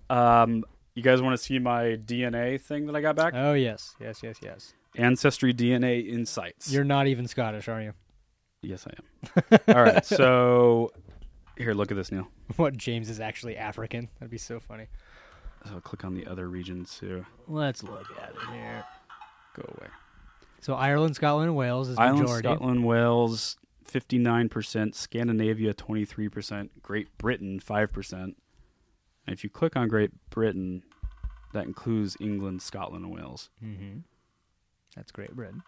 Speaker 2: Um, you guys want to see my DNA thing that I got back?
Speaker 3: Oh yes, yes, yes, yes.
Speaker 2: Ancestry DNA Insights.
Speaker 3: You're not even Scottish, are you?
Speaker 2: yes, I am. All right. So here, look at this, Neil.
Speaker 3: What James is actually African? That'd be so funny.
Speaker 2: So click on the other regions too.
Speaker 3: Let's look at it here.
Speaker 2: Go away.
Speaker 3: So Ireland, Scotland, and Wales is
Speaker 2: Ireland,
Speaker 3: majority.
Speaker 2: Scotland, Wales, 59%, Scandinavia, 23%, Great Britain, 5%. And if you click on Great Britain, that includes England, Scotland, and Wales.
Speaker 3: That's Great Britain.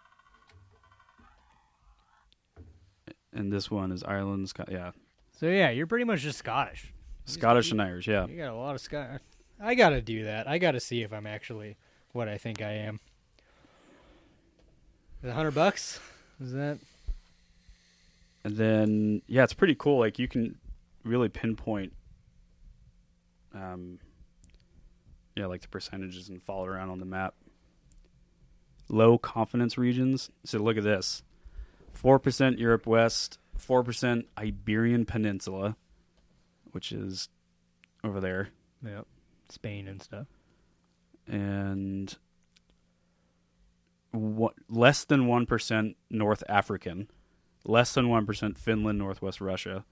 Speaker 2: And this one is Ireland, Scot- yeah.
Speaker 3: So yeah, you're pretty much just Scottish.
Speaker 2: Scottish and Irish, yeah.
Speaker 3: You got a lot of Scottish. I gotta do that. I gotta see if I'm actually what I think I am. Is it hundred bucks? Is that
Speaker 2: And then, yeah, it's pretty cool. Like, you can really pinpoint, um, yeah, like the percentages and follow it around on the map. Low confidence regions. So look at this 4% Europe West, 4% Iberian Peninsula, which is over there,
Speaker 3: Yep. Spain and stuff?
Speaker 2: and what, less than 1% North African, less than 1% Finland, Northwest Russia,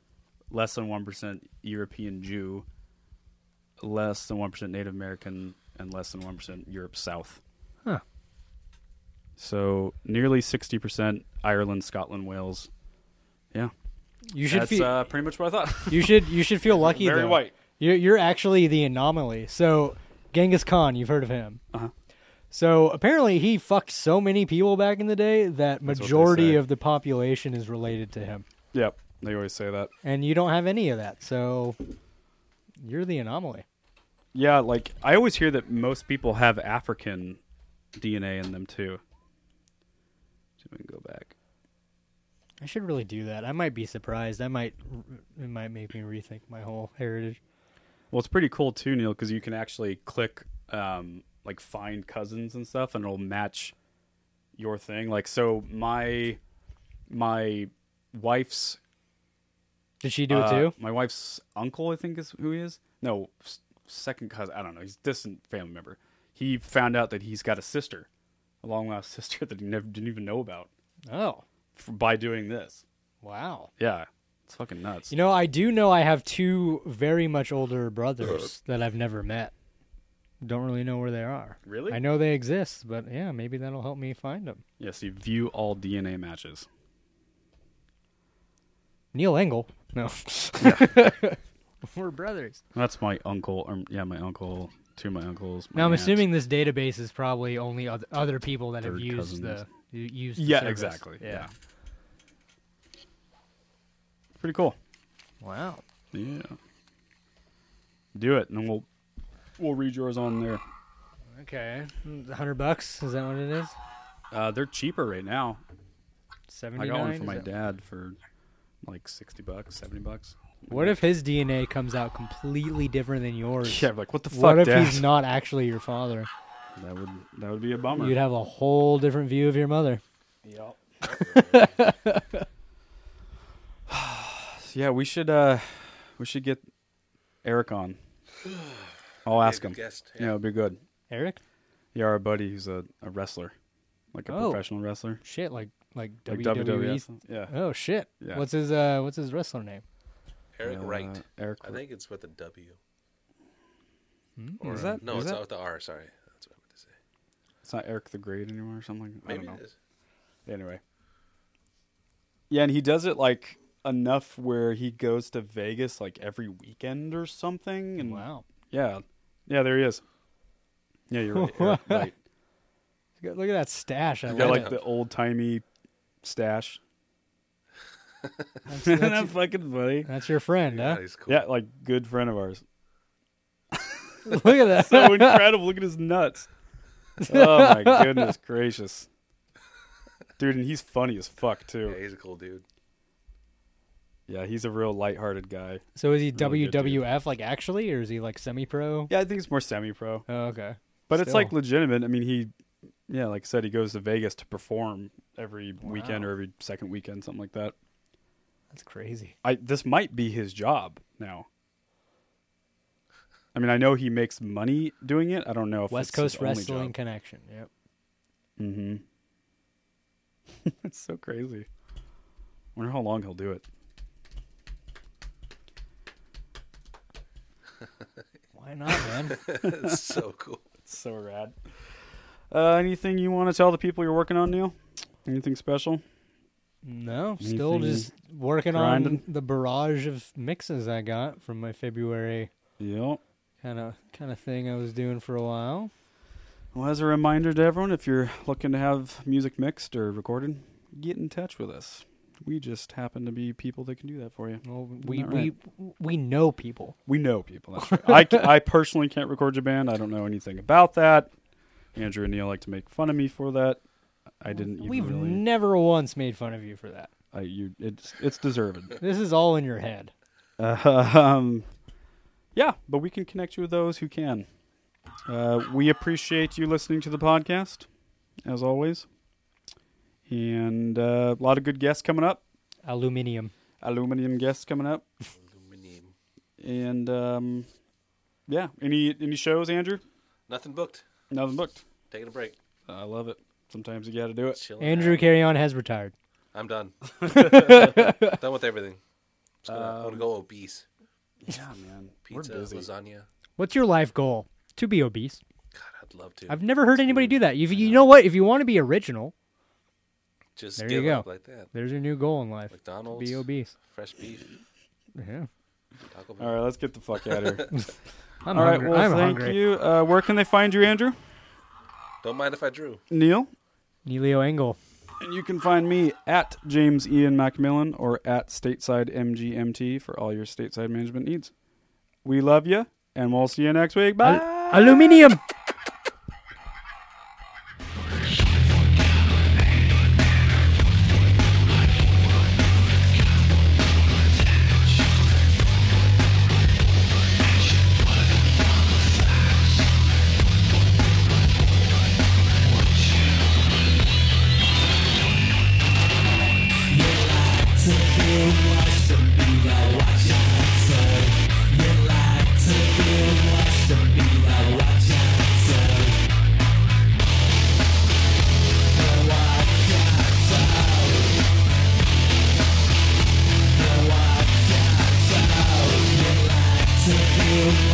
Speaker 2: less than 1% European Jew, less than 1% Native American, and less than 1% Europe South.
Speaker 3: Huh.
Speaker 2: So nearly 60% Ireland, Scotland, Wales. Yeah.
Speaker 3: You should
Speaker 2: That's
Speaker 3: feel
Speaker 2: uh, pretty much what I thought.
Speaker 3: you should you should feel lucky
Speaker 2: Very
Speaker 3: though.
Speaker 2: white.
Speaker 3: You're you're actually the anomaly. So Genghis Khan, you've heard of him.
Speaker 2: Uh-huh.
Speaker 3: So apparently he fucked so many people back in the day that
Speaker 2: That's what they
Speaker 3: majority
Speaker 2: say.
Speaker 3: of the population is related to him.
Speaker 2: yep. They always say that.
Speaker 3: And you don't have any of that. So you're the anomaly.
Speaker 2: Yeah, like I always hear that most people have African DNA in them too. See if we can go back.
Speaker 3: I should really do that. I might be surprised. I might. It might make me rethink my whole heritage.
Speaker 2: Well, it's pretty cool too, Neil, because you can actually click um, like find cousins and stuff, and it'll match your thing. Like, so my my wife's
Speaker 3: Did she do it
Speaker 2: uh,
Speaker 3: too?
Speaker 2: My wife's uncle, I think, is who he is. No, s- second cousin. I don't know. He's a distant family member. He found out that he's got a sister, a long lost sister that he never didn't even know about
Speaker 3: Oh,
Speaker 2: f- by doing this.
Speaker 3: wow.
Speaker 2: Yeah, it's fucking nuts.
Speaker 3: You know, I do know I have two very much older brothers that I've never met. Don't really know where they are.
Speaker 2: Really?
Speaker 3: I know they exist, but yeah, maybe that'll help me find them.
Speaker 2: yes, you view all DNA matches.
Speaker 3: Neil Engel. No. We're brothers.
Speaker 2: That's my uncle. Or, yeah, my uncle. Two of my uncles. my
Speaker 3: Now I'm
Speaker 2: aunt.
Speaker 3: assuming this database is probably only oth- other people that have
Speaker 2: Third
Speaker 3: used
Speaker 2: cousins.
Speaker 3: the u- used. the
Speaker 2: Yeah,
Speaker 3: service.
Speaker 2: exactly. Yeah. Pretty cool.
Speaker 3: Wow.
Speaker 2: Yeah. Do it, and then we'll we'll read yours on there.
Speaker 3: Okay. Hundred bucks. Is that what it is?
Speaker 2: Uh, they're cheaper right now. I
Speaker 3: Seventy
Speaker 2: got one
Speaker 3: nine.
Speaker 2: for my dad for like sixty bucks, seventy bucks.
Speaker 3: What if his DNA comes out completely different than yours?
Speaker 2: Yeah, like what the fuck,
Speaker 3: what if
Speaker 2: Dad?
Speaker 3: he's not actually your father?
Speaker 2: That would that would be a bummer.
Speaker 3: You'd have a whole different view of your mother.
Speaker 2: yeah, we should uh, we should get Eric on. I'll ask
Speaker 4: good
Speaker 2: him.
Speaker 4: guest,
Speaker 2: Yeah,
Speaker 4: yeah.
Speaker 2: it'd be good.
Speaker 3: Eric?
Speaker 2: Yeah, our buddy who's a, a wrestler, like a
Speaker 3: Oh.
Speaker 2: professional wrestler,
Speaker 3: Shit, like like
Speaker 2: like
Speaker 3: WWE.
Speaker 2: WWF. Yeah,
Speaker 3: Oh shit.
Speaker 2: Yeah.
Speaker 3: What's his uh what's his wrestler name?
Speaker 4: Eric
Speaker 2: Uh,
Speaker 4: Wright.
Speaker 2: Eric
Speaker 4: I think it's with a W.
Speaker 2: Or, Oh, is
Speaker 4: Uh,
Speaker 2: that
Speaker 4: no,
Speaker 2: is
Speaker 4: it's
Speaker 2: that-
Speaker 4: not with the R. Sorry, that's what I meant to say.
Speaker 2: it's not Eric the Great anymore or something. like- I
Speaker 4: Maybe
Speaker 2: don't
Speaker 4: it
Speaker 2: know.
Speaker 4: is.
Speaker 2: Anyway. Yeah, and he does it like enough where he goes to Vegas like every weekend or something. And
Speaker 3: Wow.
Speaker 2: yeah, yeah, there he is. Yeah, you're right. Eric Wright.
Speaker 3: He's got- Look at that stash. I
Speaker 2: Got
Speaker 3: love
Speaker 2: like
Speaker 3: it.
Speaker 2: the old timey stash.
Speaker 3: That's,
Speaker 2: Isn't
Speaker 3: that's-
Speaker 2: that fucking funny?
Speaker 3: that's your friend, huh?
Speaker 4: God, he's cool.
Speaker 2: Yeah, like good friend of ours.
Speaker 3: Look at that.
Speaker 2: So incredible! Look at his nuts. Oh my goodness gracious, dude! And he's funny as fuck
Speaker 4: Yeah,
Speaker 2: too.
Speaker 4: he's a cool dude.
Speaker 2: Yeah, he's a real lighthearted guy.
Speaker 3: So is he
Speaker 2: Really good dude.
Speaker 3: WWF like actually or is he like semi pro?
Speaker 2: Yeah, I think it's more semi-pro.
Speaker 3: Oh, okay.
Speaker 2: But it's like
Speaker 3: Still.
Speaker 2: legitimate. I mean, he, yeah, like I said, he goes to Vegas to perform every weekend or every second weekend, something like that.
Speaker 3: That's crazy.
Speaker 2: I this might be his job now. I mean, I know he makes money doing it. I don't know if
Speaker 3: West
Speaker 2: it's
Speaker 3: Coast
Speaker 2: his only
Speaker 3: Wrestling
Speaker 2: job.
Speaker 3: Connection. Yep.
Speaker 2: It's so crazy. Wonder how long he'll do it.
Speaker 3: Why not, man?
Speaker 4: That's so cool.
Speaker 2: It's so rad. Uh, anything you want to tell the people you're working on, Neil? Anything special?
Speaker 3: no, still
Speaker 2: Anything
Speaker 3: just working on
Speaker 2: grinding?
Speaker 3: the barrage of mixes I got from my February
Speaker 2: Yep.
Speaker 3: kind of kind of thing I was doing for a while.
Speaker 2: Well, as a reminder to everyone, if you're looking to have music mixed or recorded, get in touch with us. We just happen to be people that can do that for you.
Speaker 3: Well,
Speaker 2: Isn't
Speaker 3: we
Speaker 2: that right?
Speaker 3: we we know people.
Speaker 2: we know people. That's right. I, ca- I personally can't record your band. I don't know anything about that. Andrew and Neil like to make fun of me for that. I didn't. Even
Speaker 3: We've
Speaker 2: really,
Speaker 3: never once made fun of you for that.
Speaker 2: I, you, it's it's deserved.
Speaker 3: This is all in your head.
Speaker 2: um, yeah, but we can connect you with those who can. Uh, we appreciate you listening to the podcast, as always. And uh, a lot of good guests coming up,
Speaker 3: Aluminium.
Speaker 2: aluminum guests coming up,
Speaker 4: Aluminum.
Speaker 2: and um, yeah, any any shows, Andrew?
Speaker 4: Nothing booked.
Speaker 2: Nothing booked.
Speaker 4: Taking a break.
Speaker 2: I love it. Sometimes you got to do it.
Speaker 4: Chilling.
Speaker 3: Andrew
Speaker 4: out.
Speaker 3: Carrion has retired.
Speaker 4: I'm done. done with everything. Just gonna, I'm gonna go
Speaker 3: Um,
Speaker 4: obese.
Speaker 2: Yeah, man.
Speaker 4: Pizza,
Speaker 2: We're busy.
Speaker 4: lasagna.
Speaker 3: What's your life goal? To be obese.
Speaker 4: God, I'd love to.
Speaker 3: I've never heard anybody do that. If you know what, if you want to be original,
Speaker 4: Just
Speaker 3: There you
Speaker 4: give
Speaker 3: go.
Speaker 4: up like that.
Speaker 3: there's your new goal in life. To
Speaker 4: McDonald's,
Speaker 3: be obese.
Speaker 4: fresh beef,
Speaker 3: Yeah.
Speaker 4: Taco Bell.
Speaker 2: All right, let's get the fuck out of here.
Speaker 3: I'm
Speaker 2: All right,
Speaker 3: hungry.
Speaker 2: well,
Speaker 3: I'm
Speaker 2: thank
Speaker 3: hungry.
Speaker 2: you. Uh, where can they find you, Andrew?
Speaker 4: Don't mind if I drew.
Speaker 2: Neil?
Speaker 3: Neilio Engel.
Speaker 2: And you can find me at James Ian Macmillan or at Stateside MGMT for all your stateside management needs. We love you, and we'll see you next week. Bye.
Speaker 3: Aluminium.
Speaker 5: Life for life.
Speaker 3: you.